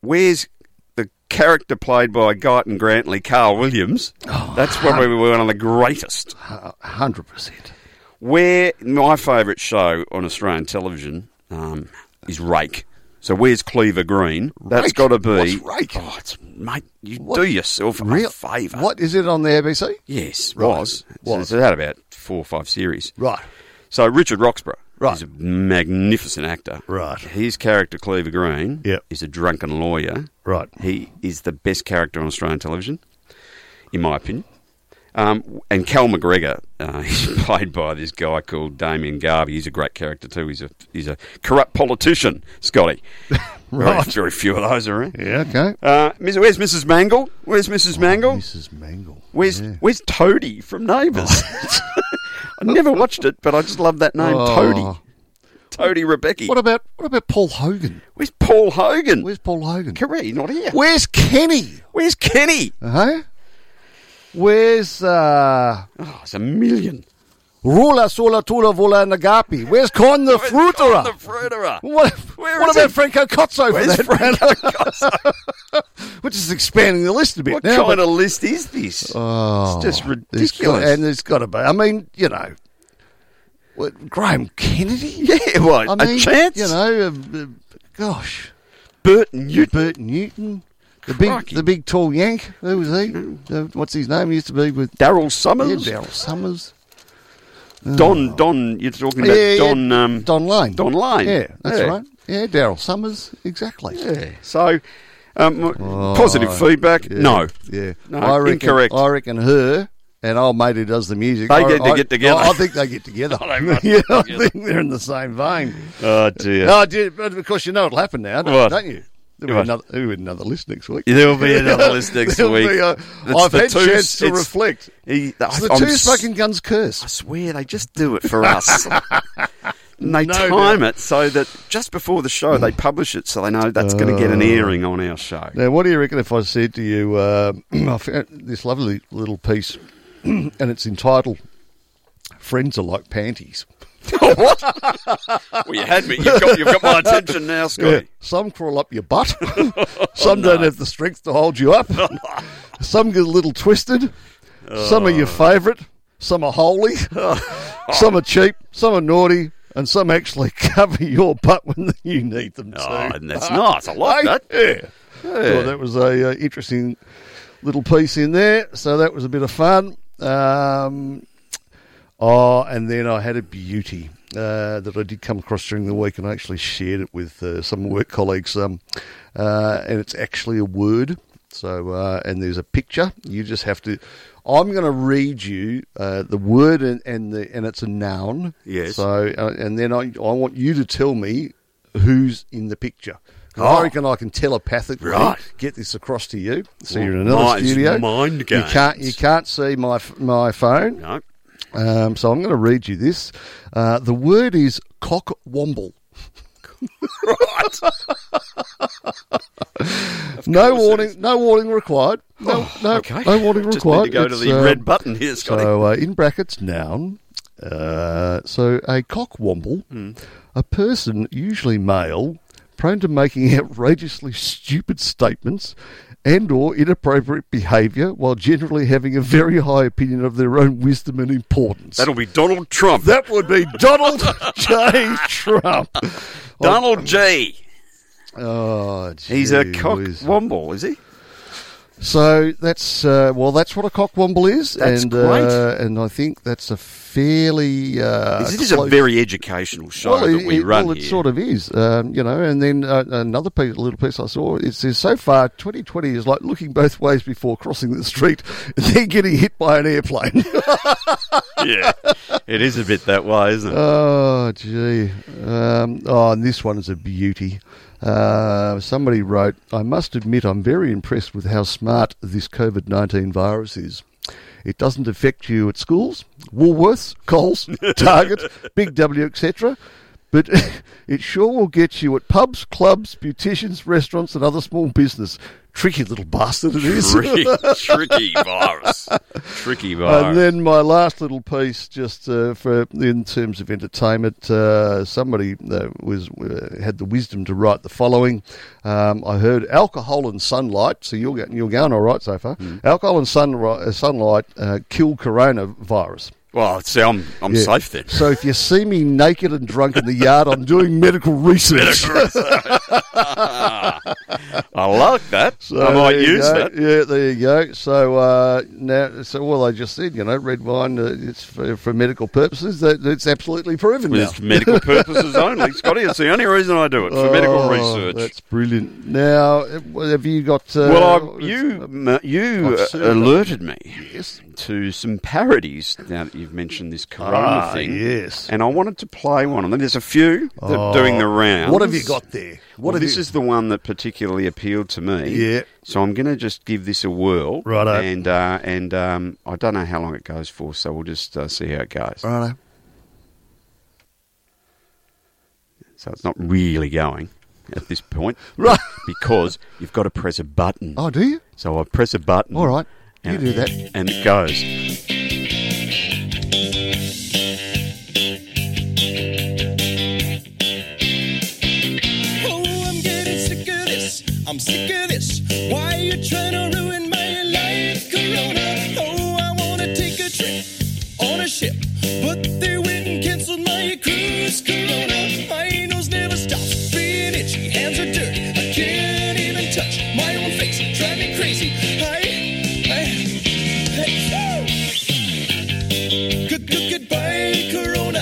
[SPEAKER 2] Where's the character played by Guyton Grantley, Carl Williams?
[SPEAKER 1] Oh,
[SPEAKER 2] That's probably one of the greatest.
[SPEAKER 1] 100%.
[SPEAKER 2] Where my favourite show on Australian television um, is Rake. So where's Cleaver Green? That's
[SPEAKER 1] Rake?
[SPEAKER 2] got to be
[SPEAKER 1] What's Rake?
[SPEAKER 2] Oh, it's, mate, you
[SPEAKER 1] What?
[SPEAKER 2] do yourself a
[SPEAKER 1] Real-
[SPEAKER 2] favour.
[SPEAKER 1] What is it on the ABC?
[SPEAKER 2] Yes,
[SPEAKER 1] Right.
[SPEAKER 2] was
[SPEAKER 1] Was.
[SPEAKER 2] was. It's had about four or five series.
[SPEAKER 1] Right.
[SPEAKER 2] So Richard Roxburgh
[SPEAKER 1] Right.
[SPEAKER 2] is a magnificent actor.
[SPEAKER 1] Right.
[SPEAKER 2] His character Cleaver Green
[SPEAKER 1] Yep.
[SPEAKER 2] is a drunken lawyer.
[SPEAKER 1] Right.
[SPEAKER 2] He is the best character on Australian television, in my opinion. Um, and Cal McGregor, uh, <laughs> he's played by this guy called Damien Garvey. He's a great character too. He's a he's a corrupt politician,
[SPEAKER 1] <laughs>
[SPEAKER 2] Scotty.
[SPEAKER 1] Right.
[SPEAKER 2] Very, very few of those around.
[SPEAKER 1] Yeah, okay. Oh,
[SPEAKER 2] Uh, Miss- where's Mrs. Mangle? Where's Mrs. Mangle?
[SPEAKER 1] Mrs. Mangle.
[SPEAKER 2] Where's
[SPEAKER 1] Yeah.
[SPEAKER 2] Where's Toadie from Neighbours? <laughs> I never watched it, but I just love that name,
[SPEAKER 1] Oh.
[SPEAKER 2] Toadie. Toadie Rebecca.
[SPEAKER 1] What about what about Paul Hogan?
[SPEAKER 2] Where's Paul Hogan?
[SPEAKER 1] Where's Paul Hogan?
[SPEAKER 2] Correct, he's not here.
[SPEAKER 1] Where's Kenny?
[SPEAKER 2] Where's Kenny?
[SPEAKER 1] Huh? Where's uh,
[SPEAKER 2] Oh, it's a million.
[SPEAKER 1] Rula Sola Tula Vola Nagapi? Where's Con the
[SPEAKER 2] The
[SPEAKER 1] Fruiterer?
[SPEAKER 11] <laughs>
[SPEAKER 2] fruiterer.
[SPEAKER 1] What,
[SPEAKER 2] Where
[SPEAKER 1] what
[SPEAKER 2] is
[SPEAKER 1] about
[SPEAKER 2] he?
[SPEAKER 1] Franco Cozzo for
[SPEAKER 2] Where's
[SPEAKER 1] that
[SPEAKER 2] Franco
[SPEAKER 1] matter? <laughs> Which is expanding the list a bit
[SPEAKER 2] What
[SPEAKER 1] now.
[SPEAKER 2] kind
[SPEAKER 1] but-
[SPEAKER 2] of list is this?
[SPEAKER 1] Oh,
[SPEAKER 2] it's just
[SPEAKER 1] there's got-
[SPEAKER 2] ridiculous.
[SPEAKER 1] and there's got to be. I mean, you know, what, Graham Kennedy? <laughs>
[SPEAKER 2] yeah, well,
[SPEAKER 1] I mean,
[SPEAKER 2] a chance.
[SPEAKER 1] You know, uh, uh, gosh.
[SPEAKER 2] Burt Newton.
[SPEAKER 1] Bert Newton, the big,
[SPEAKER 2] Crikey.
[SPEAKER 1] the big tall yank. Who was he? Uh, what's his name? He used to be with
[SPEAKER 2] Daryl
[SPEAKER 1] yeah,
[SPEAKER 2] Summers.
[SPEAKER 1] Daryl Summers.
[SPEAKER 2] Don, Don, you're talking about
[SPEAKER 1] Oh. Yeah, yeah,
[SPEAKER 2] Don, um,
[SPEAKER 1] Don Lane.
[SPEAKER 2] Don Lane.
[SPEAKER 1] Yeah, that's
[SPEAKER 2] Yeah.
[SPEAKER 1] right. Yeah, Daryl Summers. Exactly. Oh,
[SPEAKER 2] Yeah. So, um, positive feedback?
[SPEAKER 1] Yeah,
[SPEAKER 2] No.
[SPEAKER 1] Yeah.
[SPEAKER 2] No,
[SPEAKER 1] I reckon,
[SPEAKER 2] incorrect.
[SPEAKER 1] I reckon her and old mate who does the music.
[SPEAKER 2] They
[SPEAKER 1] I,
[SPEAKER 2] get to
[SPEAKER 1] I-
[SPEAKER 2] get together.
[SPEAKER 1] I, I think they get together.
[SPEAKER 2] <laughs> I
[SPEAKER 1] <laughs>
[SPEAKER 2] don't know.
[SPEAKER 1] yeah, I think they're in the same vein.
[SPEAKER 2] Oh, dear.
[SPEAKER 1] No, I did, but of course you know it'll happen now, don't,
[SPEAKER 2] What?
[SPEAKER 1] don't you? There'll be,
[SPEAKER 2] What?
[SPEAKER 1] another, there'll be another list next week.
[SPEAKER 2] There will be another
[SPEAKER 1] <laughs>
[SPEAKER 2] list next
[SPEAKER 1] There'll
[SPEAKER 2] week.
[SPEAKER 1] be a-
[SPEAKER 2] It's
[SPEAKER 1] I've
[SPEAKER 2] the
[SPEAKER 1] had
[SPEAKER 2] two-
[SPEAKER 1] chance to
[SPEAKER 2] it's-
[SPEAKER 1] reflect.
[SPEAKER 2] He,
[SPEAKER 1] It's the two smoking guns curse.
[SPEAKER 2] I swear they just do it
[SPEAKER 1] <laughs>
[SPEAKER 2] for us. and they
[SPEAKER 1] No
[SPEAKER 2] time it so that just before the show they publish it so they know that's going to get an
[SPEAKER 1] Oh.
[SPEAKER 2] airing on our show.
[SPEAKER 1] Now, what do you reckon if I said to you, uh, <clears throat> I found this lovely <clears throat>
[SPEAKER 2] <laughs>
[SPEAKER 1] little piece, and it's entitled "Friends Are Like Panties."
[SPEAKER 2] Oh, what? well, you had me. You've got, you've
[SPEAKER 1] <laughs>
[SPEAKER 2] got my attention now, Scotty. Oh,
[SPEAKER 1] Yeah, some crawl up your butt.
[SPEAKER 2] <laughs>
[SPEAKER 1] <laughs> some don't have the strength to hold you up. some get a little twisted. Some are
[SPEAKER 2] Oh.
[SPEAKER 1] your favourite. Some are
[SPEAKER 2] <laughs>
[SPEAKER 1] holy. some are cheap. Some are naughty. And some actually <laughs> cover your butt when you need them to.
[SPEAKER 2] Oh, and that's nice. I like that.
[SPEAKER 1] Yeah. Well, that was a uh, interesting little piece in there. So that was a bit of fun. Um, oh, and then I had a beauty uh, that I did come across during the week, and I actually shared it with uh, some work colleagues. Um, uh, and it's actually a word. So, uh, and there's a picture. You just have to. I'm going to read you uh, the word and, and the and it's a noun.
[SPEAKER 2] Yes.
[SPEAKER 1] So, uh, and then I I want you to tell me who's in the picture. 'Cause I
[SPEAKER 2] Oh.
[SPEAKER 1] reckon I can telepathically
[SPEAKER 2] Right.
[SPEAKER 1] get this across to you. So
[SPEAKER 2] Well,
[SPEAKER 1] you're in another
[SPEAKER 2] mine's
[SPEAKER 1] studio.
[SPEAKER 2] mind
[SPEAKER 1] you can't you
[SPEAKER 2] games.
[SPEAKER 1] can't see my f- my phone.
[SPEAKER 2] No.
[SPEAKER 1] Um, so I'm going to read you this. Uh, the word is cockwomble. right. <laughs> no warning. No warning required. No. no.
[SPEAKER 2] Oh, okay.
[SPEAKER 1] No warning
[SPEAKER 2] Just need to
[SPEAKER 1] required.
[SPEAKER 2] go to
[SPEAKER 1] It's, uh,
[SPEAKER 2] the red button here, Scotty.
[SPEAKER 1] So uh, in brackets noun. Uh, so a cockwomble,
[SPEAKER 2] Hmm.
[SPEAKER 1] a person usually male, prone to making <laughs> outrageously stupid statements and or inappropriate behaviour while generally having a very high opinion of their own wisdom and importance.
[SPEAKER 2] That'll be Donald Trump.
[SPEAKER 1] That would be
[SPEAKER 2] <laughs>
[SPEAKER 1] Donald J. Trump.
[SPEAKER 2] Donald J.
[SPEAKER 1] Oh,
[SPEAKER 2] He's a
[SPEAKER 1] gee
[SPEAKER 2] cock
[SPEAKER 1] whiz.
[SPEAKER 2] womble, is he?
[SPEAKER 1] So that's uh, well, that's what a cockwomble is,
[SPEAKER 2] That's
[SPEAKER 1] and
[SPEAKER 2] great.
[SPEAKER 1] Uh, and I think that's a fairly uh,
[SPEAKER 2] this is a
[SPEAKER 1] close-
[SPEAKER 2] very educational show that
[SPEAKER 1] it-
[SPEAKER 2] we
[SPEAKER 1] it,
[SPEAKER 2] run
[SPEAKER 1] well, it
[SPEAKER 2] here.
[SPEAKER 1] sort of is, um, you know. And then uh, another piece, a little piece I saw, it says so far 2020 is like looking both ways before crossing the street, and then getting hit by an airplane. <laughs>
[SPEAKER 2] yeah, it is a bit that way, isn't it?
[SPEAKER 1] Oh, gee. Um, oh, and this one is a beauty. Uh, somebody wrote, I must admit I'm very impressed with how smart this COVID 19 virus is. It doesn't affect you at schools, Woolworths,
[SPEAKER 2] <laughs>
[SPEAKER 1] Coles, Target, Big W, etc. But <laughs> it sure will get you at pubs, clubs, beauticians, restaurants, and other small business. Tricky little bastard it is. <laughs> Uh,
[SPEAKER 2] tricky, <laughs> tricky virus. Tricky virus.
[SPEAKER 1] And then my last little piece, just uh, for in terms of entertainment, uh, somebody uh, was uh, had the wisdom to write the following. Um, I heard alcohol and sunlight. So you're getting, you're going all right so far. Alcohol and sunri- uh, sunlight uh, kill coronavirus.
[SPEAKER 2] well, see, I'm, I'm
[SPEAKER 1] Yeah.
[SPEAKER 2] safe then.
[SPEAKER 1] So if you see me naked and drunk in the yard, I'm doing medical research.
[SPEAKER 2] <laughs> I like that.
[SPEAKER 1] So
[SPEAKER 2] I might
[SPEAKER 1] there you
[SPEAKER 2] use
[SPEAKER 1] go.
[SPEAKER 2] that.
[SPEAKER 1] Yeah, there you go. So uh, now, so all I just said, you know, red wine, uh, it's for, for medical purposes. That it's absolutely proven
[SPEAKER 2] Well,
[SPEAKER 1] now.
[SPEAKER 2] It's for
[SPEAKER 1] <laughs>
[SPEAKER 2] medical purposes only, Scotty. It's the only reason I do it for medical
[SPEAKER 1] Oh,
[SPEAKER 2] research.
[SPEAKER 1] That's brilliant. Now, uh, have you got? Uh,
[SPEAKER 2] well, I, you ma- you
[SPEAKER 1] I've
[SPEAKER 2] uh,
[SPEAKER 1] seen it.
[SPEAKER 2] alerted me
[SPEAKER 1] Yes.
[SPEAKER 2] to some parodies now that you've mentioned this Corona
[SPEAKER 1] Ah,
[SPEAKER 2] thing.
[SPEAKER 1] yes.
[SPEAKER 2] and I wanted to play one of them. There's a few that are
[SPEAKER 1] Oh,
[SPEAKER 2] doing the rounds.
[SPEAKER 1] What have you got there? What
[SPEAKER 2] What well,
[SPEAKER 1] have
[SPEAKER 2] this
[SPEAKER 1] you?
[SPEAKER 2] is the one that particularly appealed to me.
[SPEAKER 1] Yeah.
[SPEAKER 2] So I'm going to just give this a whirl.
[SPEAKER 1] Righto.
[SPEAKER 2] And uh, and um, I don't know how long it goes for, so we'll just uh, see how it goes.
[SPEAKER 1] Righto.
[SPEAKER 2] So it's not really going at this point,
[SPEAKER 1] <laughs> Right.
[SPEAKER 2] Because you've got to press a button.
[SPEAKER 1] Oh, do you?
[SPEAKER 2] So I press a button.
[SPEAKER 1] All right. You
[SPEAKER 2] and-
[SPEAKER 1] do that.
[SPEAKER 2] And it goes.
[SPEAKER 14] Oh, I'm getting sick of this. I'm sick of this. Why are you trying to ruin my life, Corona? Oh, I wanna take a trip on a ship, but they went and canceled my cruise, Corona. My nose never stops being itchy, hands are dirty. I can't even touch my own face. Drive me crazy. I, I, I oh. Good, good, goodbye, Corona.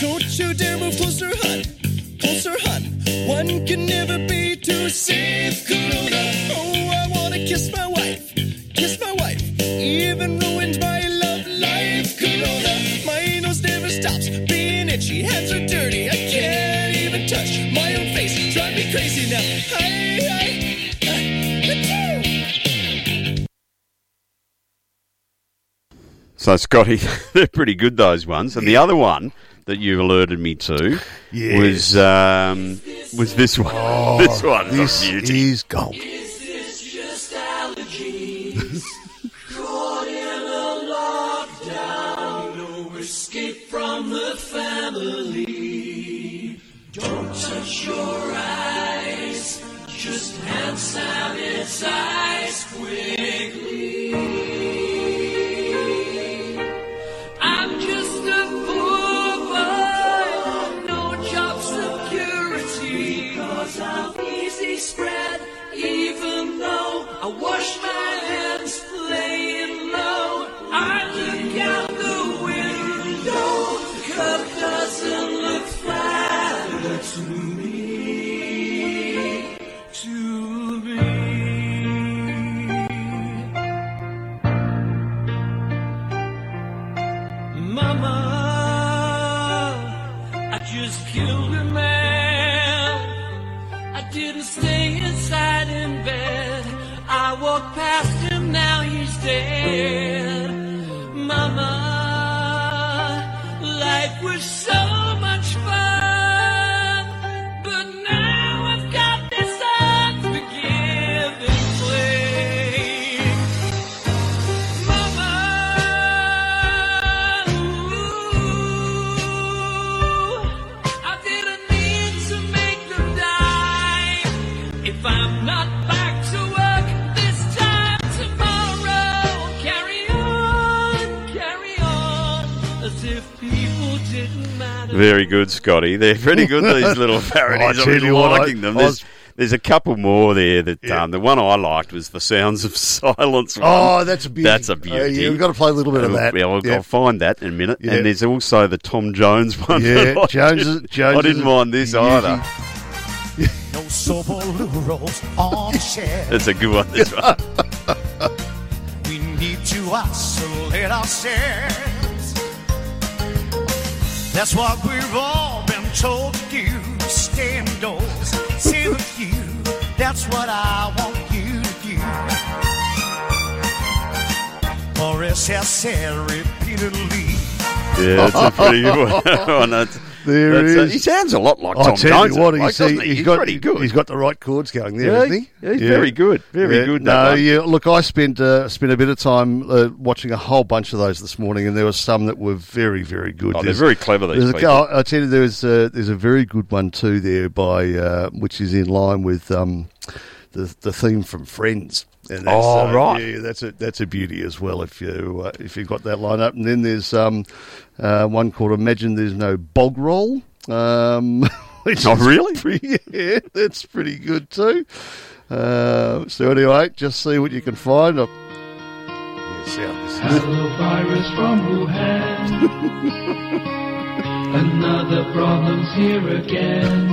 [SPEAKER 14] Don't you dare move closer, hun. Closer, hun. One can never be too safe, Corona. Oh, I wanna kiss my wife. Kiss my wife. Even ruined my love life, Corona. My nose never stops being itchy. Hands are dirty. I can't even touch my own face. Drive me crazy now. I, I, I, let's go.
[SPEAKER 2] So, Scotty, <laughs> they're pretty good, those ones. And the other one that you alerted me to
[SPEAKER 1] Yes.
[SPEAKER 2] was um, was this one. <laughs>
[SPEAKER 1] Oh,
[SPEAKER 2] this one. is a
[SPEAKER 1] This
[SPEAKER 2] beauty.
[SPEAKER 1] is gold.
[SPEAKER 9] Caught in a lockdown.
[SPEAKER 15] be spread, even though I wash my hands laying low. I look out the window, cup doesn't look flat to me. To me. Mama. I just killed a man. I didn't stay inside in bed. I walked past him, now he's dead. Mama, life was so much fun. But now I've got this unforgiving flame. Mama, I didn't need to make them die. If I'm not back to work this time tomorrow, carry on, carry on, as if people didn't matter.
[SPEAKER 2] Very good, Scotty. They're pretty good,
[SPEAKER 1] <laughs>
[SPEAKER 2] these little parodies.
[SPEAKER 1] I
[SPEAKER 2] I'm
[SPEAKER 1] tell
[SPEAKER 2] really
[SPEAKER 1] you what, I-
[SPEAKER 2] liking them.
[SPEAKER 1] I
[SPEAKER 2] There's,
[SPEAKER 1] was-
[SPEAKER 2] there's a couple more there that um, the one I liked was the sounds of <laughs> silence. one.
[SPEAKER 1] Oh, that's a beauty.
[SPEAKER 2] That's a
[SPEAKER 1] Uh,
[SPEAKER 2] beauty.
[SPEAKER 1] yeah, we've got to play a little bit of
[SPEAKER 2] Uh,
[SPEAKER 1] that.
[SPEAKER 2] Yeah, I'll,
[SPEAKER 1] Yeah.
[SPEAKER 2] I'll find that in a minute.
[SPEAKER 1] Yeah.
[SPEAKER 2] And there's also the Tom Jones one.
[SPEAKER 1] Yeah,
[SPEAKER 2] that <laughs> I
[SPEAKER 1] Jones
[SPEAKER 2] did-
[SPEAKER 1] is- Jones
[SPEAKER 2] I
[SPEAKER 1] is
[SPEAKER 2] didn't
[SPEAKER 1] a
[SPEAKER 2] mind this
[SPEAKER 1] beauty.
[SPEAKER 2] either.
[SPEAKER 16] No Subaru rolls on the shelf.
[SPEAKER 2] That's a good one.
[SPEAKER 1] <laughs>
[SPEAKER 2] This one.
[SPEAKER 16] <laughs> We need to isolate ourselves. That's what we've all been told to do. Stay indoors, see the view. That's what I want you to do. Or as I said repeatedly.
[SPEAKER 2] Yeah, that's a pretty good one. <laughs> Oh, no, it's-
[SPEAKER 1] There
[SPEAKER 2] that's a-
[SPEAKER 1] is-
[SPEAKER 2] he sounds a lot like
[SPEAKER 1] I
[SPEAKER 2] Tom
[SPEAKER 1] tell
[SPEAKER 2] Jones.
[SPEAKER 1] You what,
[SPEAKER 2] that
[SPEAKER 1] you
[SPEAKER 2] bloke,
[SPEAKER 1] see,
[SPEAKER 2] doesn't he?
[SPEAKER 1] he's
[SPEAKER 2] He's
[SPEAKER 1] got,
[SPEAKER 2] pretty good.
[SPEAKER 1] He's got the right chords going there,
[SPEAKER 2] Yeah,
[SPEAKER 1] not he?
[SPEAKER 2] yeah, he's very good, very good, that
[SPEAKER 1] No,
[SPEAKER 2] one.
[SPEAKER 1] yeah. Look, I spent uh, spent a bit of time uh, watching a whole bunch of those this morning, and there were some that were very, very good.
[SPEAKER 2] Oh, they're very clever, these
[SPEAKER 1] there's a-
[SPEAKER 2] people.
[SPEAKER 1] I- I tell you, there's a, there's a very good one too there by uh, which is in line with um, the the theme from Friends. And that's, uh,
[SPEAKER 2] Oh, right.
[SPEAKER 1] Yeah, that's a that's a beauty as well if you uh, if you've got that line up. And then there's um, uh, one called Imagine There's No Bog Roll. Um, <laughs> which
[SPEAKER 2] Oh,
[SPEAKER 1] is
[SPEAKER 2] really?
[SPEAKER 1] pretty- <laughs> yeah, that's pretty good too. Uh, so anyway, just see what you can find. Uh, Yes,
[SPEAKER 15] Hello, virus from
[SPEAKER 16] <laughs>
[SPEAKER 15] Wuhan. Another problem's here again.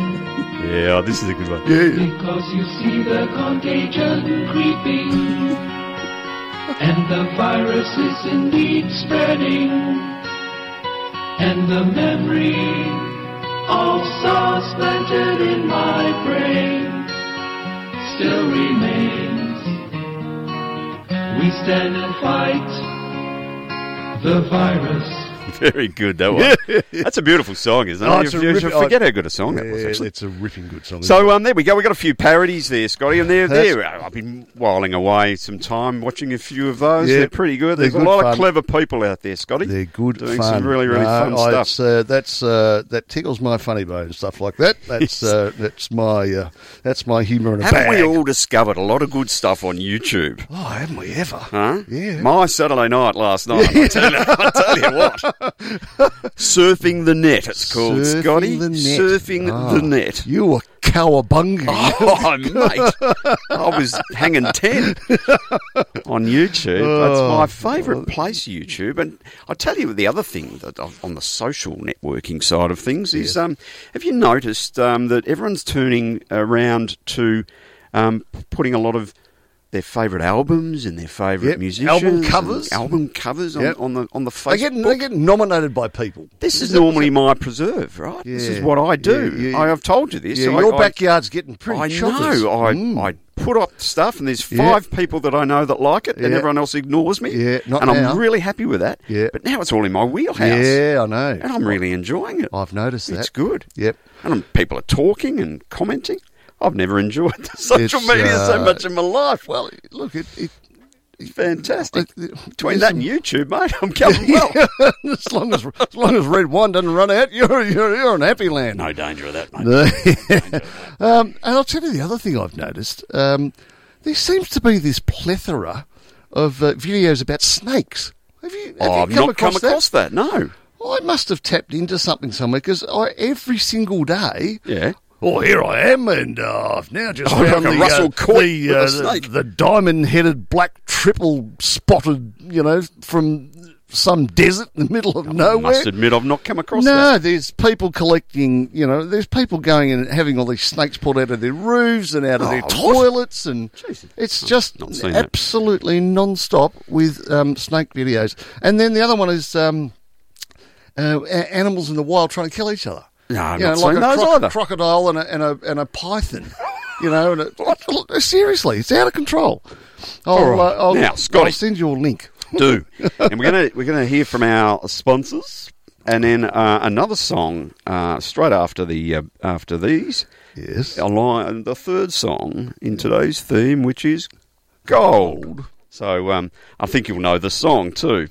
[SPEAKER 2] Yeah, oh, this is a good one.
[SPEAKER 15] Because you see the contagion creeping. And the virus is indeed spreading. And the memory of sauce planted in my brain still remains. We stand and fight the virus.
[SPEAKER 2] <laughs> Very good, that one.
[SPEAKER 1] <laughs>
[SPEAKER 2] That's a beautiful song, isn't it?
[SPEAKER 1] Oh, it's
[SPEAKER 2] You-
[SPEAKER 1] a
[SPEAKER 2] you
[SPEAKER 1] ripping-
[SPEAKER 2] forget
[SPEAKER 1] I-
[SPEAKER 2] how good a song that was,
[SPEAKER 1] Yeah,
[SPEAKER 2] actually.
[SPEAKER 1] It's a ripping good song. isn't
[SPEAKER 2] So um, there we go. We got a few parodies there, Scotty, and they're
[SPEAKER 1] That's-
[SPEAKER 2] there. I've been whiling away some time watching a few of those.
[SPEAKER 1] Yeah,
[SPEAKER 2] they're pretty good.
[SPEAKER 1] they're
[SPEAKER 2] There's a
[SPEAKER 1] good
[SPEAKER 2] lot
[SPEAKER 1] fun.
[SPEAKER 2] of clever people out there, Scotty. They're
[SPEAKER 1] good
[SPEAKER 2] doing
[SPEAKER 1] fun.
[SPEAKER 2] some really really
[SPEAKER 1] No,
[SPEAKER 2] fun
[SPEAKER 1] I-
[SPEAKER 2] stuff.
[SPEAKER 1] It's, uh, that's uh, that tickles my funny bone, stuff like
[SPEAKER 2] <laughs>
[SPEAKER 1] that. That's uh, that's my uh, that's my humour in a
[SPEAKER 2] Haven't
[SPEAKER 1] bag.
[SPEAKER 2] we all discovered a lot of good stuff on
[SPEAKER 1] <laughs>
[SPEAKER 2] YouTube?
[SPEAKER 1] oh, haven't we ever?
[SPEAKER 2] Huh?
[SPEAKER 1] Yeah.
[SPEAKER 2] My Saturday night last night. I tell you, I tell you what.
[SPEAKER 1] <laughs>
[SPEAKER 2] Surfing the net. It's called
[SPEAKER 1] Surfing
[SPEAKER 2] Scotty.
[SPEAKER 1] the net.
[SPEAKER 2] Surfing
[SPEAKER 1] Ah,
[SPEAKER 2] the net.
[SPEAKER 1] You were cowabunga.
[SPEAKER 2] <laughs>
[SPEAKER 1] <laughs>
[SPEAKER 2] Oh, mate. I was hanging 10 on YouTube.
[SPEAKER 1] Oh.
[SPEAKER 2] That's my favourite place, YouTube. And I tell you the other thing that I've- on the social networking side of things is um, have you noticed um, that everyone's turning around to um, p- putting a lot of their favourite albums and their favourite
[SPEAKER 1] Yep,
[SPEAKER 2] musicians,
[SPEAKER 1] album
[SPEAKER 2] and
[SPEAKER 1] covers.
[SPEAKER 2] album covers on,
[SPEAKER 1] Yep.
[SPEAKER 2] on the on the Facebook.
[SPEAKER 1] They get they get nominated by people.
[SPEAKER 2] this is normally my preserve, right? This is
[SPEAKER 1] Yeah.
[SPEAKER 2] what I do.
[SPEAKER 1] Yeah, yeah.
[SPEAKER 2] I, have told you this.
[SPEAKER 1] Yeah,
[SPEAKER 2] I-
[SPEAKER 1] your
[SPEAKER 2] I-
[SPEAKER 1] backyard's getting pretty.
[SPEAKER 2] I
[SPEAKER 1] chockers.
[SPEAKER 2] know. I, I put up stuff, and there's
[SPEAKER 1] Yeah.
[SPEAKER 2] five people that I know that like it, and
[SPEAKER 1] Yeah.
[SPEAKER 2] everyone else ignores me.
[SPEAKER 1] Yeah, not
[SPEAKER 2] and
[SPEAKER 1] now.
[SPEAKER 2] I'm really happy with that.
[SPEAKER 1] Yeah.
[SPEAKER 2] But now it's all in my wheelhouse.
[SPEAKER 1] Yeah, I know.
[SPEAKER 2] And I'm really enjoying it.
[SPEAKER 1] I've noticed that.
[SPEAKER 2] It's good.
[SPEAKER 1] Yep.
[SPEAKER 2] And I'm- people are talking and commenting. I've never enjoyed the <laughs> <laughs> social
[SPEAKER 1] It's,
[SPEAKER 2] media so
[SPEAKER 1] uh,
[SPEAKER 2] much in my life.
[SPEAKER 1] Well, look, it, it,
[SPEAKER 2] It's fantastic. Between
[SPEAKER 1] there's
[SPEAKER 2] that
[SPEAKER 1] some-
[SPEAKER 2] and YouTube, mate,
[SPEAKER 1] <laughs>
[SPEAKER 2] I'm coming well.
[SPEAKER 1] as long as as long as red wine doesn't run out, <laughs> you're you're, you're in happy land.
[SPEAKER 2] No danger of
[SPEAKER 1] <laughs>
[SPEAKER 2] that, mate.
[SPEAKER 1] um, and I'll tell you the other thing I've noticed. Um, there seems to be this plethora of uh, videos about snakes. Have you, have
[SPEAKER 2] Oh,
[SPEAKER 1] you
[SPEAKER 2] I've not come across that, no.
[SPEAKER 1] I must have tapped into something somewhere because every single day
[SPEAKER 2] Yeah.
[SPEAKER 1] Oh, here I am, and uh, I've now just
[SPEAKER 2] Oh,
[SPEAKER 1] found
[SPEAKER 2] <laughs> like a
[SPEAKER 1] the,
[SPEAKER 2] Russell
[SPEAKER 1] uh,
[SPEAKER 2] Court
[SPEAKER 1] the,
[SPEAKER 2] with a
[SPEAKER 1] uh, the,
[SPEAKER 2] snake.
[SPEAKER 1] the diamond-headed black triple spotted, you know, from some desert in the middle of
[SPEAKER 2] I
[SPEAKER 1] nowhere.
[SPEAKER 2] must admit, I've not come across
[SPEAKER 1] no,
[SPEAKER 2] that.
[SPEAKER 1] there's people collecting, you know, there's people going and having all these snakes pulled out of their roofs and out of their
[SPEAKER 2] Oh, what?
[SPEAKER 1] toilets, and it's just
[SPEAKER 2] seen that.
[SPEAKER 1] absolutely non-stop with um, snake videos. And then the other one is um, uh, a- animals in the wild trying to kill each other.
[SPEAKER 2] No, I've
[SPEAKER 1] You know,
[SPEAKER 2] not
[SPEAKER 1] like
[SPEAKER 2] seen
[SPEAKER 1] a
[SPEAKER 2] those
[SPEAKER 1] croc-
[SPEAKER 2] either.
[SPEAKER 1] crocodile and a, and a and a python. You know, and a, <laughs> seriously, it's out of control.
[SPEAKER 2] All
[SPEAKER 1] I'll,
[SPEAKER 2] right.
[SPEAKER 1] uh, I'll,
[SPEAKER 2] Now, Scotty.
[SPEAKER 1] I'll send you a link.
[SPEAKER 2] <laughs> do. and we're gonna we're gonna hear from our sponsors, and then uh, another song uh, straight after the uh, after these.
[SPEAKER 1] Yes.
[SPEAKER 2] Along, the third song in today's theme, which is gold. So um, I think you'll know the song too.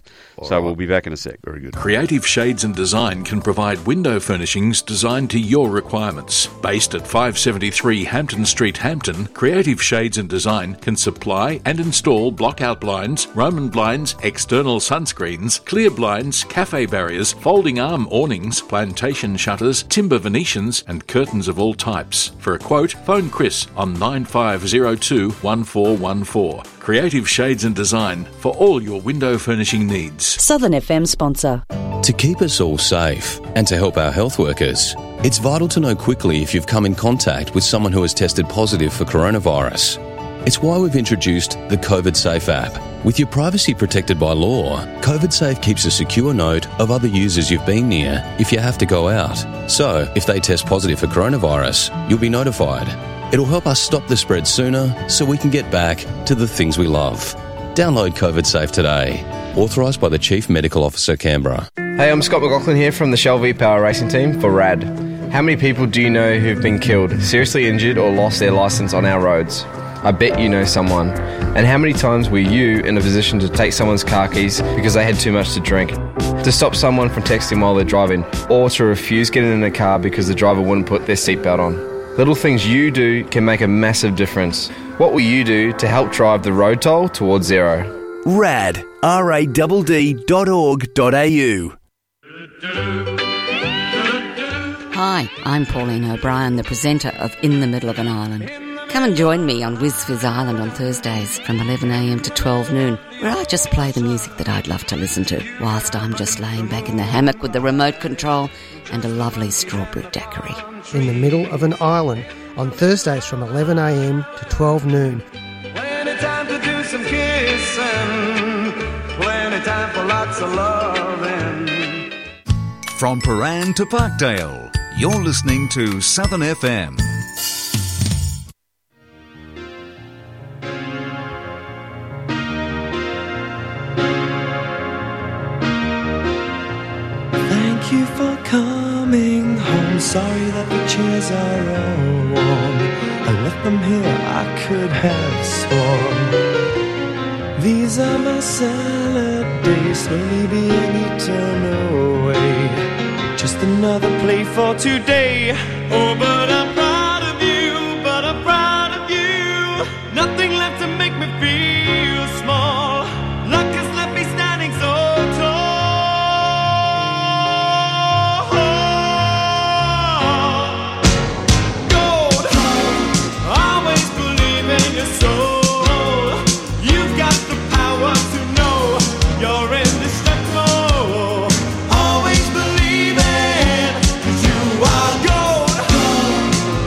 [SPEAKER 2] so we'll be back in a sec. Very good.
[SPEAKER 5] Creative Shades and Design can provide window furnishings designed to your requirements. Based at 573 Hampton Street, Hampton, Creative Shades and Design can supply and install blockout blinds, Roman blinds, external sunscreens, clear blinds, cafe barriers, folding arm awnings, plantation shutters, timber Venetians, and curtains of all types. For a quote, phone Chris on 9502 1414. Creative Shades and Design for all your window furnishing needs.
[SPEAKER 4] Southern FM sponsor.
[SPEAKER 7] To keep us all safe and to help our health workers, it's vital to know quickly if you've come in contact with someone who has tested positive for coronavirus. It's why we've introduced the COVID Safe app. With your privacy protected by law, COVID Safe keeps a secure note of other users you've been near if you have to go out. So, if they test positive for coronavirus, you'll be notified. It'll help us stop the spread sooner so we can get back to the things we love. Download COVID Safe today. Authorised by the Chief Medical Officer, Canberra.
[SPEAKER 17] Hey, I'm Scott McLaughlin here from the Shell V Power Racing Team for RAD. How many people do you know who've been killed, seriously injured, or lost their license on our roads? I bet you know someone. And how many times were you in a position to take someone's car keys because they had too much to drink? To stop someone from texting while they're driving, or to refuse getting in a car because the driver wouldn't put their seatbelt on? Little things you do can make a massive difference. What will you do to help drive the road toll towards zero?
[SPEAKER 18] Rad, R-A-D-D dot org dot au.
[SPEAKER 19] Hi, I'm Pauline O'Brien, the presenter of In the Middle of an Island. Come and join me on WizFizz Island on Thursdays from 11am to 12 noon, where I just play the music that I'd love to listen to, whilst I'm just laying back in the hammock with the remote control and a lovely strawberry daiquiri.
[SPEAKER 20] in the middle of an island on Thursdays from 11am to 12 noon.
[SPEAKER 14] Plenty time to do some kissing. Plenty time for lots of loving.
[SPEAKER 12] From Paran to Parkdale, you're listening to Southern FM.
[SPEAKER 14] Thank you for coming home. Sorry that the chairs are all warm. I left them here, I could have sworn. These are my salad days, slowly being eaten away. Just another play for today. Oh, but I'm proud of you, but I'm proud of you. Nothing left to make me feel small. Luck has left me standing so tall. Gold, always believe in your soul. You've got the power to know you're indestructible. Always believe it, 'cause you are gold.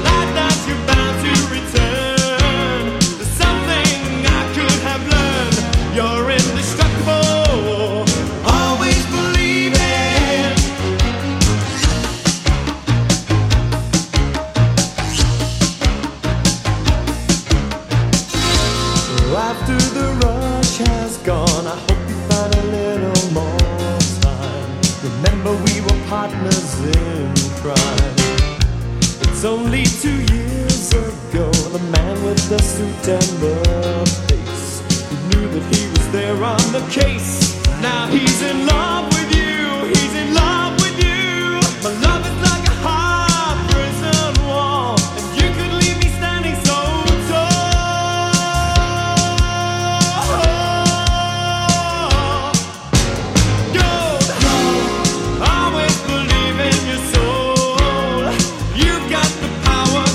[SPEAKER 14] Light that you're bound to return. There's something I could have learned. You're indestructible. Always believe it. So after the rush has gone, I hope you find a little more time. Remember, we were partners in crime. It's only two years ago, the man with the suit and the face who knew that he was there on the case. Now he's in love with you. He's in love with you. My love is like a hard prison wall, and you could leave me standing so tall. Always believe in your soul. You've got the power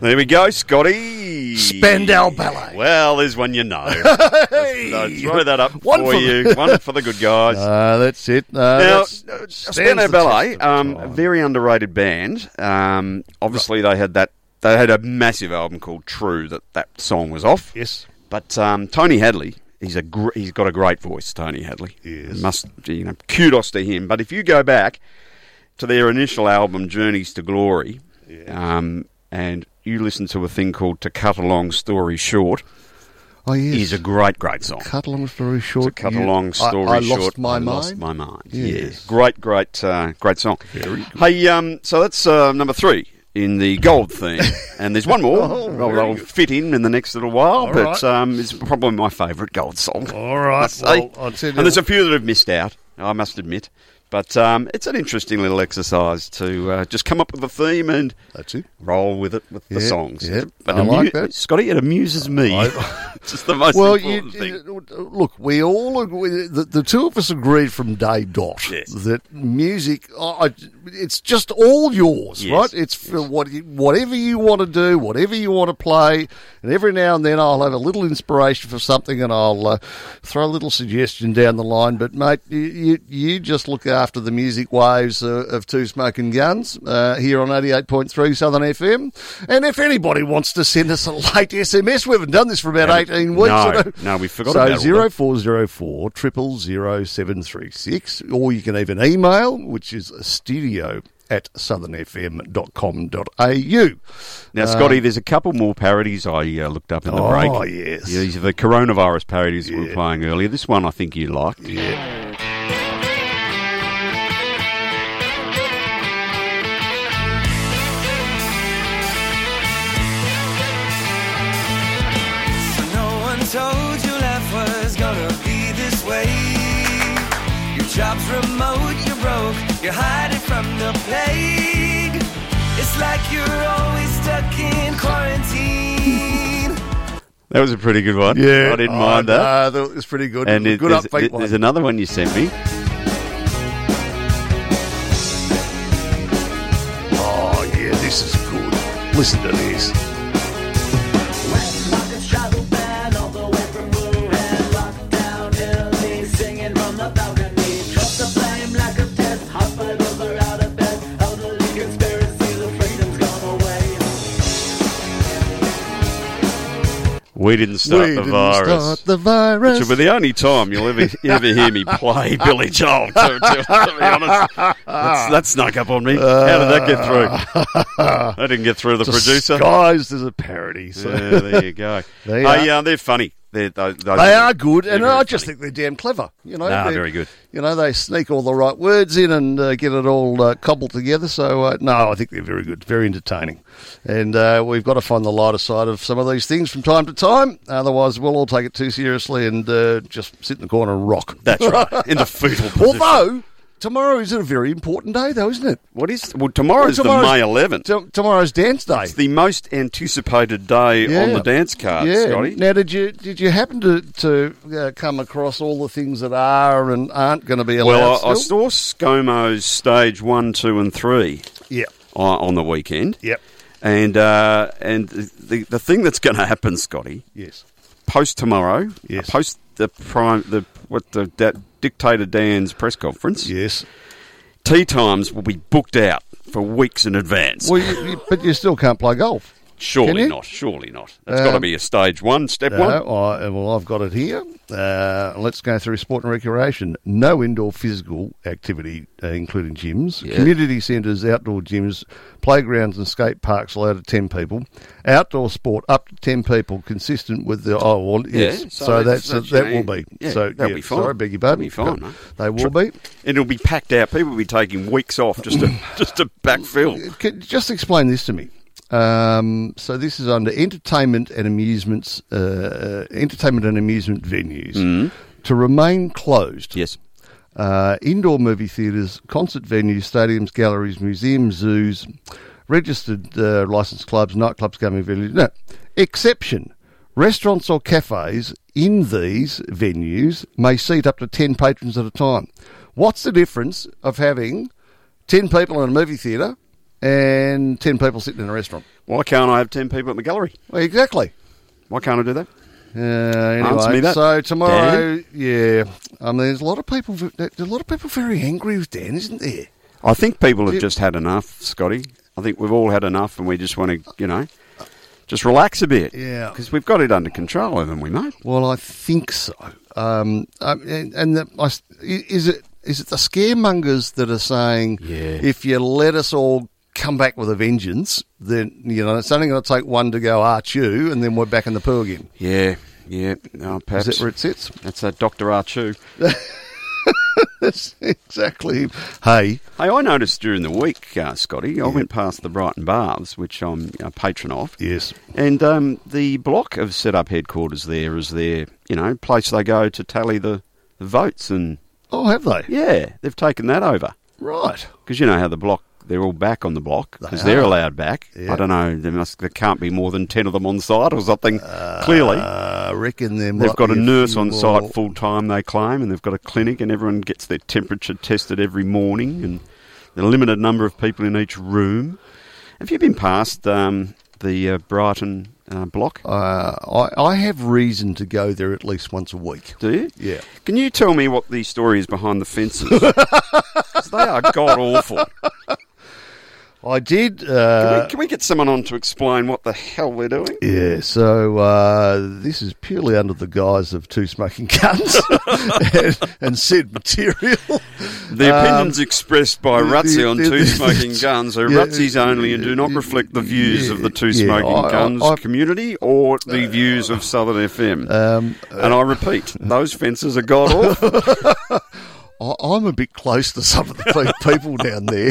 [SPEAKER 2] There we go, Scotty.
[SPEAKER 1] Spandau Ballet.
[SPEAKER 2] Well, there's one
[SPEAKER 1] <laughs>
[SPEAKER 2] you know. Let's throw that up
[SPEAKER 1] One
[SPEAKER 2] for
[SPEAKER 1] for
[SPEAKER 2] you.
[SPEAKER 1] the-
[SPEAKER 2] one for the good
[SPEAKER 1] <laughs>
[SPEAKER 2] guys.
[SPEAKER 1] Uh, that's it. Uh,
[SPEAKER 2] now, uh,
[SPEAKER 1] that's-
[SPEAKER 2] Spandau
[SPEAKER 1] the
[SPEAKER 2] Ballet, um, a very underrated band. Um, obviously, they had that. They had a massive album called True that that song was off.
[SPEAKER 1] Yes.
[SPEAKER 2] But um, Tony Hadley, he's a gr- he's got a great voice. Tony Hadley. Yes. Must you know? Kudos to him. But if you go back to their initial album, Journeys to Glory, um, and you listen to a thing called To Cut a Long Story Short,
[SPEAKER 1] Oh, yes.
[SPEAKER 2] is a great, great song.
[SPEAKER 1] Cut a long story short.
[SPEAKER 2] Cut
[SPEAKER 1] you-
[SPEAKER 2] a long story
[SPEAKER 1] I, I
[SPEAKER 2] short.
[SPEAKER 1] Lost my
[SPEAKER 2] I
[SPEAKER 1] mind.
[SPEAKER 2] lost my mind.
[SPEAKER 1] Yes.
[SPEAKER 2] Yes. Great, great, uh, great song. Hey, um, so that's uh, number three in the gold
[SPEAKER 1] <laughs>
[SPEAKER 2] theme. and there's one more.
[SPEAKER 1] Oh,
[SPEAKER 2] I'll-
[SPEAKER 1] very
[SPEAKER 2] I'll, fit in in the next little while,
[SPEAKER 1] All
[SPEAKER 2] but
[SPEAKER 1] right.
[SPEAKER 2] um, it's probably my favourite gold song.
[SPEAKER 1] All
[SPEAKER 2] <laughs>
[SPEAKER 1] right,
[SPEAKER 2] must say.
[SPEAKER 1] well, I'll tell you
[SPEAKER 2] and there's a few that have missed out, I must admit. But um, it's an interesting little exercise to uh, just come up with a theme and
[SPEAKER 1] That's it.
[SPEAKER 2] roll with it with the
[SPEAKER 1] Yeah,
[SPEAKER 2] songs.
[SPEAKER 1] yeah,
[SPEAKER 2] But
[SPEAKER 1] I
[SPEAKER 2] amu-
[SPEAKER 1] like that.
[SPEAKER 2] Scotty, it amuses me. <laughs> it's just the most
[SPEAKER 1] well, you,
[SPEAKER 2] important thing.
[SPEAKER 1] you- look, we all agree, the, the two of us agreed from day dot that music, I I- it's just all yours,
[SPEAKER 2] Yes,
[SPEAKER 1] right? It's for what you- whatever you want to do, whatever you want to play, and every now and then I'll have a little inspiration for something, and I'll uh, throw a little suggestion down the line. But mate, you you, you just look after the music waves uh, of Two Smoking Guns uh, here on eighty eight point three Southern FM, and if anybody wants to send us a late SMS, we haven't done this for about
[SPEAKER 2] Yeah,
[SPEAKER 1] eighteen weeks.
[SPEAKER 2] no,
[SPEAKER 1] or
[SPEAKER 2] no, we forgot
[SPEAKER 1] so
[SPEAKER 2] about all
[SPEAKER 1] zero
[SPEAKER 2] that.
[SPEAKER 1] four zero four triple zero seven three six, or you can even email, which is studio at southernfm.com.au.
[SPEAKER 2] Now,
[SPEAKER 1] Uh,
[SPEAKER 2] Scotty, there's a couple more parodies I uh, looked up in the
[SPEAKER 1] Oh,
[SPEAKER 2] break.
[SPEAKER 1] yes.
[SPEAKER 2] These are the coronavirus parodies we were playing earlier. This one I think you liked.
[SPEAKER 1] Yeah.
[SPEAKER 14] No one told you life was gonna be this way. Your job's remote, you're broke, you're hiding from the plague. It's like you're always stuck in quarantine.
[SPEAKER 2] That was a pretty good one.
[SPEAKER 1] Yeah.
[SPEAKER 2] I didn't
[SPEAKER 1] Oh,
[SPEAKER 2] mind
[SPEAKER 1] no,
[SPEAKER 2] that.
[SPEAKER 1] that was pretty good.
[SPEAKER 2] And
[SPEAKER 1] Good
[SPEAKER 2] there's,
[SPEAKER 1] upbeat one.
[SPEAKER 2] there's another one you sent me.
[SPEAKER 1] Oh, yeah, this is good. Listen to this.
[SPEAKER 2] We didn't start
[SPEAKER 1] We
[SPEAKER 2] the
[SPEAKER 1] didn't
[SPEAKER 2] virus.
[SPEAKER 1] start the virus.
[SPEAKER 2] Which will be the only time you'll ever, ever hear
[SPEAKER 1] <laughs>
[SPEAKER 2] me play Billy Joel, to, to, to be honest. That's, that snuck up on me. <laughs> How did that get through?
[SPEAKER 1] <laughs> Uh,
[SPEAKER 2] That didn't get through the producer.
[SPEAKER 1] Disguised as a parody. So.
[SPEAKER 2] Yeah, there you go.
[SPEAKER 1] <laughs> They
[SPEAKER 2] Hey,
[SPEAKER 1] are-
[SPEAKER 2] yeah, they're funny. They're, those, those
[SPEAKER 1] They are good, and
[SPEAKER 2] they're
[SPEAKER 1] I
[SPEAKER 2] very
[SPEAKER 1] just think they're damn clever. You know,
[SPEAKER 2] Nah,
[SPEAKER 1] They're-
[SPEAKER 2] very good.
[SPEAKER 1] You know, they sneak all the right words in and uh, get it all uh, cobbled together. So, uh, no, I think they're very good, very entertaining, and uh, we've got to find the lighter side of some of these things from time to time. Otherwise, we'll all take it too seriously and uh, just sit in the corner and rock.
[SPEAKER 2] That's
[SPEAKER 1] <laughs>
[SPEAKER 2] right. In the fetal position.
[SPEAKER 1] Although tomorrow is a very important day, though, isn't it?
[SPEAKER 2] What is well tomorrow's,
[SPEAKER 1] tomorrow's-
[SPEAKER 2] the May 11th.
[SPEAKER 1] T- tomorrow's dance day.
[SPEAKER 2] It's the most anticipated day
[SPEAKER 1] Yeah.
[SPEAKER 2] on the dance card,
[SPEAKER 1] yeah.
[SPEAKER 2] Scotty.
[SPEAKER 1] Now, did you did you happen to to uh, come across all the things that are and aren't going to be allowed?
[SPEAKER 2] Well, I, I
[SPEAKER 1] still?
[SPEAKER 2] saw ScoMo's stage one, two, and three.
[SPEAKER 1] Yep.
[SPEAKER 2] On, on the weekend.
[SPEAKER 1] Yep.
[SPEAKER 2] And uh, and the the thing that's going to happen, Scotty,
[SPEAKER 1] Yes.
[SPEAKER 2] post tomorrow, yes. post the prime the what the that dictator Dan's press conference,
[SPEAKER 1] yes,
[SPEAKER 2] tea times will be booked out for weeks in advance.
[SPEAKER 1] Well, you, you, but you still can't play golf. Can
[SPEAKER 2] surely
[SPEAKER 1] you? Uh,
[SPEAKER 2] not, surely not. That's got to
[SPEAKER 1] Um,
[SPEAKER 2] be a stage one, step
[SPEAKER 1] No,
[SPEAKER 2] one.
[SPEAKER 1] I, well, I've got it here. Uh, let's go through sport and recreation. No indoor physical activity, uh, including gyms, community centres, outdoor gyms, playgrounds, and skate parks allowed to 10 people. Outdoor sport up to 10 people, consistent with the. Oh, well, yes.
[SPEAKER 2] Yeah,
[SPEAKER 1] so
[SPEAKER 2] so
[SPEAKER 1] that's,
[SPEAKER 2] that's- that's,
[SPEAKER 1] that
[SPEAKER 2] you know,
[SPEAKER 1] will be.
[SPEAKER 2] yeah,
[SPEAKER 1] so,
[SPEAKER 2] that'll
[SPEAKER 1] yeah,
[SPEAKER 2] be fine.
[SPEAKER 1] Sorry, beg your pardon.
[SPEAKER 2] That'll be fine,
[SPEAKER 1] They will be.
[SPEAKER 2] And it'll be packed out. People will be taking weeks off just
[SPEAKER 1] <coughs>
[SPEAKER 2] to just to backfill.
[SPEAKER 1] Can, just explain this to me. Um, so this is under entertainment and amusements, uh, entertainment and amusement venues to remain closed.
[SPEAKER 2] Yes.
[SPEAKER 1] Uh, indoor movie theatres, concert venues, stadiums, galleries, museums, zoos, registered uh, licensed clubs, nightclubs, gaming venues. No exception. Restaurants or cafes in these venues may seat up to 10 patrons at a time. What's the difference of having 10 people in a movie theatre and 10 people sitting in a restaurant.
[SPEAKER 2] Why can't I have 10 people at my gallery?
[SPEAKER 1] Well, exactly.
[SPEAKER 2] Why can't I do that?
[SPEAKER 1] Uh, anyway,
[SPEAKER 2] Answer me that.
[SPEAKER 1] so tomorrow,
[SPEAKER 2] Dan?
[SPEAKER 1] yeah, I mean, there's a lot of people. v- There's a lot of people very angry with Dan, isn't there?
[SPEAKER 2] I think people have
[SPEAKER 1] Yeah.
[SPEAKER 2] just had enough, Scotty. I think we've all had enough and we just want to, you know, just relax a bit.
[SPEAKER 1] Yeah.
[SPEAKER 2] Because we've got it under control, haven't we, mate?
[SPEAKER 1] Well, I think so. Um, um, and and the, I s- i- is it is it the scaremongers that are saying if you let us all come back with a vengeance, then you know it's only going to take one to go arch you, and then we're back in the pool again. <laughs>
[SPEAKER 2] Yeah, yeah. No, perhaps.
[SPEAKER 1] that where it sits?
[SPEAKER 2] That's that Dr. Archu.
[SPEAKER 1] That's <laughs> exactly. Hey.
[SPEAKER 2] Hey, I noticed during the week, uh, Scotty, I went past the Brighton Baths, which I'm a patron of.
[SPEAKER 1] Yes.
[SPEAKER 2] And um, the block have set up headquarters there as their, you know, place they go to tally the, the votes. And
[SPEAKER 1] Oh, have they?
[SPEAKER 2] yeah, they've taken that over.
[SPEAKER 1] Right.
[SPEAKER 2] Because you know how the block, they're all back on the block because
[SPEAKER 1] They
[SPEAKER 2] they are
[SPEAKER 1] are.
[SPEAKER 2] allowed back.
[SPEAKER 1] Yeah.
[SPEAKER 2] I don't know, there, must, there can't be more than 10 of them on site or something, clearly.
[SPEAKER 1] I Uh, reckon there
[SPEAKER 2] They've
[SPEAKER 1] might
[SPEAKER 2] got a
[SPEAKER 1] be
[SPEAKER 2] nurse
[SPEAKER 1] few
[SPEAKER 2] on
[SPEAKER 1] more-
[SPEAKER 2] site full time, they claim, and they've got a clinic, and everyone gets their temperature tested every morning, and the limited number of people in each room. Have you been past um, the uh, Brighton uh, block?
[SPEAKER 1] Uh, I, I have reason to go there at least once a week.
[SPEAKER 2] Do you?
[SPEAKER 1] Yeah.
[SPEAKER 2] Can you tell me what the story is behind
[SPEAKER 1] <laughs>
[SPEAKER 2] the fences? 'Cause they are god awful.
[SPEAKER 1] I did.
[SPEAKER 2] Can,
[SPEAKER 1] Uh,
[SPEAKER 2] we, can we get someone on to explain what the hell we're doing?
[SPEAKER 1] Yeah, so uh, this is purely under the guise of two smoking <laughs> guns and, and said material.
[SPEAKER 2] The
[SPEAKER 1] Um,
[SPEAKER 2] opinions expressed by
[SPEAKER 1] the-
[SPEAKER 2] Rutsy on
[SPEAKER 1] the-
[SPEAKER 2] Two
[SPEAKER 1] the-
[SPEAKER 2] Smoking Guns are
[SPEAKER 1] Yeah,
[SPEAKER 2] Rutsy's only and do not reflect the views of the Two
[SPEAKER 1] yeah,
[SPEAKER 2] Smoking
[SPEAKER 1] I- I-
[SPEAKER 2] Guns
[SPEAKER 1] I-
[SPEAKER 2] community or the views of Southern FM.
[SPEAKER 1] Um,
[SPEAKER 2] and
[SPEAKER 1] <laughs>
[SPEAKER 2] I repeat, those fences are god awful.
[SPEAKER 1] I, I'm a bit close to some of the pe- people down there.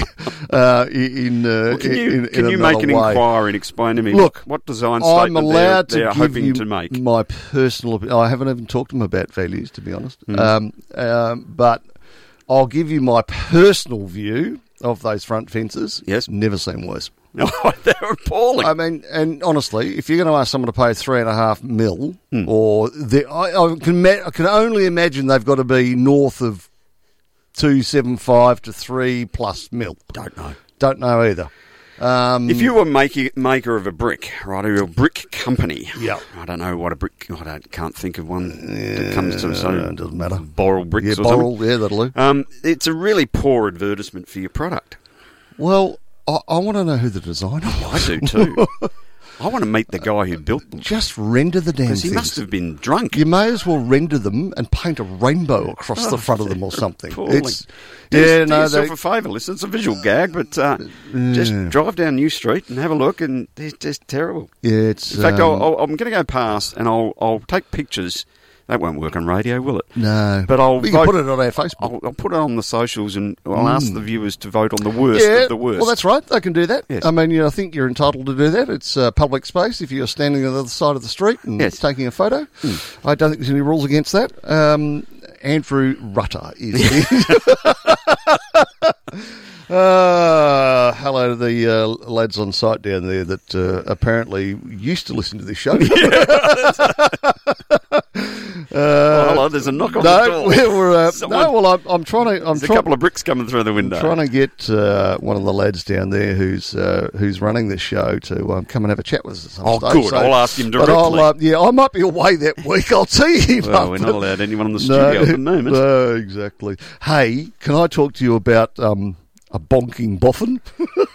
[SPEAKER 1] Uh, i- in, uh,
[SPEAKER 2] Can you,
[SPEAKER 1] in,
[SPEAKER 2] can
[SPEAKER 1] in
[SPEAKER 2] you make
[SPEAKER 1] another
[SPEAKER 2] an
[SPEAKER 1] way.
[SPEAKER 2] inquiry and explain to me
[SPEAKER 1] Look,
[SPEAKER 2] what design
[SPEAKER 1] I'm
[SPEAKER 2] statement
[SPEAKER 1] allowed
[SPEAKER 2] they're,
[SPEAKER 1] to
[SPEAKER 2] they're
[SPEAKER 1] give
[SPEAKER 2] hoping
[SPEAKER 1] you
[SPEAKER 2] to make?
[SPEAKER 1] my personal. opi- I haven't even talked to them about values, to be honest.
[SPEAKER 2] Mm.
[SPEAKER 1] Um, um, but I'll give you my personal view of those front fences.
[SPEAKER 2] Yes,
[SPEAKER 1] never seen worse.
[SPEAKER 2] <laughs> No, they're appalling.
[SPEAKER 1] I mean, and honestly, if you're going to ask someone to pay three and a half mil,
[SPEAKER 2] Hmm.
[SPEAKER 1] or the, I, I can ma- I can only imagine they've got to be north of two seven five to three plus mil.
[SPEAKER 2] Don't know.
[SPEAKER 1] Don't know either. Um,
[SPEAKER 2] If you were making maker of a brick, right, or a brick company,
[SPEAKER 1] Yeah.
[SPEAKER 2] I don't know what a brick. I don't, can't think of one that comes to. So
[SPEAKER 1] it doesn't matter.
[SPEAKER 2] Boral bricks
[SPEAKER 1] yeah,
[SPEAKER 2] or something.
[SPEAKER 1] Boral, yeah, that'll do.
[SPEAKER 2] Um, it's a really poor advertisement for your product.
[SPEAKER 1] Well, I, I want to know who the designer <laughs>
[SPEAKER 2] I
[SPEAKER 1] was.
[SPEAKER 2] do too. I want to meet the guy who built them
[SPEAKER 1] Just render the damn
[SPEAKER 2] because he
[SPEAKER 1] things.
[SPEAKER 2] must have been drunk.
[SPEAKER 1] You may as well render them and paint a
[SPEAKER 2] <laughs>
[SPEAKER 1] rainbow across the front of them or something.
[SPEAKER 2] Appalling. Do,
[SPEAKER 1] yeah,
[SPEAKER 2] do
[SPEAKER 1] no,
[SPEAKER 2] yourself
[SPEAKER 1] they- Mm,
[SPEAKER 2] a favour, listen. It's a visual gag, but uh, just
[SPEAKER 1] Yeah.
[SPEAKER 2] drive down New Street and have a look, and they're just terrible.
[SPEAKER 1] yeah, it's
[SPEAKER 2] In fact,
[SPEAKER 1] um,
[SPEAKER 2] I'll, I'll, I'm going to go past and I'll, I'll take pictures. That won't work on radio, will it?
[SPEAKER 1] no,
[SPEAKER 2] But I'll
[SPEAKER 1] we can
[SPEAKER 2] vote-
[SPEAKER 1] put it on our Facebook.
[SPEAKER 2] I'll, I'll put it on the socials and I'll ask
[SPEAKER 1] Mm.
[SPEAKER 2] the viewers to vote on the worst
[SPEAKER 1] yeah,
[SPEAKER 2] of the worst.
[SPEAKER 1] well, that's right. They can do that.
[SPEAKER 2] Yes.
[SPEAKER 1] I mean, you know, I think you're entitled to do that. It's uh, public space. If you're standing on the other side of the street and
[SPEAKER 2] Yes. Hmm.
[SPEAKER 1] taking a photo, I don't think there's any rules against that. Um, Andrew Rutter is.
[SPEAKER 2] <laughs>
[SPEAKER 1] <laughs> Uh, hello to the uh, lads on site down there that uh, apparently used to listen to this
[SPEAKER 2] <laughs>
[SPEAKER 1] show. <laughs> Uh,
[SPEAKER 2] Oh, hello, there's a knock on
[SPEAKER 1] no,
[SPEAKER 2] the door.
[SPEAKER 1] <laughs> we're, uh,
[SPEAKER 2] Someone-
[SPEAKER 1] no, well, I'm, I'm trying to. I'm
[SPEAKER 2] there's a
[SPEAKER 1] trying,
[SPEAKER 2] couple of bricks coming through the window.
[SPEAKER 1] Trying to get uh, one of the lads down there who's uh, who's running this show to um, come and have a chat with us. At some
[SPEAKER 2] Oh,
[SPEAKER 1] stage.
[SPEAKER 2] good. I'll ask him
[SPEAKER 1] But I'll,
[SPEAKER 2] directly.
[SPEAKER 1] uh, yeah, I might be away that week. I'll tee him
[SPEAKER 2] well,
[SPEAKER 1] up.
[SPEAKER 2] we're not allowed anyone in the
[SPEAKER 1] No,
[SPEAKER 2] studio at the
[SPEAKER 1] <laughs>
[SPEAKER 2] moment.
[SPEAKER 1] No, exactly. Hey, can I talk to you about um, a bonking boffin?
[SPEAKER 2] <laughs>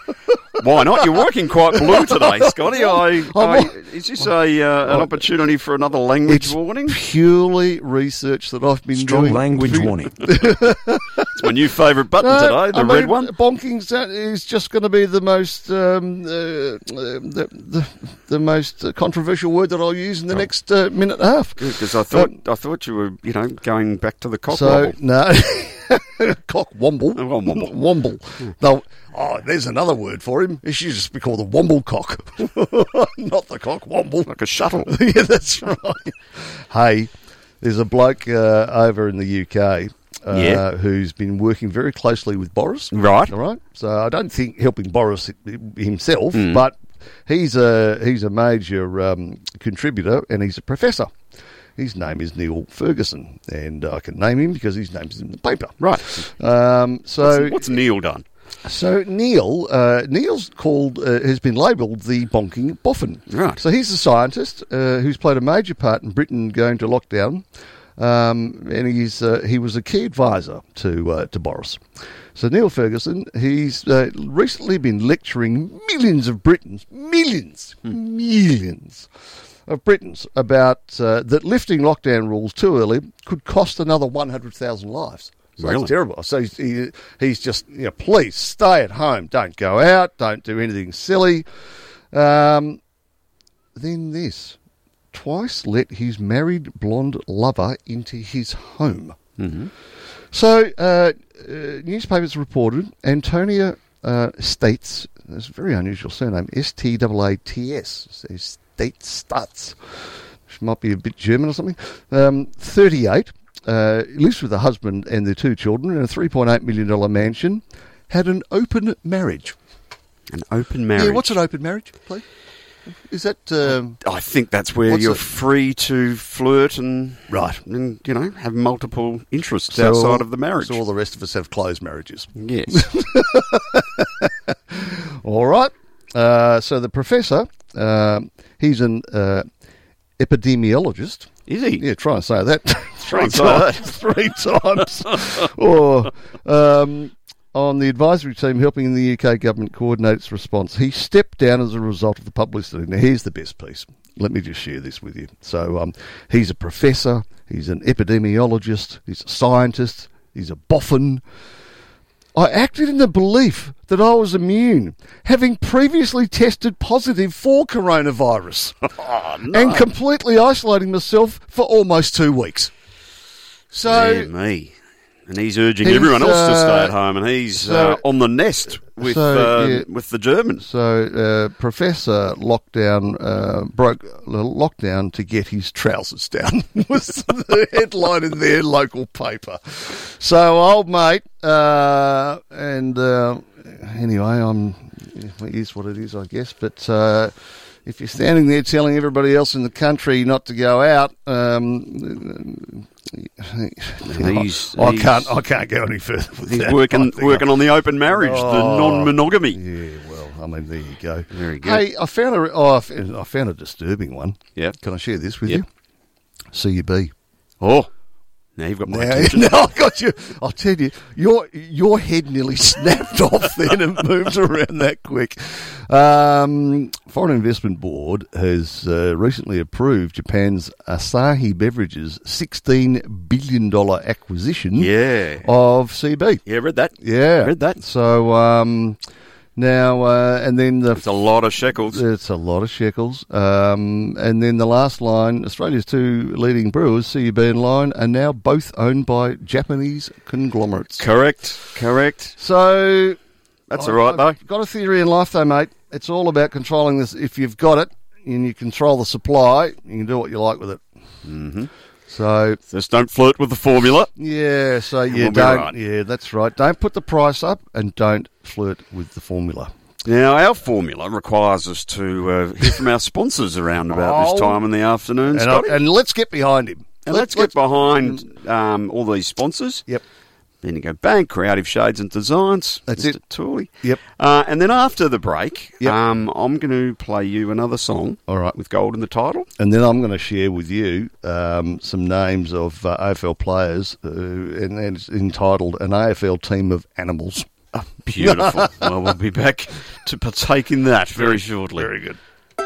[SPEAKER 2] Why not? You're working quite blue today,
[SPEAKER 1] <laughs>
[SPEAKER 2] Scotty. I, I,
[SPEAKER 1] wa-
[SPEAKER 2] is this a uh, an opportunity for another
[SPEAKER 1] Oh.
[SPEAKER 2] language
[SPEAKER 1] It's <laughs>
[SPEAKER 2] warning?
[SPEAKER 1] <laughs> purely research that I've been
[SPEAKER 18] Strong
[SPEAKER 1] doing.
[SPEAKER 18] language
[SPEAKER 2] <laughs>
[SPEAKER 18] warning.
[SPEAKER 2] It's my new favourite button
[SPEAKER 1] No,
[SPEAKER 2] today, the
[SPEAKER 1] I mean,
[SPEAKER 2] red
[SPEAKER 1] uh,
[SPEAKER 2] one.
[SPEAKER 1] Bonking's that is just going to be the most um, uh, uh, the, the, the most uh, controversial word that I'll use in the next uh, minute and a half.
[SPEAKER 2] Because Oh. I thought I thought you were you know going back to the cock
[SPEAKER 1] uh, so
[SPEAKER 2] wobble.
[SPEAKER 1] no, <laughs> cock womble,
[SPEAKER 2] Oh, <laughs>
[SPEAKER 1] <laughs>
[SPEAKER 2] womble.
[SPEAKER 1] womble. They'll- oh, there's another word for him. It should just be called the womble cock, <laughs> not the cock womble.
[SPEAKER 2] like a shuttle.
[SPEAKER 1] <laughs> yeah, that's right. Hey, there's a bloke uh, over in the UK uh,
[SPEAKER 2] Yeah.
[SPEAKER 1] who's been working very closely with Boris.
[SPEAKER 2] Right.
[SPEAKER 1] All right. So I don't think helping Boris hi- himself,
[SPEAKER 2] Mm.
[SPEAKER 1] but he's a he's a major um, contributor and he's a professor. His name is Neil Ferguson, and I can name him because his name's in the paper.
[SPEAKER 2] Right.
[SPEAKER 1] Um, so
[SPEAKER 2] What's Neil done?
[SPEAKER 1] So Neil, uh, Neil's called uh, has been labelled the bonking boffin. Right. So he's a scientist uh, who's played a major part in Britain going to lockdown, um, and he's uh, he was a key advisor to uh, to Boris. So Neil Ferguson, he's uh, recently been lecturing millions of Britons, millions, millions of Britons about uh, that lifting lockdown rules too early could cost another one hundred thousand lives. So
[SPEAKER 2] Really?
[SPEAKER 1] That's terrible. So he's, he, he's just, you know, please stay at home. Don't go out. Don't do anything silly. Um, then this twice let his married blonde lover into his home. Mm-hmm. So, uh, uh, newspapers reported Antonia uh, States, that's a very unusual surname, S T A A T S, so State Stutz, which might be a bit German or something, um, 38, uh, lives with a husband and their two children in a $3.8 million mansion, had an open marriage.
[SPEAKER 2] An open marriage.
[SPEAKER 1] Yeah, what's an open marriage, please? Is that. Um,
[SPEAKER 2] I think that's where
[SPEAKER 1] What's
[SPEAKER 2] you're
[SPEAKER 1] it?
[SPEAKER 2] free to flirt and
[SPEAKER 1] right,
[SPEAKER 2] and you know have multiple interests
[SPEAKER 1] So
[SPEAKER 2] outside
[SPEAKER 1] all-
[SPEAKER 2] of the marriage.
[SPEAKER 1] so all the rest of us have closed marriages.
[SPEAKER 2] Yes.
[SPEAKER 1] <laughs> All right. Uh, so the professor, um he's an uh, epidemiologist.
[SPEAKER 2] Is he?
[SPEAKER 1] Yeah, try and say that
[SPEAKER 2] Try
[SPEAKER 1] three
[SPEAKER 2] and say that.
[SPEAKER 1] times. <laughs> Three times.
[SPEAKER 15] <laughs>
[SPEAKER 1] <laughs> or um, on the advisory team helping the UK government coordinate its response. He stepped down as a result of the publicity. Now, here's the best piece. Let me just share this with you. So, um, he's a professor, he's an epidemiologist, he's a scientist, he's a boffin. I acted in the belief that I was immune, having previously tested positive for coronavirus
[SPEAKER 15] Oh.
[SPEAKER 1] and completely isolating myself for almost two weeks. So,
[SPEAKER 2] Dear me. And he's urging
[SPEAKER 1] He's,
[SPEAKER 2] everyone else to stay
[SPEAKER 1] uh,
[SPEAKER 2] at home, and he's
[SPEAKER 1] so-
[SPEAKER 2] uh, on the nest with
[SPEAKER 1] so,
[SPEAKER 2] uh,
[SPEAKER 1] yeah. <laughs>
[SPEAKER 2] with the Germans.
[SPEAKER 1] So, uh, Professor Lockdown uh, broke the lockdown to get his trousers down, <laughs> was the headline in their local
[SPEAKER 2] <laughs>
[SPEAKER 1] paper. So, old mate, uh, and uh, anyway, I'm, it is what it is, I guess, but. Uh, if you're standing there telling everybody else in the country not to go out, um,
[SPEAKER 2] He's-
[SPEAKER 1] I, I
[SPEAKER 2] he's-
[SPEAKER 1] can't. I can't go any further. With
[SPEAKER 2] He's
[SPEAKER 1] that. I
[SPEAKER 2] working
[SPEAKER 1] think
[SPEAKER 2] working
[SPEAKER 1] I'm-
[SPEAKER 2] on the open marriage,
[SPEAKER 1] Oh,
[SPEAKER 2] the non-monogamy.
[SPEAKER 1] Yeah, well, I mean, there you go.
[SPEAKER 2] Very good.
[SPEAKER 1] Hey, I found a oh, I found, I found a disturbing one.
[SPEAKER 2] Yeah.
[SPEAKER 1] Can I share this with
[SPEAKER 2] Yep.
[SPEAKER 1] you? CUB.
[SPEAKER 2] Oh, now you've got
[SPEAKER 1] <laughs>
[SPEAKER 2] my
[SPEAKER 1] Now,
[SPEAKER 2] attention.
[SPEAKER 1] now I got you. I'll tell you, your your head nearly <laughs> snapped off then and moved around that quick. Um, Foreign Investment Board has uh, recently approved Japan's Asahi Beverages sixteen billion dollar acquisition.
[SPEAKER 2] Yeah.
[SPEAKER 1] of CB.
[SPEAKER 2] Yeah, read that.
[SPEAKER 1] Yeah,
[SPEAKER 2] read that.
[SPEAKER 1] So um, now uh, and then the
[SPEAKER 2] It's a lot of shekels.
[SPEAKER 1] it's a lot of shekels. Um, and then the last line Australia's two leading brewers, CUB and Lion, are now both owned by Japanese conglomerates.
[SPEAKER 2] Correct. Correct.
[SPEAKER 1] So.
[SPEAKER 2] That's all right, though.
[SPEAKER 1] I've got a theory in life, though, mate. It's all about controlling this. If you've got it and you control the supply, you can do what you like with it.
[SPEAKER 2] hmm
[SPEAKER 1] So
[SPEAKER 2] just don't flirt with the formula.
[SPEAKER 1] Yeah, so you
[SPEAKER 2] we'll be
[SPEAKER 1] don't.
[SPEAKER 2] right.
[SPEAKER 1] Yeah, that's right. Don't put the price up and don't flirt with the formula.
[SPEAKER 2] Now, our formula requires us to uh, hear from our sponsors around about
[SPEAKER 1] Oh.
[SPEAKER 2] this time in the afternoon,
[SPEAKER 1] And,
[SPEAKER 2] Scotty.
[SPEAKER 1] I- and let's get behind him.
[SPEAKER 2] And let's, get behind um, all these sponsors.
[SPEAKER 1] Yep.
[SPEAKER 2] Then you go bang, Creative Shades and Designs. That's Mr. it. Tooley.
[SPEAKER 1] Yep.
[SPEAKER 2] Uh, and then after the break, um, I'm going to play you another song.
[SPEAKER 1] All right.
[SPEAKER 2] With gold in the title.
[SPEAKER 1] And then I'm going to share with you um, some names of uh, AFL players, uh, and, and it's entitled An AFL Team of
[SPEAKER 2] <laughs>
[SPEAKER 1] Animals.
[SPEAKER 2] Ah, Beautiful. well, we'll be back to partake in that very shortly. Very
[SPEAKER 1] good.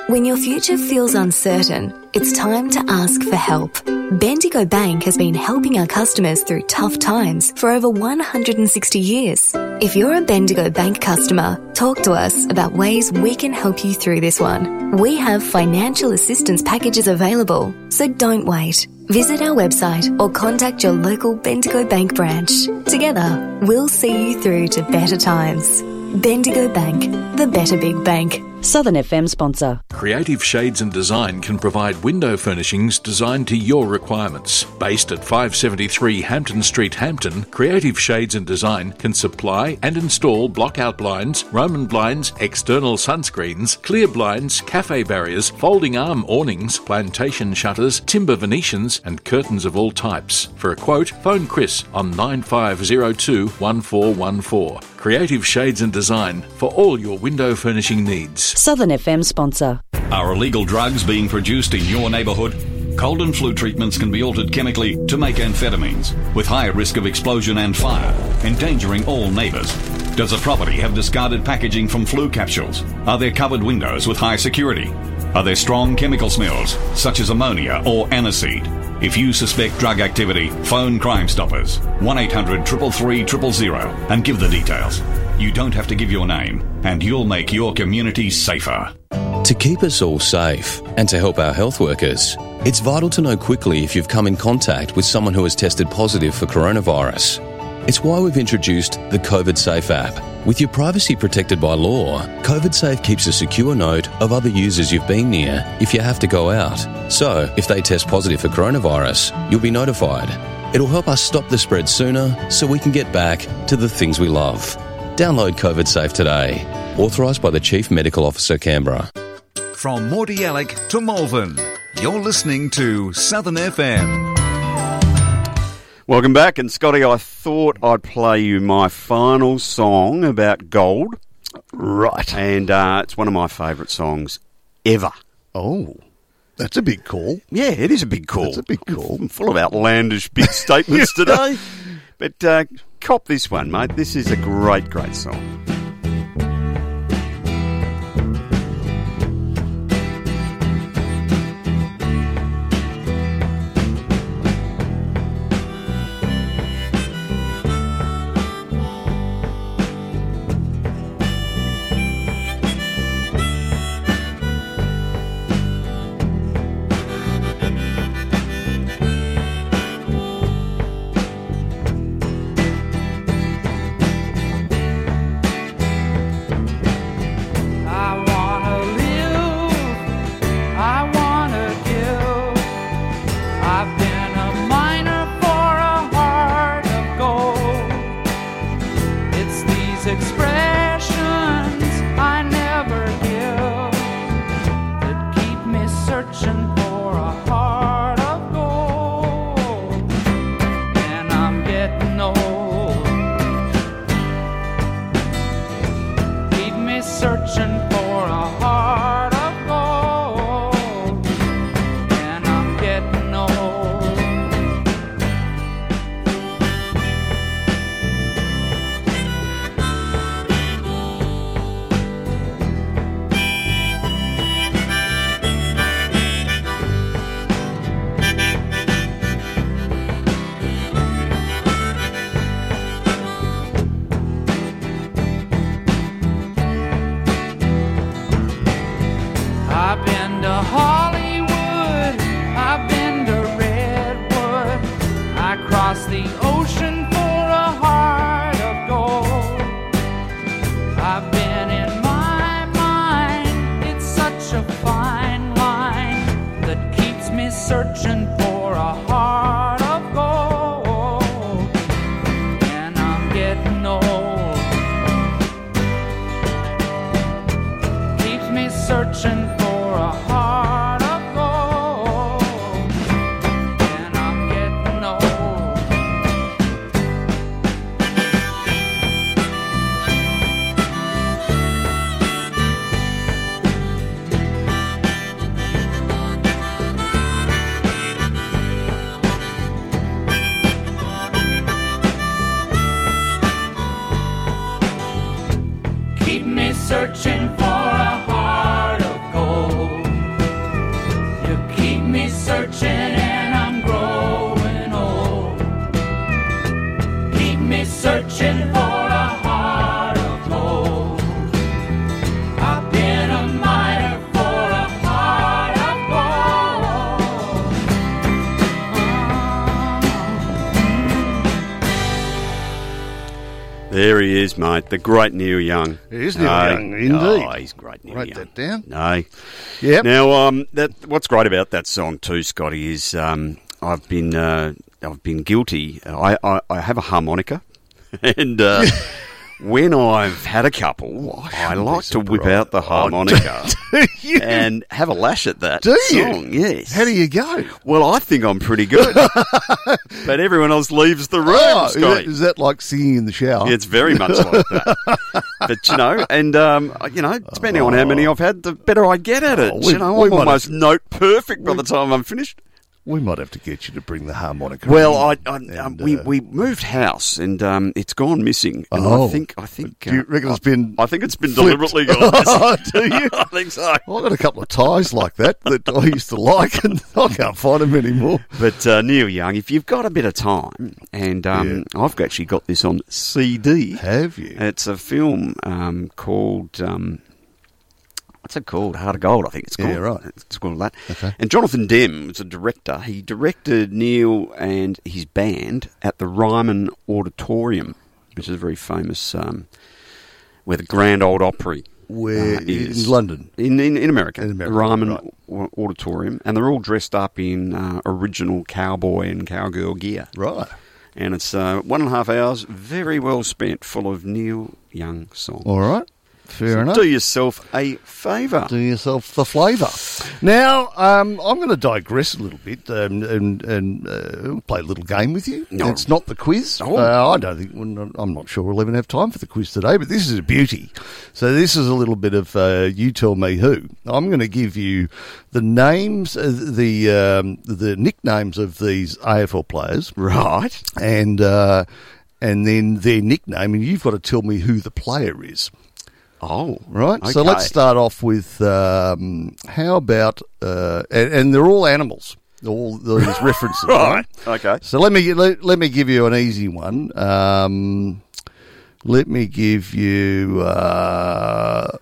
[SPEAKER 3] When your future feels uncertain, it's time to ask for help. Bendigo Bank has been helping our customers through tough times for over 160 years. If you're a Bendigo Bank customer, talk to us about ways we can help you through this one. We have financial assistance packages available, so don't wait. Visit our website or contact your local Bendigo Bank branch. Together, we'll see you through to better times. Bendigo Bank, the better big bank.
[SPEAKER 4] Southern FM sponsor.
[SPEAKER 5] Creative Shades and Design can provide window furnishings designed to your requirements. Based at 573 Hampton Street, Hampton, Creative Shades and Design can supply and install blockout blinds, Roman blinds, external sunscreens, clear blinds, cafe barriers, folding arm awnings, plantation shutters, timber Venetians, and curtains of all types. For a quote, phone Chris on 9502 1414. Creative Shades and Design for all your window furnishing needs.
[SPEAKER 19] Southern FM sponsor.
[SPEAKER 21] Are illegal drugs being produced in your neighbourhood? Cold and flu treatments can be altered chemically to make amphetamines, with higher risk of explosion and fire, endangering all neighbours. Does a property have discarded packaging from flu capsules? Are there covered windows with high security? Are there strong chemical smells, such as ammonia or aniseed? If you suspect drug activity, phone Crime Stoppers 1 800 333 000 and give the details. You don't have to give your name, and you'll make your community safer.
[SPEAKER 7] To keep us all safe and to help our health workers, it's vital to know quickly if you've come in contact with someone who has tested positive for coronavirus. It's why we've introduced the COVID Safe app. With your privacy protected by law, COVID Safe keeps a secure note of other users you've been near if you have to go out. So, if they test positive for coronavirus, you'll be notified. It'll help us stop the spread sooner so we can get back to the things we love. Download COVID Safe today. Authorised by the Chief Medical Officer, Canberra.
[SPEAKER 12] From Mordialloc to Malvern, you're listening to Southern FM.
[SPEAKER 2] Welcome back, and Scotty, I thought I'd play you my final song about gold.
[SPEAKER 1] Right.
[SPEAKER 2] And uh, it's one of my favourite songs ever.
[SPEAKER 1] Oh, that's a big call.
[SPEAKER 2] Yeah, it is a big call.
[SPEAKER 1] It's a big call.
[SPEAKER 2] I'm full of outlandish
[SPEAKER 1] <laughs>
[SPEAKER 2] big statements today. But uh, cop this one, mate. This is a great, great song.
[SPEAKER 22] I wanna live, I wanna give. I've been a miner for a heart of gold. It's these expressions I never give that keep me searching for a heart of gold. And I'm getting old. Keep me searching for a heart of gold. And I'm getting old. I've been to Hollywood, I've been to Redwood, I crossed the ocean for a heart of gold. I've been in my mind, it's such a fine line that keeps me searching for a heart of gold. And I'm getting old. keeps me searching for a heart of gold. And I'm getting old. Keep me searching for a heart of gold. You keep me searching and I'm growing old. Keep me searching for a heart of gold. I've been a miner for a heart of gold.
[SPEAKER 2] There he is, mate. The great Neil Young.
[SPEAKER 1] He is Neil
[SPEAKER 2] No.
[SPEAKER 1] Young, indeed.
[SPEAKER 2] Oh, he's great, Neil
[SPEAKER 1] Write
[SPEAKER 2] Young.
[SPEAKER 1] that down.
[SPEAKER 2] No.
[SPEAKER 1] Yep.
[SPEAKER 2] Now, um, that what's great about that song too, Scotty, is um, I've been
[SPEAKER 1] <laughs>
[SPEAKER 2] uh, I've been guilty. I, I, I have a harmonica, <laughs> and uh, when I've had a couple, I like to whip out
[SPEAKER 1] Oh, <laughs>
[SPEAKER 2] the harmonica and have a lash at that
[SPEAKER 1] Do you?
[SPEAKER 2] song. Yes.
[SPEAKER 1] How do you go?
[SPEAKER 2] Well, I think I'm
[SPEAKER 1] <laughs>
[SPEAKER 2] pretty good, but everyone else leaves the room.
[SPEAKER 1] Oh, is, that,
[SPEAKER 2] Scotty.
[SPEAKER 1] is that like singing in the shower?
[SPEAKER 2] It's very much like
[SPEAKER 1] <laughs>
[SPEAKER 2] that. but you know, and um, you know, depending on how many I've had, the better I get at it.
[SPEAKER 1] Oh, we-
[SPEAKER 2] you know,
[SPEAKER 1] we
[SPEAKER 2] I'm
[SPEAKER 1] might have
[SPEAKER 2] almost
[SPEAKER 1] to-
[SPEAKER 2] note perfect by the time I'm finished.
[SPEAKER 1] We might have to get you to bring the harmonica.
[SPEAKER 2] Well, I,
[SPEAKER 1] in
[SPEAKER 2] I um,
[SPEAKER 1] and,
[SPEAKER 2] we
[SPEAKER 1] uh,
[SPEAKER 2] we moved house and um, it's gone missing. And
[SPEAKER 1] Oh.
[SPEAKER 2] I think I think
[SPEAKER 1] Do you reckon it's been?
[SPEAKER 2] I think it's been
[SPEAKER 1] flipped? <laughs>
[SPEAKER 2] deliberately gone missing.
[SPEAKER 1] Do you?
[SPEAKER 2] <laughs> I think so.
[SPEAKER 1] Well, I've got a couple of ties like that that I used to like, and I can't find them anymore.
[SPEAKER 2] <laughs> But uh, Neil Young, if you've got a bit of time, and um, I've actually got this on CD.
[SPEAKER 1] Have you?
[SPEAKER 2] It's a film um, called. Um, What's it called? Heart of Gold, I think it's called.
[SPEAKER 1] Yeah, right.
[SPEAKER 2] It's called that. And Jonathan Demme was a director. He directed Neil and his band at the Ryman Auditorium, which is a very famous, um, where the Grand Old Opry
[SPEAKER 1] Where
[SPEAKER 2] uh,
[SPEAKER 1] in
[SPEAKER 2] is
[SPEAKER 1] London?
[SPEAKER 2] in in, in America,
[SPEAKER 1] In America,
[SPEAKER 2] Ryman
[SPEAKER 1] right.
[SPEAKER 2] Au- Auditorium, and they're all dressed up in uh, original cowboy and cowgirl gear.
[SPEAKER 1] Right.
[SPEAKER 2] And it's uh, one and a half hours, very well spent, full of Neil Young songs.
[SPEAKER 1] All right, fair
[SPEAKER 2] So
[SPEAKER 1] enough.
[SPEAKER 2] Do yourself a favour.
[SPEAKER 1] Do yourself the flavour. Now, um, I'm going to digress a little bit um, and, and uh, play a little game with you.
[SPEAKER 2] No.
[SPEAKER 1] It's not the quiz.
[SPEAKER 2] Oh.
[SPEAKER 1] Uh, I don't think, well, I'm not sure we'll even have time for the quiz today, but this is a beauty. So, this is a little bit of uh, You Tell Me Who. I'm going to give you the names, uh, the, um, the nicknames of these AFL players.
[SPEAKER 2] Right.
[SPEAKER 1] And, uh, and then their nickname, and you've got to tell me who the player is.
[SPEAKER 2] Oh,
[SPEAKER 1] Right. So let's start off with um, how about uh, and, and they're all animals. All
[SPEAKER 2] <laughs>
[SPEAKER 1] these references.
[SPEAKER 2] Right. Okay.
[SPEAKER 1] So let me let, let me give you an easy one. Um, let me give you uh,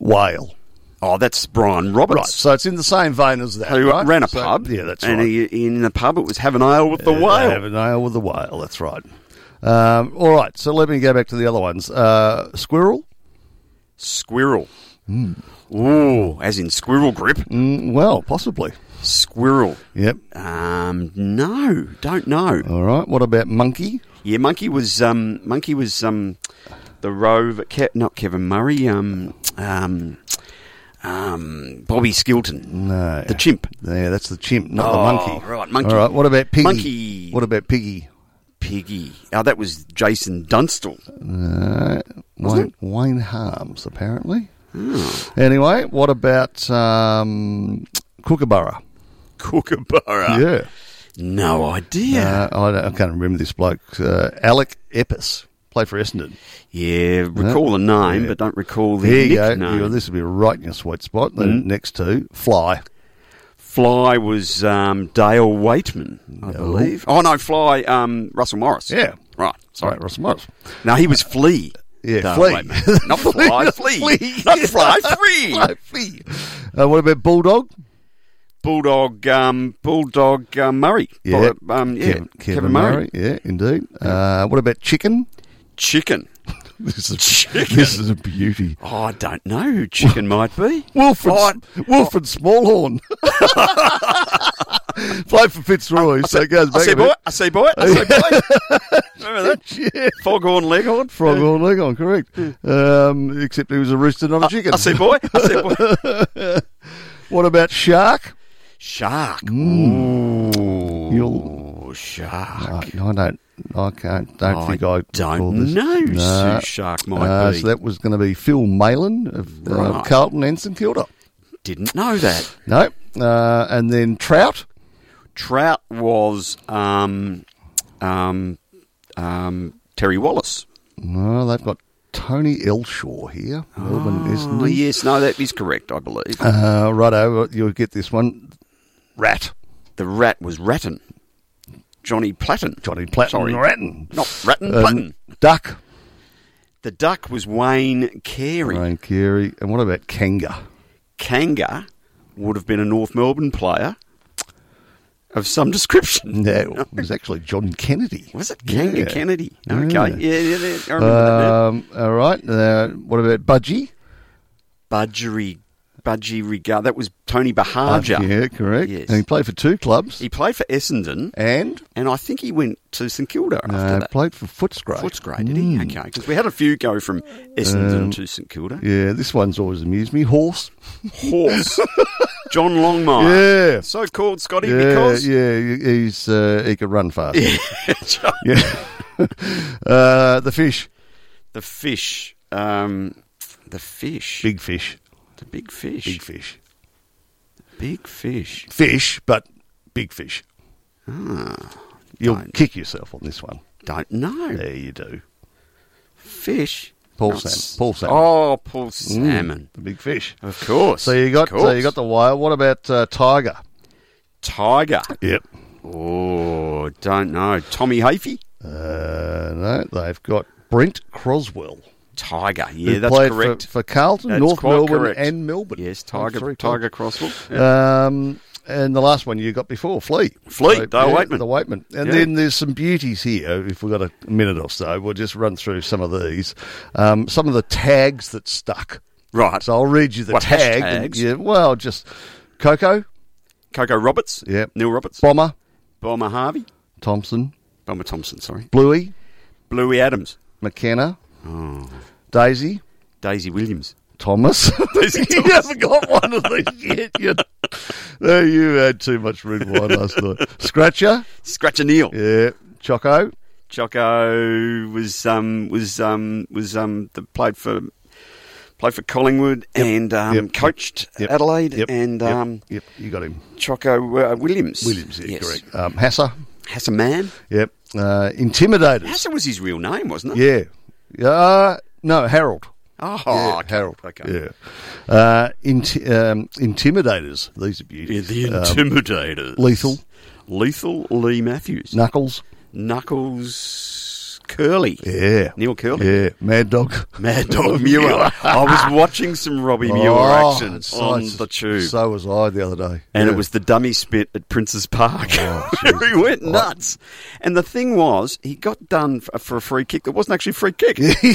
[SPEAKER 1] whale.
[SPEAKER 2] Oh, that's Brian Roberts.
[SPEAKER 1] Right. So it's in the same vein as that.
[SPEAKER 2] Who
[SPEAKER 1] right?
[SPEAKER 2] ran a
[SPEAKER 1] So-
[SPEAKER 2] pub?
[SPEAKER 1] yeah, that's
[SPEAKER 2] and
[SPEAKER 1] right.
[SPEAKER 2] he, in the pub, it was have an ale with the
[SPEAKER 1] Uh,
[SPEAKER 2] whale.
[SPEAKER 1] Have an ale with the whale. That's right. Um, all right. So let me go back to the other ones. Uh, squirrel. Hmm.
[SPEAKER 2] Squirrel. Ooh, as in squirrel grip.
[SPEAKER 1] Mm, well, possibly.
[SPEAKER 2] Squirrel.
[SPEAKER 1] Yep.
[SPEAKER 2] Um, no, don't know.
[SPEAKER 1] All right. What about monkey?
[SPEAKER 2] Yeah, monkey was um, monkey was um, the rover. Ke- not Kevin Murray. Um, um, um, Bobby Skilton.
[SPEAKER 1] No.
[SPEAKER 2] The chimp.
[SPEAKER 1] Yeah, that's the chimp, not the
[SPEAKER 2] Oh,
[SPEAKER 1] monkey.
[SPEAKER 2] right, monkey.
[SPEAKER 1] All right, what about piggy?
[SPEAKER 2] Monkey.
[SPEAKER 1] What about piggy?
[SPEAKER 2] Piggy. Oh, that was Jason Dunstall. <laughs>
[SPEAKER 1] Uh, Wayne, Wayne Harms, apparently.
[SPEAKER 2] Ah.
[SPEAKER 1] Anyway, what about um, Kookaburra?
[SPEAKER 2] Kookaburra.
[SPEAKER 1] yeah.
[SPEAKER 2] No idea.
[SPEAKER 1] Uh, I, don't- I can't remember this bloke. Uh, Alec Epis. Played for Essendon.
[SPEAKER 2] yeah, recall the name,
[SPEAKER 1] Yeah.
[SPEAKER 2] but don't recall the
[SPEAKER 1] There you go.
[SPEAKER 2] nickname. Mm.
[SPEAKER 1] You- this would be right in your sweet spot. The next two, Fly.
[SPEAKER 2] Fly was um, Dale Waitman, I believe. Oh no, Fly um, Russell Morris.
[SPEAKER 1] Yeah.
[SPEAKER 2] Right. Sorry.
[SPEAKER 1] Right, Russell Morris.
[SPEAKER 2] No, he was Flea.
[SPEAKER 1] Yeah,
[SPEAKER 2] Dale
[SPEAKER 1] Flea. <laughs>
[SPEAKER 2] Waitman. Not Fly, Flea.
[SPEAKER 1] Flea.
[SPEAKER 2] Not Fly, Flea.
[SPEAKER 1] Fly, Flea. Uh, what about <laughs> Bulldog?
[SPEAKER 2] Bulldog, um, Bulldog uh, Murray.
[SPEAKER 1] Yeah.
[SPEAKER 2] Bull- um, yeah.
[SPEAKER 1] Kevin, Kevin Murray. Yeah, indeed. Uh, what about chicken?
[SPEAKER 2] Chicken.
[SPEAKER 1] <laughs> This is
[SPEAKER 2] Chicken.
[SPEAKER 1] this is a beauty.
[SPEAKER 2] Oh, I don't know who chicken might be.
[SPEAKER 1] Wilfred,
[SPEAKER 2] Oh,
[SPEAKER 1] Wilfred Smallhorn. <laughs> Played for Fitzroy, so it goes
[SPEAKER 2] I
[SPEAKER 1] back
[SPEAKER 2] see
[SPEAKER 1] a bit.
[SPEAKER 2] boy. I see boy. I see boy.
[SPEAKER 1] <laughs>
[SPEAKER 2] Remember that?
[SPEAKER 1] Yeah.
[SPEAKER 2] Foghorn Leghorn.
[SPEAKER 1] Frog on leg on, correct. Um, except he was a rooster, not a chicken.
[SPEAKER 2] I
[SPEAKER 1] <laughs>
[SPEAKER 2] see boy. I see boy.
[SPEAKER 1] What about shark?
[SPEAKER 2] Shark.
[SPEAKER 1] Mm.
[SPEAKER 2] Oh, shark.
[SPEAKER 1] I, I don't. I can't. Don't
[SPEAKER 2] I
[SPEAKER 1] think I
[SPEAKER 2] don't
[SPEAKER 1] recall this.
[SPEAKER 2] know who
[SPEAKER 1] Nah.
[SPEAKER 2] Shark might
[SPEAKER 1] Uh,
[SPEAKER 2] be.
[SPEAKER 1] So that was going to be Phil Malin of uh,
[SPEAKER 2] Right.
[SPEAKER 1] Carlton and St Kilda.
[SPEAKER 2] Didn't know that.
[SPEAKER 1] No, uh, and then trout.
[SPEAKER 2] Trout was um, um, um, Terry Wallace.
[SPEAKER 1] No, they've got Tony Elshaw here. Melbourne, isn't
[SPEAKER 2] Oh,
[SPEAKER 1] he?
[SPEAKER 2] yes, no, that is correct, I believe.
[SPEAKER 1] Uh, righto, you'll get this one. Rat.
[SPEAKER 2] the rat was Ratton. Johnny Platten.
[SPEAKER 1] Johnny Platten.
[SPEAKER 2] Sorry.
[SPEAKER 1] Ratton.
[SPEAKER 2] Not Ratton,
[SPEAKER 1] Um,
[SPEAKER 2] Platten.
[SPEAKER 1] Duck.
[SPEAKER 2] The duck was Wayne Carey.
[SPEAKER 1] Ryan Carey. And what about Kanga?
[SPEAKER 2] Kanga would have been a North Melbourne player of
[SPEAKER 1] <laughs>
[SPEAKER 2] some description.
[SPEAKER 1] No, it was actually John Kennedy.
[SPEAKER 2] Was it Kanga
[SPEAKER 1] Yeah.
[SPEAKER 2] Kennedy? Okay.
[SPEAKER 1] Yeah.
[SPEAKER 2] Yeah, yeah, yeah, I remember that. now.
[SPEAKER 1] Um, all right. Uh, what about Budgie?
[SPEAKER 2] Budgery Budgie Rigar. That was Tony Bahaja.
[SPEAKER 1] Uh, yeah, correct.
[SPEAKER 2] Yes.
[SPEAKER 1] And he played for two clubs.
[SPEAKER 2] He played for Essendon.
[SPEAKER 1] And?
[SPEAKER 2] And I think he went to St Kilda
[SPEAKER 1] Uh,
[SPEAKER 2] after that.
[SPEAKER 1] Played for Footscray. Mm.
[SPEAKER 2] Footscray, did he? Okay, because we had a few go from Essendon
[SPEAKER 1] Um,
[SPEAKER 2] to St
[SPEAKER 1] <laughs>
[SPEAKER 2] Kilda.
[SPEAKER 1] Yeah, this one's always amused me. Horse.
[SPEAKER 2] Horse. John Longmire.
[SPEAKER 1] Yeah.
[SPEAKER 2] Oh, So called, Scotty,
[SPEAKER 1] yeah,
[SPEAKER 2] because.
[SPEAKER 1] yeah, he- he's uh, he could run fast.
[SPEAKER 2] <laughs> Yeah.
[SPEAKER 1] yeah. <laughs> uh, the fish,
[SPEAKER 2] The fish. Um, the fish.
[SPEAKER 1] big fish,
[SPEAKER 2] The big fish.
[SPEAKER 1] big fish,
[SPEAKER 2] Big fish.
[SPEAKER 1] fish, but big fish.
[SPEAKER 2] Ah,
[SPEAKER 1] You'll
[SPEAKER 2] Don't.
[SPEAKER 1] kick yourself on this one.
[SPEAKER 2] Don't know.
[SPEAKER 1] There you do.
[SPEAKER 2] Fish.
[SPEAKER 1] Paul
[SPEAKER 2] Not
[SPEAKER 1] Sam-
[SPEAKER 2] s-
[SPEAKER 1] Paul Salmon.
[SPEAKER 2] Oh, Paul
[SPEAKER 1] Mm,
[SPEAKER 2] Salmon.
[SPEAKER 1] the big fish.
[SPEAKER 2] Of course.
[SPEAKER 1] So you got
[SPEAKER 2] Of
[SPEAKER 1] so you
[SPEAKER 2] course.
[SPEAKER 1] got the whale. What about uh, tiger?
[SPEAKER 2] Tiger.
[SPEAKER 1] Yep.
[SPEAKER 2] Oh, don't know. Tommy Hafey.
[SPEAKER 1] Uh, no, they've got Brent Croswell.
[SPEAKER 2] Tiger. Yeah,
[SPEAKER 1] who
[SPEAKER 2] that's
[SPEAKER 1] played
[SPEAKER 2] correct.
[SPEAKER 1] for, for Carlton,
[SPEAKER 2] That's
[SPEAKER 1] North
[SPEAKER 2] quite
[SPEAKER 1] Melbourne,
[SPEAKER 2] correct.
[SPEAKER 1] and Melbourne.
[SPEAKER 2] Yes,
[SPEAKER 1] That's
[SPEAKER 2] Tiger.
[SPEAKER 1] three
[SPEAKER 2] Tiger Crosswell. Yeah.
[SPEAKER 1] Um, and the last one you got before, Flea.
[SPEAKER 2] Flea, the
[SPEAKER 1] The
[SPEAKER 2] Waitman.
[SPEAKER 1] Waitman. And
[SPEAKER 2] Yeah.
[SPEAKER 1] then there's some beauties here. If we've got a minute or so, we'll just run through some of these. Um, some of the tags that stuck.
[SPEAKER 2] Right.
[SPEAKER 1] So I'll read you the
[SPEAKER 2] What,
[SPEAKER 1] tag. and-
[SPEAKER 2] hashtags?
[SPEAKER 1] yeah, well, just Coco,
[SPEAKER 2] Coco Roberts.
[SPEAKER 1] Yep.
[SPEAKER 2] Neil Roberts.
[SPEAKER 1] Bomber,
[SPEAKER 2] Bomber Harvey.
[SPEAKER 1] Thompson,
[SPEAKER 2] Bomber Thompson, sorry.
[SPEAKER 1] Bluey,
[SPEAKER 2] Bluey Adams.
[SPEAKER 1] McKenna,
[SPEAKER 2] Oh.
[SPEAKER 1] Daisy,
[SPEAKER 2] Daisy Williams.
[SPEAKER 1] Thomas.
[SPEAKER 2] <laughs> Daisy
[SPEAKER 1] you
[SPEAKER 2] Thomas.
[SPEAKER 1] haven't got one of these yet. You, no, you had too much red wine last
[SPEAKER 2] <laughs>
[SPEAKER 1] night. Scratcher,
[SPEAKER 2] Scratch a Neil.
[SPEAKER 1] yeah, Choco,
[SPEAKER 2] Jocko was um was um was um the, played for played for Collingwood and um,
[SPEAKER 1] Yep.
[SPEAKER 2] coached
[SPEAKER 1] Yep.
[SPEAKER 2] Adelaide
[SPEAKER 1] Yep.
[SPEAKER 2] and
[SPEAKER 1] Yep.
[SPEAKER 2] um
[SPEAKER 1] yep, you got him.
[SPEAKER 2] Choco uh, Williams.
[SPEAKER 1] Williams, yeah,
[SPEAKER 2] Yes.
[SPEAKER 1] correct. Um, Hasser,
[SPEAKER 2] Has a man.
[SPEAKER 1] yep. Uh, Intimidators,
[SPEAKER 2] Hassa was his real name, wasn't it?
[SPEAKER 1] yeah. Uh, no, Harold.
[SPEAKER 2] Oh,
[SPEAKER 1] yeah,
[SPEAKER 2] okay.
[SPEAKER 1] Harold.
[SPEAKER 2] Okay.
[SPEAKER 1] Yeah. Uh, inti- um, intimidators. These are beauties.
[SPEAKER 2] the
[SPEAKER 1] Um,
[SPEAKER 2] Intimidators.
[SPEAKER 1] Lethal.
[SPEAKER 2] Lethal Lee Matthews.
[SPEAKER 1] Knuckles.
[SPEAKER 2] Knuckles Curly.
[SPEAKER 1] Yeah.
[SPEAKER 2] Neil Curley.
[SPEAKER 1] Yeah. Mad Dog. <laughs>
[SPEAKER 2] Mad Dog Muir. <laughs> I was watching some Robbie Muir
[SPEAKER 1] Oh,
[SPEAKER 2] action
[SPEAKER 1] it's-
[SPEAKER 2] on
[SPEAKER 1] it's-
[SPEAKER 2] the <laughs> tube.
[SPEAKER 1] So was I the other day.
[SPEAKER 2] and
[SPEAKER 1] Yeah.
[SPEAKER 2] it was the dummy spit at Prince's Park. <laughs>
[SPEAKER 1] Oh,
[SPEAKER 2] where he went nuts. And the thing was, he got done f- for a free kick that wasn't actually a free kick. <laughs> he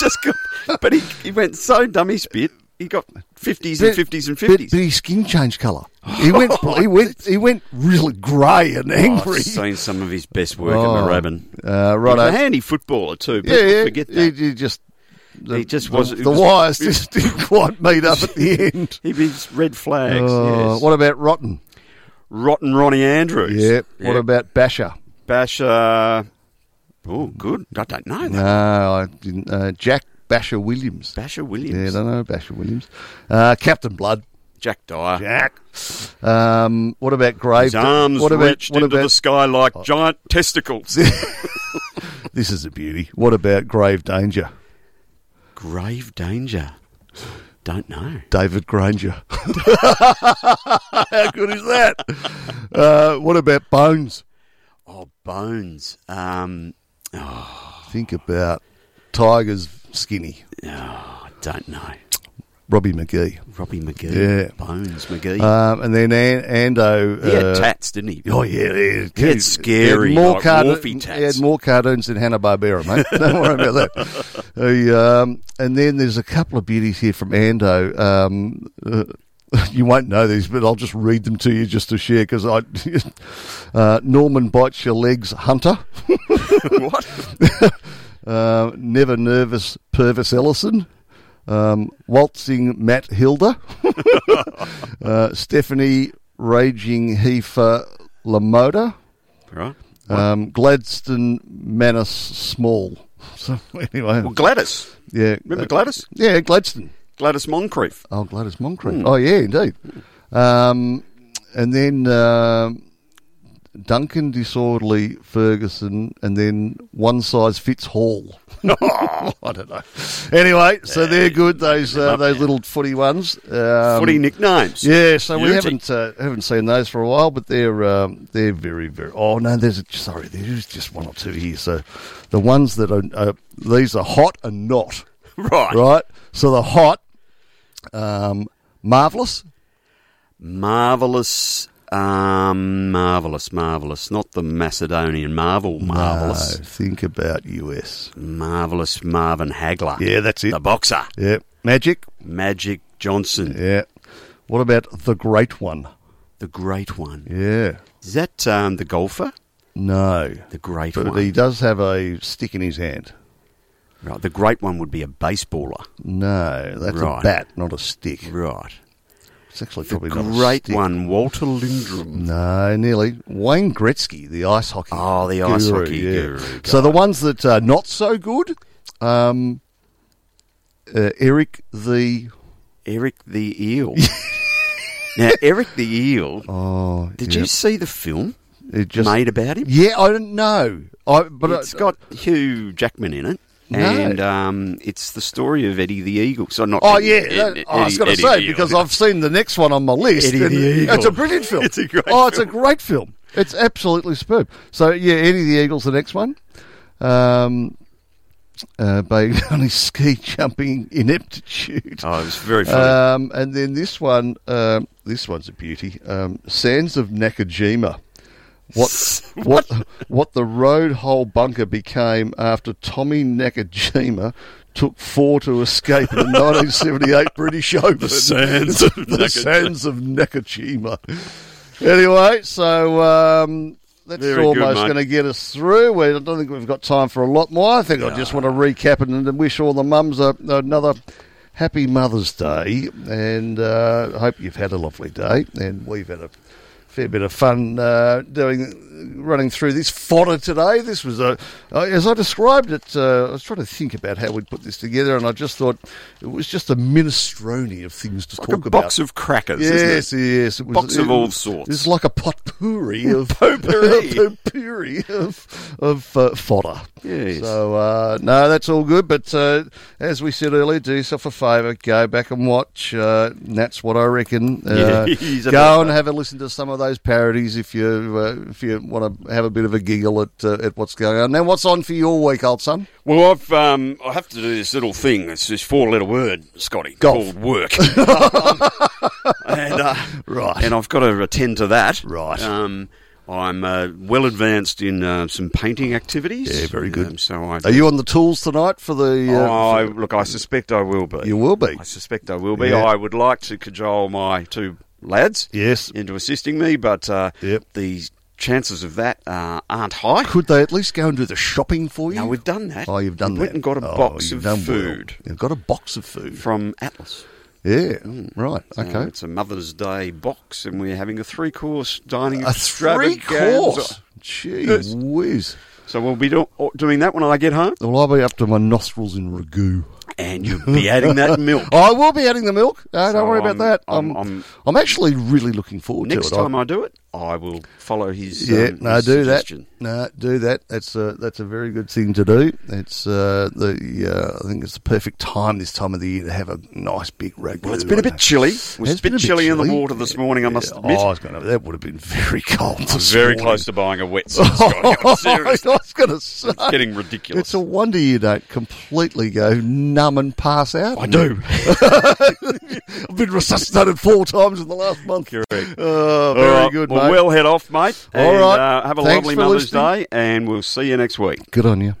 [SPEAKER 2] just got, but he, he went so dummy spit. He got fifties and
[SPEAKER 1] But-
[SPEAKER 2] fifties and
[SPEAKER 1] but-
[SPEAKER 2] fifties. Oh,
[SPEAKER 1] But his skin changed colour. He
[SPEAKER 2] <laughs>
[SPEAKER 1] went. he went. He went really <laughs> grey and angry.
[SPEAKER 2] I've seen some of his best work
[SPEAKER 1] Oh.
[SPEAKER 2] at Moorabbin.
[SPEAKER 1] Uh,
[SPEAKER 2] He was a
[SPEAKER 1] righto.
[SPEAKER 2] handy footballer too. People
[SPEAKER 1] Yeah, yeah.
[SPEAKER 2] forget that.
[SPEAKER 1] He, he just. The,
[SPEAKER 2] He just
[SPEAKER 1] the-
[SPEAKER 2] wasn't-
[SPEAKER 1] The
[SPEAKER 2] he was-
[SPEAKER 1] wires just <laughs> didn't quite meet up at
[SPEAKER 2] <laughs>
[SPEAKER 1] the end.
[SPEAKER 2] He was red flags.
[SPEAKER 1] Oh,
[SPEAKER 2] yes.
[SPEAKER 1] What about Rotten?
[SPEAKER 2] Rotten Ronnie Andrews.
[SPEAKER 1] Yeah. What about Basher?
[SPEAKER 2] Basher? Oh, uh, good. I don't
[SPEAKER 1] No,
[SPEAKER 2] know. That.
[SPEAKER 1] I didn't. Uh, Jack Basher Williams.
[SPEAKER 2] Basher
[SPEAKER 1] Yeah, I
[SPEAKER 2] Williams.
[SPEAKER 1] don't know Basher Williams. Uh, Captain Blood.
[SPEAKER 2] Jack Dyer.
[SPEAKER 1] Jack. Um, what about Grave?
[SPEAKER 2] His arms
[SPEAKER 1] what about,
[SPEAKER 2] reached
[SPEAKER 1] what
[SPEAKER 2] into
[SPEAKER 1] about, Oh.
[SPEAKER 2] the sky like giant testicles.
[SPEAKER 1] This is a beauty. What about Grave Danger?
[SPEAKER 2] Grave danger. Don't know.
[SPEAKER 1] David Granger. <laughs> How good is that? Uh, what about Bones?
[SPEAKER 2] Oh, bones. Um,
[SPEAKER 1] <laughs>
[SPEAKER 2] oh.
[SPEAKER 1] Think about Tiger's skinny.
[SPEAKER 2] I don't know.
[SPEAKER 1] Robbie McGee.
[SPEAKER 2] Robbie McGee.
[SPEAKER 1] Yeah.
[SPEAKER 2] Bones McGee.
[SPEAKER 1] Um, and then An- Ando.
[SPEAKER 2] he had
[SPEAKER 1] uh,
[SPEAKER 2] tats, didn't he?
[SPEAKER 1] Oh yeah, yeah.
[SPEAKER 2] He had scary, like,
[SPEAKER 1] cartoons.
[SPEAKER 2] Wolfie
[SPEAKER 1] He
[SPEAKER 2] tats.
[SPEAKER 1] had more cartoons than Hanna Barbera, mate. <laughs> Don't worry about that. He, um, and then there's a couple of beauties here from Ando. Um, uh, <laughs> you won't know these, but I'll just read them to you just to share because I <laughs> uh, Norman bites your legs, Hunter. what? <laughs> uh, never nervous, Purvis Ellison. Um, waltzing Matt Hilda. <laughs> Uh, Stephanie Raging Heifer Lamoda,
[SPEAKER 2] Right.
[SPEAKER 1] um, Gladstone Manus Small. So <laughs> anyway,
[SPEAKER 2] Well, Gladys.
[SPEAKER 1] yeah,
[SPEAKER 2] Remember
[SPEAKER 1] uh,
[SPEAKER 2] Gladys?
[SPEAKER 1] Yeah, Gladstone.
[SPEAKER 2] Gladys <laughs> Moncrief.
[SPEAKER 1] Oh, Gladys Moncrief.
[SPEAKER 2] Hmm.
[SPEAKER 1] Oh yeah, indeed. Um, and then um Duncan Disorderly Ferguson, and then One Size Fits Hall.
[SPEAKER 2] Oh,
[SPEAKER 1] I don't know. Anyway, so they're good. Those uh, those little footy ones. Um,
[SPEAKER 2] Footy nicknames.
[SPEAKER 1] yeah, so we
[SPEAKER 2] Beauty.
[SPEAKER 1] haven't uh, haven't seen those for a while, but they're um, they're very very. Oh no, there's a, sorry, there's just one or two here. So the ones that are uh, these are hot and not
[SPEAKER 2] <laughs> Right.
[SPEAKER 1] right. So the hot, um, marvelous.
[SPEAKER 2] Marvelous. Um, marvelous, marvelous. Not the Macedonian Marvel, marvelous.
[SPEAKER 1] No, think about US.
[SPEAKER 2] Marvelous Marvin Hagler.
[SPEAKER 1] Yeah, that's it.
[SPEAKER 2] The boxer.
[SPEAKER 1] Yeah, magic.
[SPEAKER 2] Magic Johnson.
[SPEAKER 1] Yeah, What about the great one?
[SPEAKER 2] The great one.
[SPEAKER 1] Yeah.
[SPEAKER 2] Is that um, the golfer?
[SPEAKER 1] No.
[SPEAKER 2] The great
[SPEAKER 1] But
[SPEAKER 2] one.
[SPEAKER 1] he does have a stick in his hand.
[SPEAKER 2] Right. The great one would be a baseballer.
[SPEAKER 1] No, that's
[SPEAKER 2] Right.
[SPEAKER 1] a bat, not a stick.
[SPEAKER 2] Right.
[SPEAKER 1] It's actually
[SPEAKER 2] The
[SPEAKER 1] probably not a
[SPEAKER 2] great
[SPEAKER 1] stick.
[SPEAKER 2] one, Walter Lindrum.
[SPEAKER 1] No, nearly. Wayne Gretzky, the ice hockey.
[SPEAKER 2] Oh, the ice hockey guru,
[SPEAKER 1] So the ones that are not so good, um, uh, Eric the
[SPEAKER 2] Eric the
[SPEAKER 1] <laughs>
[SPEAKER 2] Eel. now, Eric the Eel.
[SPEAKER 1] Oh,
[SPEAKER 2] did
[SPEAKER 1] yeah.
[SPEAKER 2] you see the film
[SPEAKER 1] It just-
[SPEAKER 2] made about him?
[SPEAKER 1] Yeah, I don't know. I but
[SPEAKER 2] it's
[SPEAKER 1] I,
[SPEAKER 2] got Hugh Jackman in it.
[SPEAKER 1] No.
[SPEAKER 2] And um, it's the story of Eddie the Eagle. So not.
[SPEAKER 1] Oh
[SPEAKER 2] Eddie-
[SPEAKER 1] yeah,
[SPEAKER 2] Ed-
[SPEAKER 1] that- I was
[SPEAKER 2] Eddie-
[SPEAKER 1] going to
[SPEAKER 2] Eddie
[SPEAKER 1] say
[SPEAKER 2] the Eel.
[SPEAKER 1] because I've seen the next one on my list.
[SPEAKER 2] Eddie
[SPEAKER 1] and
[SPEAKER 2] the Eagle.
[SPEAKER 1] It's a brilliant film.
[SPEAKER 2] It's a great
[SPEAKER 1] Oh, it's a great film. It's absolutely superb. So yeah, Eddie the Eagle's the next one. Um, uh, based <laughs> on his ski jumping ineptitude.
[SPEAKER 2] Oh, it was very funny.
[SPEAKER 1] Um, and then this one, um, this one's a beauty. Um, Sands of Nakajima. What, <laughs> what what the road hole bunker became after Tommy Nakajima took four to escape in the 1978
[SPEAKER 2] <laughs>
[SPEAKER 1] British Open.
[SPEAKER 2] sands of
[SPEAKER 1] <laughs> the
[SPEAKER 2] Nakajima.
[SPEAKER 1] sands of Nakajima. Anyway, so um, that's
[SPEAKER 2] Very good,
[SPEAKER 1] almost
[SPEAKER 2] mate.
[SPEAKER 1] going to get us through. We, I don't think we've got time for a lot more. I think I just want to recap and, and wish all the mums a, another happy Mother's Day, and uh, I hope you've had a lovely day. And we've had a fair bit of fun uh, doing running through this fodder today. This was a, uh, as I described it, uh, I was trying to think about how we'd put this together, and I just thought it was just a minestrone of things to
[SPEAKER 2] Like
[SPEAKER 1] talk
[SPEAKER 2] a
[SPEAKER 1] about.
[SPEAKER 2] box of crackers.
[SPEAKER 1] Yes,
[SPEAKER 2] isn't it?
[SPEAKER 1] yes. It was,
[SPEAKER 2] box of
[SPEAKER 1] it-
[SPEAKER 2] all sorts.
[SPEAKER 1] It's like a
[SPEAKER 2] <laughs>
[SPEAKER 1] potpourri of <laughs>
[SPEAKER 2] Potpourri.
[SPEAKER 1] potpourri of, of uh, fodder.
[SPEAKER 2] Yes.
[SPEAKER 1] So uh, no, that's all good. But uh, as we said earlier, do yourself a favour, go back and watch. Uh, that's what I
[SPEAKER 2] <laughs>
[SPEAKER 1] reckon. Uh,
[SPEAKER 2] Yeah, he's a
[SPEAKER 1] go
[SPEAKER 2] bit-
[SPEAKER 1] and have a listen to some of those parodies if you uh, if you want to have a bit of a giggle at uh, at what's going on. Now, what's on for your week, old son?
[SPEAKER 2] Well, I've um, I have to do this little thing. It's this four-letter word, Scotty,
[SPEAKER 1] Golf.
[SPEAKER 2] called work.
[SPEAKER 1] <laughs>
[SPEAKER 2] and uh,
[SPEAKER 1] Right.
[SPEAKER 2] and I've got to attend to that.
[SPEAKER 1] Right.
[SPEAKER 2] Um, I'm uh, well advanced in uh, some painting activities.
[SPEAKER 1] Yeah, very good.
[SPEAKER 2] Um, so I,
[SPEAKER 1] Are you on the tools tonight for the?
[SPEAKER 2] Oh, I,
[SPEAKER 1] Uh, for-
[SPEAKER 2] look, I suspect I will be.
[SPEAKER 1] you will be.
[SPEAKER 2] I suspect I will be.
[SPEAKER 1] Yeah.
[SPEAKER 2] I would like to cajole my two lads
[SPEAKER 1] Yes.
[SPEAKER 2] into assisting me, but uh, the chances of that uh, aren't high.
[SPEAKER 1] Could they at least go and do the shopping for you?
[SPEAKER 2] No, we've done that.
[SPEAKER 1] Oh, you've done
[SPEAKER 2] We
[SPEAKER 1] that.
[SPEAKER 2] went and got a
[SPEAKER 1] Oh,
[SPEAKER 2] box
[SPEAKER 1] you've
[SPEAKER 2] of
[SPEAKER 1] done well.
[SPEAKER 2] food.
[SPEAKER 1] You've got a box of food.
[SPEAKER 2] from Atlas. Mm.
[SPEAKER 1] Yeah. Right.
[SPEAKER 2] So
[SPEAKER 1] okay.
[SPEAKER 2] It's a Mother's Day box, and we're having a three course dining
[SPEAKER 1] A three course.
[SPEAKER 2] extravaganza.
[SPEAKER 1] Gee
[SPEAKER 2] Yes.
[SPEAKER 1] whiz.
[SPEAKER 2] So we'll be do- doing that when I get home,
[SPEAKER 1] Well, I'll be up to my nostrils in ragu.
[SPEAKER 2] and you'll be adding that milk.
[SPEAKER 1] <laughs> I will be adding the milk. No, don't
[SPEAKER 2] So
[SPEAKER 1] worry about
[SPEAKER 2] I'm-
[SPEAKER 1] that.
[SPEAKER 2] I'm-
[SPEAKER 1] I'm,
[SPEAKER 2] I'm-
[SPEAKER 1] I'm, actually really looking forward
[SPEAKER 2] Next
[SPEAKER 1] to it. I-
[SPEAKER 2] time I do it, I will follow his,
[SPEAKER 1] Yeah,
[SPEAKER 2] um,
[SPEAKER 1] no,
[SPEAKER 2] his
[SPEAKER 1] do
[SPEAKER 2] suggestion.
[SPEAKER 1] that. No, do that. That's a that's a very good thing to do. It's uh, the uh, I think it's the perfect time this time of the year to have a nice big ragu.
[SPEAKER 2] Well, it's been a bit chilly. It was a bit chilly in the water this morning, I must admit.
[SPEAKER 1] Oh, I was gonna, that would have been very <laughs>
[SPEAKER 2] <laughs>
[SPEAKER 1] cold. this
[SPEAKER 2] Very
[SPEAKER 1] morning.
[SPEAKER 2] close to buying
[SPEAKER 1] <laughs>
[SPEAKER 2] a wetsuit, Scotty. I'm serious.
[SPEAKER 1] I was going to say
[SPEAKER 2] It's getting ridiculous.
[SPEAKER 1] It's a wonder you don't completely go numb and pass out.
[SPEAKER 2] I do.
[SPEAKER 1] <laughs> I've been resuscitated four times in the last month.
[SPEAKER 2] Correct.
[SPEAKER 1] Oh,
[SPEAKER 2] All
[SPEAKER 1] very
[SPEAKER 2] right,
[SPEAKER 1] good,
[SPEAKER 2] well,
[SPEAKER 1] mate.
[SPEAKER 2] We'll head off, mate.
[SPEAKER 1] All
[SPEAKER 2] and,
[SPEAKER 1] right.
[SPEAKER 2] Uh, have a
[SPEAKER 1] Thanks
[SPEAKER 2] lovely
[SPEAKER 1] for
[SPEAKER 2] Mother's
[SPEAKER 1] listening.
[SPEAKER 2] Day, and we'll see you next week.
[SPEAKER 1] Good on you.